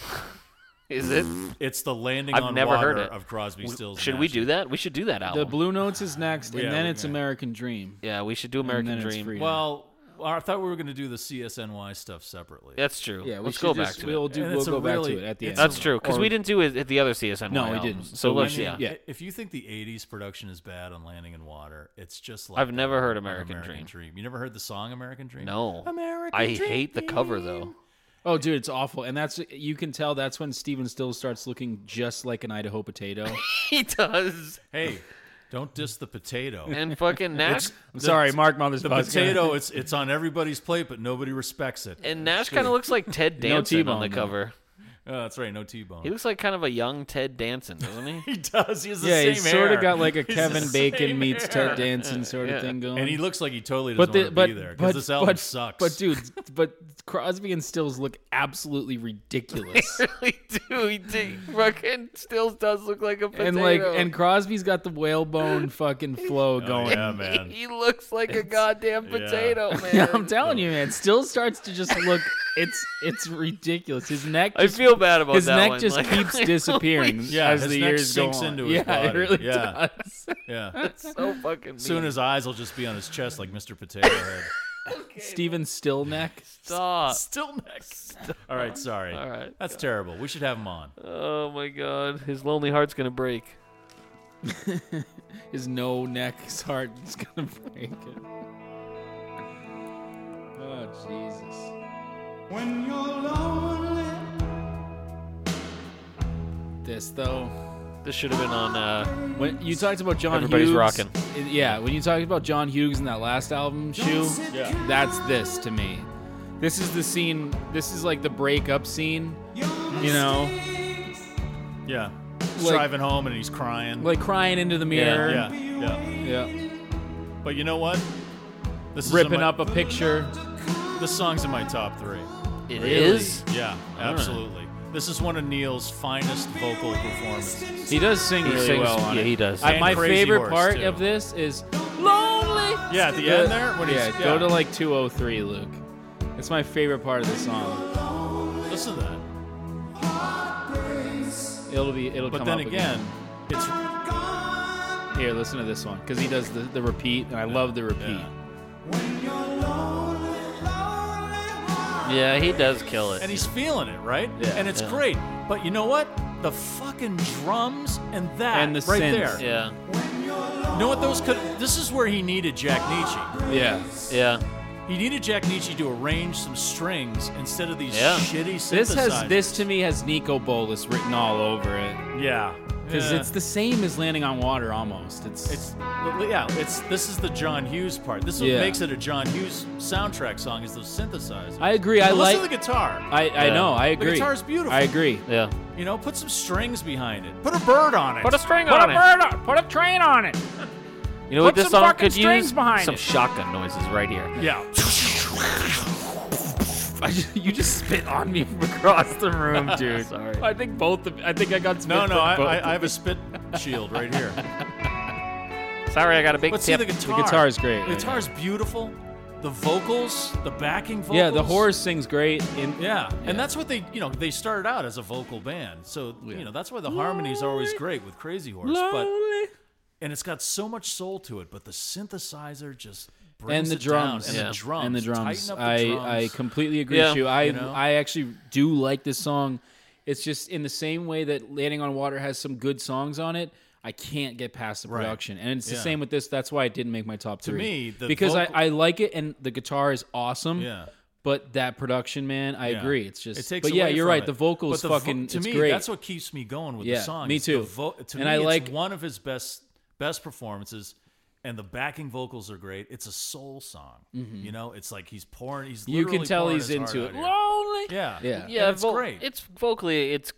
Is it?
It's the landing
I've
on
never
water
heard it.
of Crosby, Stills.
Should
Nash
we
and-
do that? We should do that
the
album.
Blue Notes is next,
Yeah,
and then
we
it's
got it.
American Dream.
yeah, we should do
And
American
then it's
Dream.
Freedom.
Well, I thought we were going to do the CSNY stuff separately.
That's true.
yeah, we
Let's
should
go
just-
back to
we'll
it.
do.
And
We'll
it's a
go back
really-
to it at the
it's
end.
a-
That's true because we didn't do it at the other CSN.
No, we didn't.
So,
So we
let's
should-
yeah.
yeah.
If you think the '80s production is bad on "Landing in Water," it's just like
I've never
on-
heard
on
American Dream.
You never heard the song "American Dream"?
No,
American
I hate the cover though.
Dream.
Oh, dude, it's awful, and that's you can tell that's when Steven Still starts looking just like an Idaho
*laughs*
potato.
*laughs*
*laughs*
He does.
Hey, don't diss the potato.
*laughs*
And fucking Nash.
I'm sorry, Mark Mothers.
the potato, it's it's on everybody's plate, but nobody respects it.
and Nash kind of looks like Ted Danson on
T-bone,
the
though.
cover.
Oh, that's right, no T-bone.
He looks like kind of a young Ted Danson, doesn't
*laughs*
he?
*laughs*
*laughs*
He does. He has the
Yeah,
same
he's sort
hair.
of got like a
He's the
Kevin Bacon
same
meets
hair.
Ted Danson sort of thing going.
And he looks like he totally doesn't
but the,
want to
but
be there because
but
this album
but,
sucks.
but dude, *laughs* but Crosby and Stills look absolutely ridiculous.
really do. He did. Fucking Stills does look like a potato.
and like and Crosby's got the whalebone fucking flow
oh,
going. *laughs*
yeah,
*laughs*
man.
he looks like a goddamn potato, man.
I'm telling you, man. Still starts to just look. It's it's ridiculous. His neck.
I
Just,
feel bad about
his
that
neck
one.
just
*laughs*
Like,
keeps
like,
disappearing
Yeah,
as
his
the
neck
years go
sinks
on.
into his
yeah, it
body.
really
Yeah.
does.
*laughs*
Yeah.
*laughs* So fucking mean.
Soon his eyes will just be on his chest like Mr.
*laughs*
Potato Head.
Steven Still neck.
Stop.
Still
*laughs*
next. All right, sorry.
Uh, All right.
That's terrible. We should have him on.
Oh my god. His lonely heart's gonna break.
His no neck. *laughs* His heart is gonna break. It. Oh Jesus.
When you're lonely,
This though.
This should have been on uh
When you talked about John
Everybody's
Hughes,
rocking.
it- yeah. When you talked about John Hughes in that last album, Shoe, that's this to me. This is the scene. This is like the breakup scene. You know,
Yeah. He's
Like-
driving home and he's crying.
like crying into the mirror.
yeah, yeah.
yeah.
But you know what? This is in
Ripping
my-
up a picture.
This song's in my top three.
It is.
Yeah, absolutely. This is one of Neil's finest vocal performances.
He does sing
He
really
sings-
well on
yeah,
it.
he does.
I-
And
my
Crazy
favorite
Horse,
part
too.
of this is lonely.
Yeah, at the end there, when
yeah,
he's-
go
yeah.
to like 203, Luke. It's my favorite part of the song.
Listen to that.
It'll be. It'll
But
come
then
up
again, it's
Here, listen to this one because he does the, the repeat, and I love the repeat.
Yeah, he does kill it.
and he's feeling it, right?
Yeah,
and it's
yeah.
great. But you know what? The fucking drums and that
And the
right
synths.
there.
yeah.
You know what those could this is where he needed Jack Nietzsche.
Yeah.
Yeah.
He needed Jack Nietzsche to arrange some strings instead of these
Yeah.
shitty synthesizers.
This has this to me has Nico Bolas written all over it
Yeah.
because
Yeah.
it's the same as landing on water almost. It's,
It's yeah, it's this is the John Hughes part. This is
Yeah.
what makes it a John Hughes soundtrack song is those synthesizers.
I agree. I
But
like.
listen to the guitar.
I I
Yeah.
know. I
The
agree.
guitar's beautiful.
I agree. *laughs*
Yeah.
You know, put some strings behind it. Put a bird on it.
Put a string
Put a
on it.
bird on. Put a train on it.
You know what
Put
this
some
song
fucking
could
strings
use?
behind
Some
it.
shotgun noises right here. *laughs*
yeah.
I just, you just spit on me from across the room,
*laughs*
dude.
Sorry.
I think both. Of, I think I got. Spit
No, no,
from
I,
both.
I, I have a spit shield
*laughs*
right here.
Sorry, I got a big
But see
tip.
the guitar.
guitar is great.
The guitar's beautiful. The vocals, the backing vocals.
yeah, the horse sings great. In,
Yeah, and that's what they, you know, they started out as a vocal band, so you know that's why the harmonies are always great with Crazy Horse. But and it's got so much soul to it, but the synthesizer just brings
and the
it down.
drums
and the drums,
and the drums.
Tighten up the
I I
drums.
completely agree
Yeah.
with you. I
You know?
I actually do like this song. It's just in the same way that Landing on Water has some good songs on it. I can't get past the production, and it's the
Yeah.
same with this. That's why it didn't make my top three.
me, the
because
vocal-
I, I like it, and the guitar is awesome.
Yeah.
But that production, man, I
Yeah.
agree. It's just,
it takes.
but yeah,
away
you're
from
right.
it.
The vocals,
But the vo-
fucking,
to
it's
me,
great.
That's what keeps me going with
Yeah,
the song.
me
is the
too.
vo- to
And
me,
I
it's
like-
one of his best best performances, and the backing vocals are great. It's a soul song. You know, it's like he's pouring. He's
Mm-hmm. you can
literally
tell
pouring
he's
his heart
into
out
it.
here.
Lonely.
Yeah,
Yeah.
Yeah,
And it's
vo-
great.
It's vocally, it's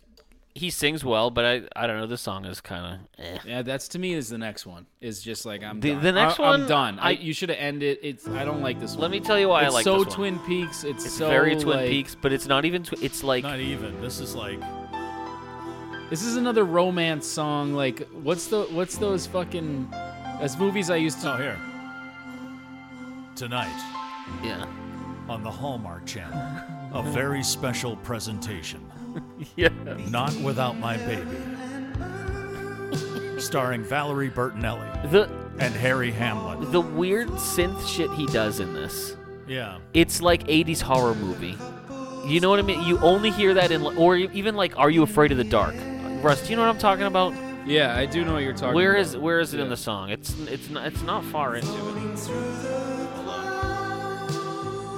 he sings well, but I, I don't know. This song is kind of. Eh.
Yeah, that's to me is the next one. Is just like I'm
The-
done.
the next
I, I'm
one,
done. I,
I-
you should have ended. It's I don't like this one.
Let me tell you why
it's
I like
so
this one.
Twin Peaks. It's,
It's
so
very Twin
like-
Peaks, but it's not even. Twi- it's like
Not even. This is like
This is another romance song. Like what's the what's those fucking as movies I used to.
oh here tonight
yeah,
on the Hallmark Channel, a very special presentation.
*laughs* yeah.
Not Without My Baby. Starring Valerie Bertinelli
The
and Harry Hamlin.
the weird synth shit he does in this.
Yeah.
It's like 80s horror movie. You know what I mean? You only hear that in, li- or e- even like, Are You Afraid of the Dark? Russ, do you know what I'm talking about?
Yeah, I do know what you're talking.
Where
about.
is where is it in
Yeah.
the song? It's it's not it's not far into it.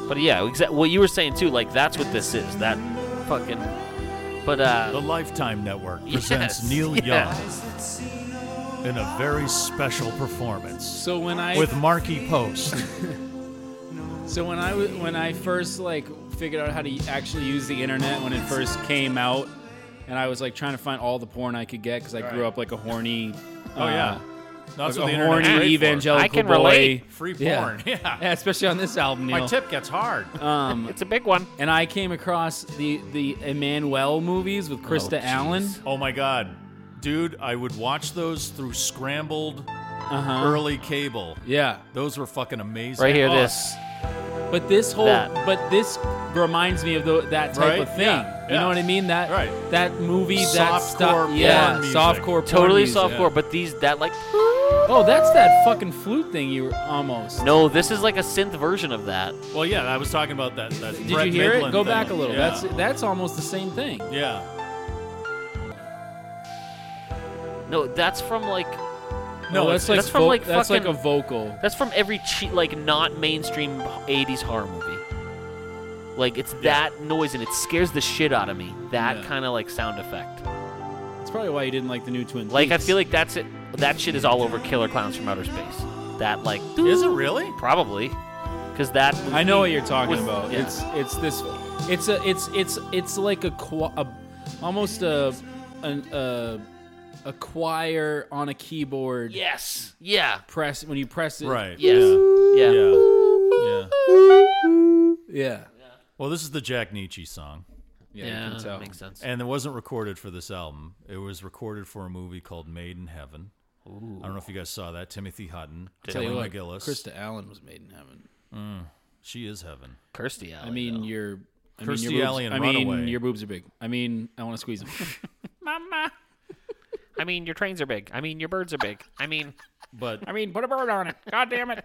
But yeah, exa- what you were saying too. Like that's what this is. That fucking. But
The
uh,
Lifetime Network presents
Yes,
Neil
yeah.
Young in a very special performance
So when I
with Marky Post.
So when I wa- when I first like figured out how to actually use the internet when it first came out, and I was like trying to find all the porn I could get because I grew up like a horny, uh,
Oh, yeah. That's
like
what the
a
internet's
horny
great for.
evangelical
I can
boy.
relate.
Free
Yeah.
porn. *laughs* Yeah.
Yeah, especially on this album, Neil.
My tip gets hard.
Um,
it's a big one.
and I came across the the Emmanuel movies with Krista
jeez.
Allen.
oh my God. Dude, I would watch those through scrambled
Uh huh.
early cable.
Yeah,
Those were fucking amazing.
Right here,
Oh,
this.
but this whole
That.
but this reminds me of the, that type
Right?
of thing.
Yeah,
You
yeah.
know what I mean? That
Right.
that movie, that
Softcore
stuff.
porn
yeah,
music.
softcore porn
Totally
music.
softcore, but these that like.
Oh, that's that fucking flute thing you were almost.
No, this is like a synth version of that.
Well, yeah, I was talking about that. that
Did you hear it? Go back a little. That's that's almost the same thing.
yeah.
No, that's from like
No, Oh, that's like
that's from,
vo-
like,
that's like a
fucking-
vocal.
that's from every che- like not mainstream 80s horror movie. Like it's that noise and it scares the shit out of me. That
Yeah.
kind of like sound effect.
That's probably why you didn't like the new Twin
Like I
Peaks.
feel like that's it. That shit is all over Killer Clowns from Outer Space. That like
Is it really?
probably because that
I know what you're talking
was-
about.
yeah.
It's it's this. It's a it's it's it's like a, qu- a almost a an a, a choir on a keyboard.
yes, yeah,
Press when you press it.
Right.
yes, yeah.
Yeah. yeah. Yeah.
Yeah.
Well, this is the Jack Nietzsche song,
Yeah.
Yeah,
you can tell.
that makes sense.
and it wasn't recorded for this album. It was recorded for a movie called Made in Heaven. I don't know if you guys saw that. Timothy Hutton,
Tell
Kelly
you what,
McGillis.
Krista Allen was made in heaven.
She is heaven.
Kirstie Alley.
I mean,
though.
your I mean,
Kirstie
your boobs,
Alley and
I mean,
Runaway.
your boobs are big. I mean, I want to
*laughs*
squeeze them.
I mean, your trains are big. I mean, your birds are big.
*laughs*
I mean,
But
I mean, put a bird on it. God
*laughs*
damn it.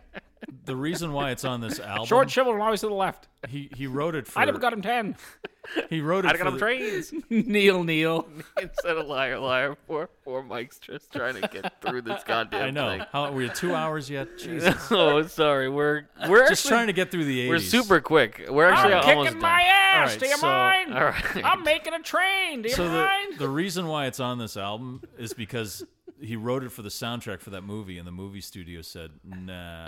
the reason why it's
*laughs*
on this album,
Short shovel and always to the left.
he he wrote it for.
I'd have got him 10.
he wrote it.
I
for
got them
the-
trains.
Neil, Neil.
Instead of liar, liar, poor, poor Mike's just trying to get through this goddamn
I know.
thing.
How we at two hours
*laughs*
yet? Jesus.
oh, sorry. We're we're
Just trying to get through the 80s.
we're super quick. We're actually
I'm
almost
kicking
done.
my ass.
All right,
do you
so-
mind? Oh.
All right.
I'm making a train. Do you
So the,
mind?
the reason why it's on this album is because he wrote it for the soundtrack for that movie, and the movie studio said nah.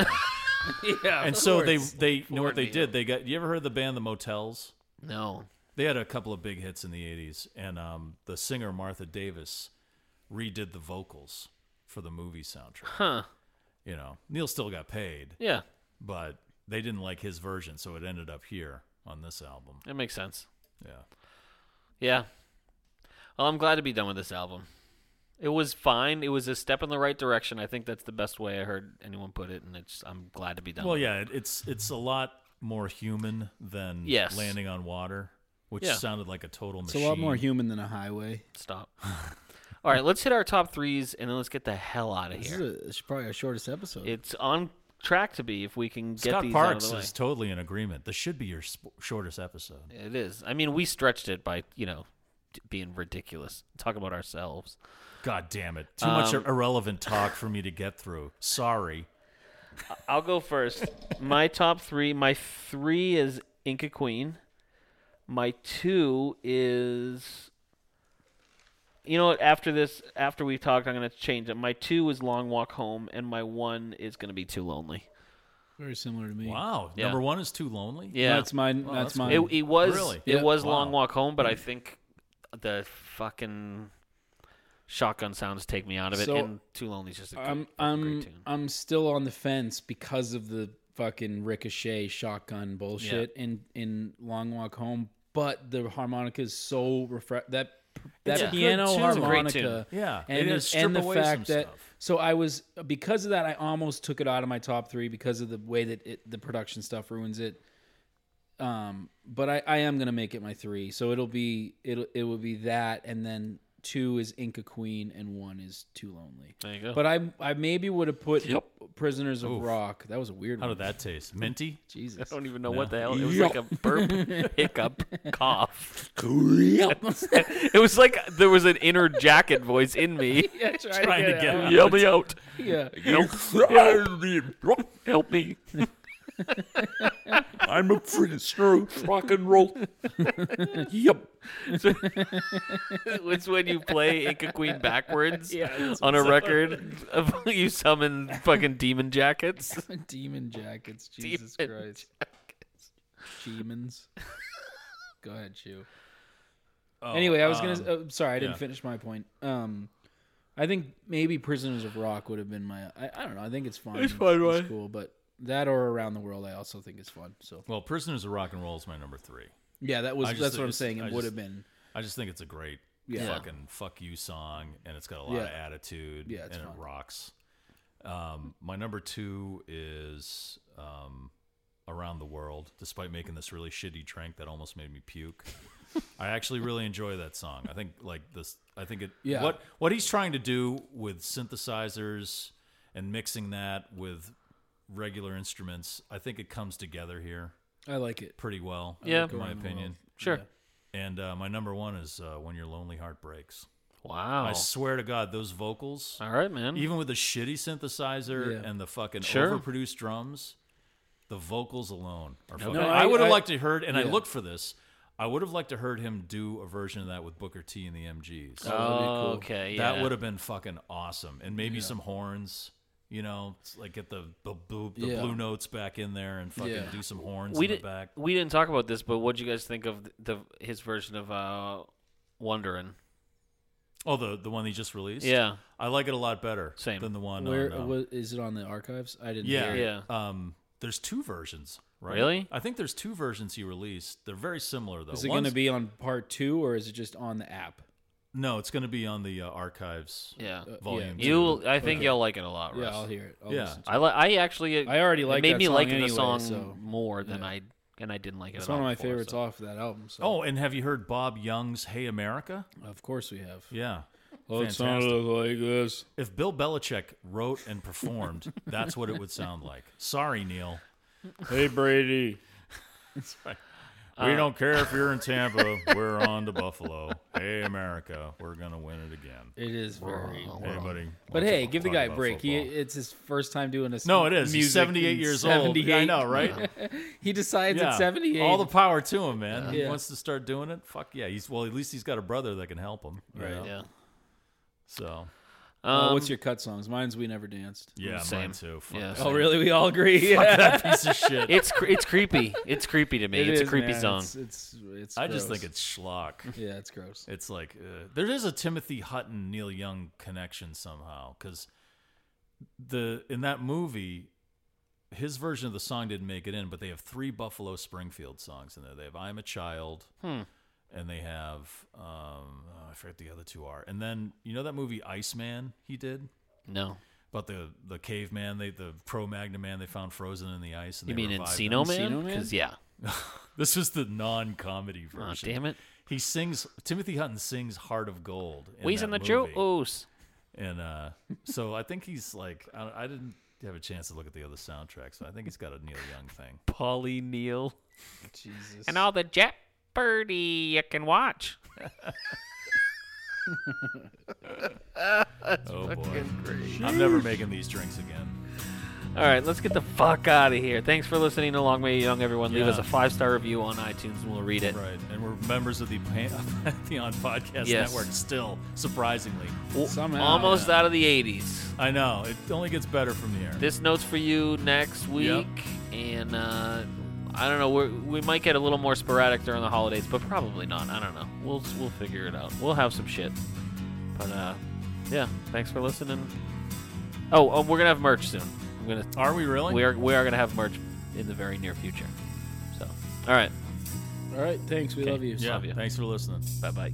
yeah.
And so they they you know what they did? They got you ever heard the band the Motels?
no.
They had a couple of big hits in the '80s, and um, the singer Martha Davis redid the vocals for the movie soundtrack.
Huh.
You know, Neil still got paid,
Yeah.
but they didn't like his version, so it ended up here on this album.
That makes sense.
Yeah.
Yeah. Well, I'm glad to be done with this album. It was fine. It was a step in the right direction. I think that's the best way I heard anyone put it, and it's I'm glad to be done.
Well,
with it.
yeah, it, it's it's a lot more human than
Yes.
landing on water, which
Yeah.
sounded like a total
It's a
machine.
lot more human than a highway.
Stop. All right, let's hit our top threes, and then let's get the hell out of
This
here.
is a, probably our shortest episode.
It's on track to be if we can get
Scott
these
Parks
out of the way.
is totally in agreement. This should be your sp- shortest episode.
It is. I mean, we stretched it by you know t- being ridiculous, talking about ourselves.
God damn it! Too much
Um,
irrelevant talk for me to get through. Sorry.
*laughs* I'll go first. my top three. My three is Inca Queen. My two is. You know what? After this, after we talked, I'm gonna change it. My two is Long Walk Home, and my one is gonna be Too Lonely.
Very similar to me.
Wow.
Yeah.
Number one is too lonely.
Yeah,
That's mine. that's,
that's
mine.
it, it was
Really? Mm.
it
Yeah.
was
Wow.
Long Walk Home, but I think the fucking shotgun sounds take me out of it,
So,
and Too Lonely's just a good,
I'm
fucking
I'm
great tune.
I'm still on the fence because of the fucking ricochet shotgun bullshit in in Long Walk Home, but the harmonica is so refresh that that
It's a good
piano
tune. It's a
great tune.
harmonica,
Yeah, it
and,
does
it's-
strip
and the
away some
fact that
stuff.
so I was because of that I almost took it out of my top three because of the way that it, the production stuff ruins it. Um, but I, I am gonna make it my three, so it'll be it'll it will be that, and then two is Inca Queen, and one is Too Lonely.
There you go.
But I I maybe would have put Prisoners of Rock. That was a weird
How
one.
did that taste? Minty.
Jesus.
I don't even know what the hell. It was like a burp, hiccup, cough.
*laughs*
it was like there was an inner jacket voice in me
yeah, try
Trying to get
yell me out.
yeah.
Help, help me. Help me.
*laughs* I'm a prisoner of rock and
*laughs*
roll. yep.
It's when you play Inca Queen backwards on a record. of- *laughs* you summon fucking demon jackets.
Demon jackets. Jesus Christ. Demons. Go ahead, Chew.
Oh,
anyway, I was gonna. Uh, sorry, I didn't
um, yeah.
finish my point. Um, I think maybe Prisoners of Rock would have been my. I, I don't know. I think it's fun. It's fun, it's cool, but that or Around the World, I also think is fun. So
Well, Prisoners of Rock and Roll is my number three.
yeah, that was
I just-
that's what
I
I'm
just-
saying. It
I just-
would have been.
I just think it's a great
Yeah.
fucking fuck you song, and it's got a lot of
Yeah.
attitude,
Yeah, it's
and
fun.
it rocks. Um, my number two is um, Around the World, despite making this really shitty drink that almost made me
*laughs*
puke. I actually really enjoy that song. I think like this. I think it.
Yeah.
What what he's trying to do with synthesizers and mixing that with regular instruments, I think it comes together here
I like it.
pretty well.
Yeah.
in my opinion.
Sure.
And uh, my number one is uh, when your lonely heart breaks.
Wow.
Oh.
I swear to God, those vocals,
All right, man.
even with the shitty synthesizer
Uh-huh. Yeah.
and the fucking
Sure.
overproduced drums, the vocals alone are fucking.
No,
I,
I-
would have
I-
liked to heard, and I
yeah.
looked for this. I would have liked to heard him do a version of that with Booker T and the MGs.
oh, okay. Yeah.
That would have been fucking awesome, and maybe some horns. You know, it's like get the the, blue the
Yeah.
blue notes back in there and fucking
Yeah.
do some horns
we
in the
didn't.
back.
We didn't talk about this, but what do you guys think of the, his version of uh, "Wondering"?
Oh, the the one they just released.
Yeah.
I like it a lot better
Same.
than the one.
Where
on, um,
wa- is it on the archives? I didn't.
yeah,
hear it.
Yeah.
Um, there's two versions, right?
Really?
I think there's two versions he released. They're very similar though.
Is it going to
One's-
be on part two or is it just on the app?
No, it's going to be on the uh, archives.
Yeah. Uh,
volume.
yeah.
two.
You, I think you'll like it a lot, Russ.
Yeah, I'll hear it. I'll
Yeah.
listen to it.
I li- I actually
I already
it
like
made
that
me
song
like
anyway,
the song
so,
more than
yeah.
I and I didn't like it.
It's
at
one of
all
my
before,
favorites
so.
off of that album. So.
Oh, and have you heard Bob Young's "Hey America"?
of course we have.
Yeah.
Oh,
it sounded
like this.
If Bill Belichick wrote and performed, that's what it would sound like. Sorry, Neil. *laughs*
Hey, Brady.
Uh,
We don't care if you're in Tampa. We're on to Buffalo. Hey, America. We're going to win it again.
It is very.
Hey, buddy.
But
let's
hey,
talk
give the guy a
about
break. He,
football.
it's his first time doing this.
No, it is.
Music
He's 78
in
years
78.
old. I know, right?
*laughs* He decides at 78.
All the power to him, man. He
Yeah.
wants to start doing it. Fuck yeah. He's well, at least he's got a brother that can help him. you know?
Yeah.
So
Uh,
Um,
what's your *laughs* cut songs? Mine's "We Never Danced."
yeah,
Same.
mine too. Fuck
Yeah.
that
Oh, really? We all agree. Yeah. *laughs*
piece of shit.
it's cre- it's creepy. It's creepy to me.
It
it's
is,
a creepy
man.
song.
It's, it's, it's
I just
gross.
think it's schlock.
Yeah, it's gross.
It's like uh, there is a Timothy Hutton Neil Young connection somehow because the in that movie. His version of the song didn't make it in, but they have three Buffalo Springfield songs in there. They have "I'm a Child,"
Hmm.
and they have um, oh, I forget the other two are. And then you know that movie Iceman he did
no.
about the the caveman, they the pro magna man they found frozen in the ice. And
You
they
mean
revived
Encino
him.
Man?
Encino Man?
Because yeah.
This is the non-comedy
Oh,
version.
damn it.
He sings. Timothy Hutton sings "Heart of Gold." In
Wheeze
that
in the
movie.
juice.
And uh, so I think he's like I, don't- I didn't have a chance to look at the other soundtracks, but I think he's got a Neil Young thing.
Polly Neal.
Jesus.
And all the Jeopardy you can watch.
oh boy, I'm never making these drinks again.
All right, let's get the fuck out of here. Thanks for listening to Long May You Young, everyone. Leave us a five star review on iTunes and we'll read it.
Right, and we're members of *laughs* the Pantheon Podcast
Yes.
Network still, surprisingly.
Well,
Somehow.
Almost out of the 80s.
I know it only gets better from here.
This note's for you next week, and uh, I don't know. We're, we might get a little more sporadic during the holidays, but probably not. I don't know. We'll we'll figure it out. We'll have some shit. But uh, yeah, thanks for listening. Oh, oh, we're gonna have merch soon. I'm gonna.
Are we really?
We are we are gonna have merch in the very near future. So, all right.
All right, thanks. We love you.
yeah.
Love you.
Thanks for listening.
Bye bye.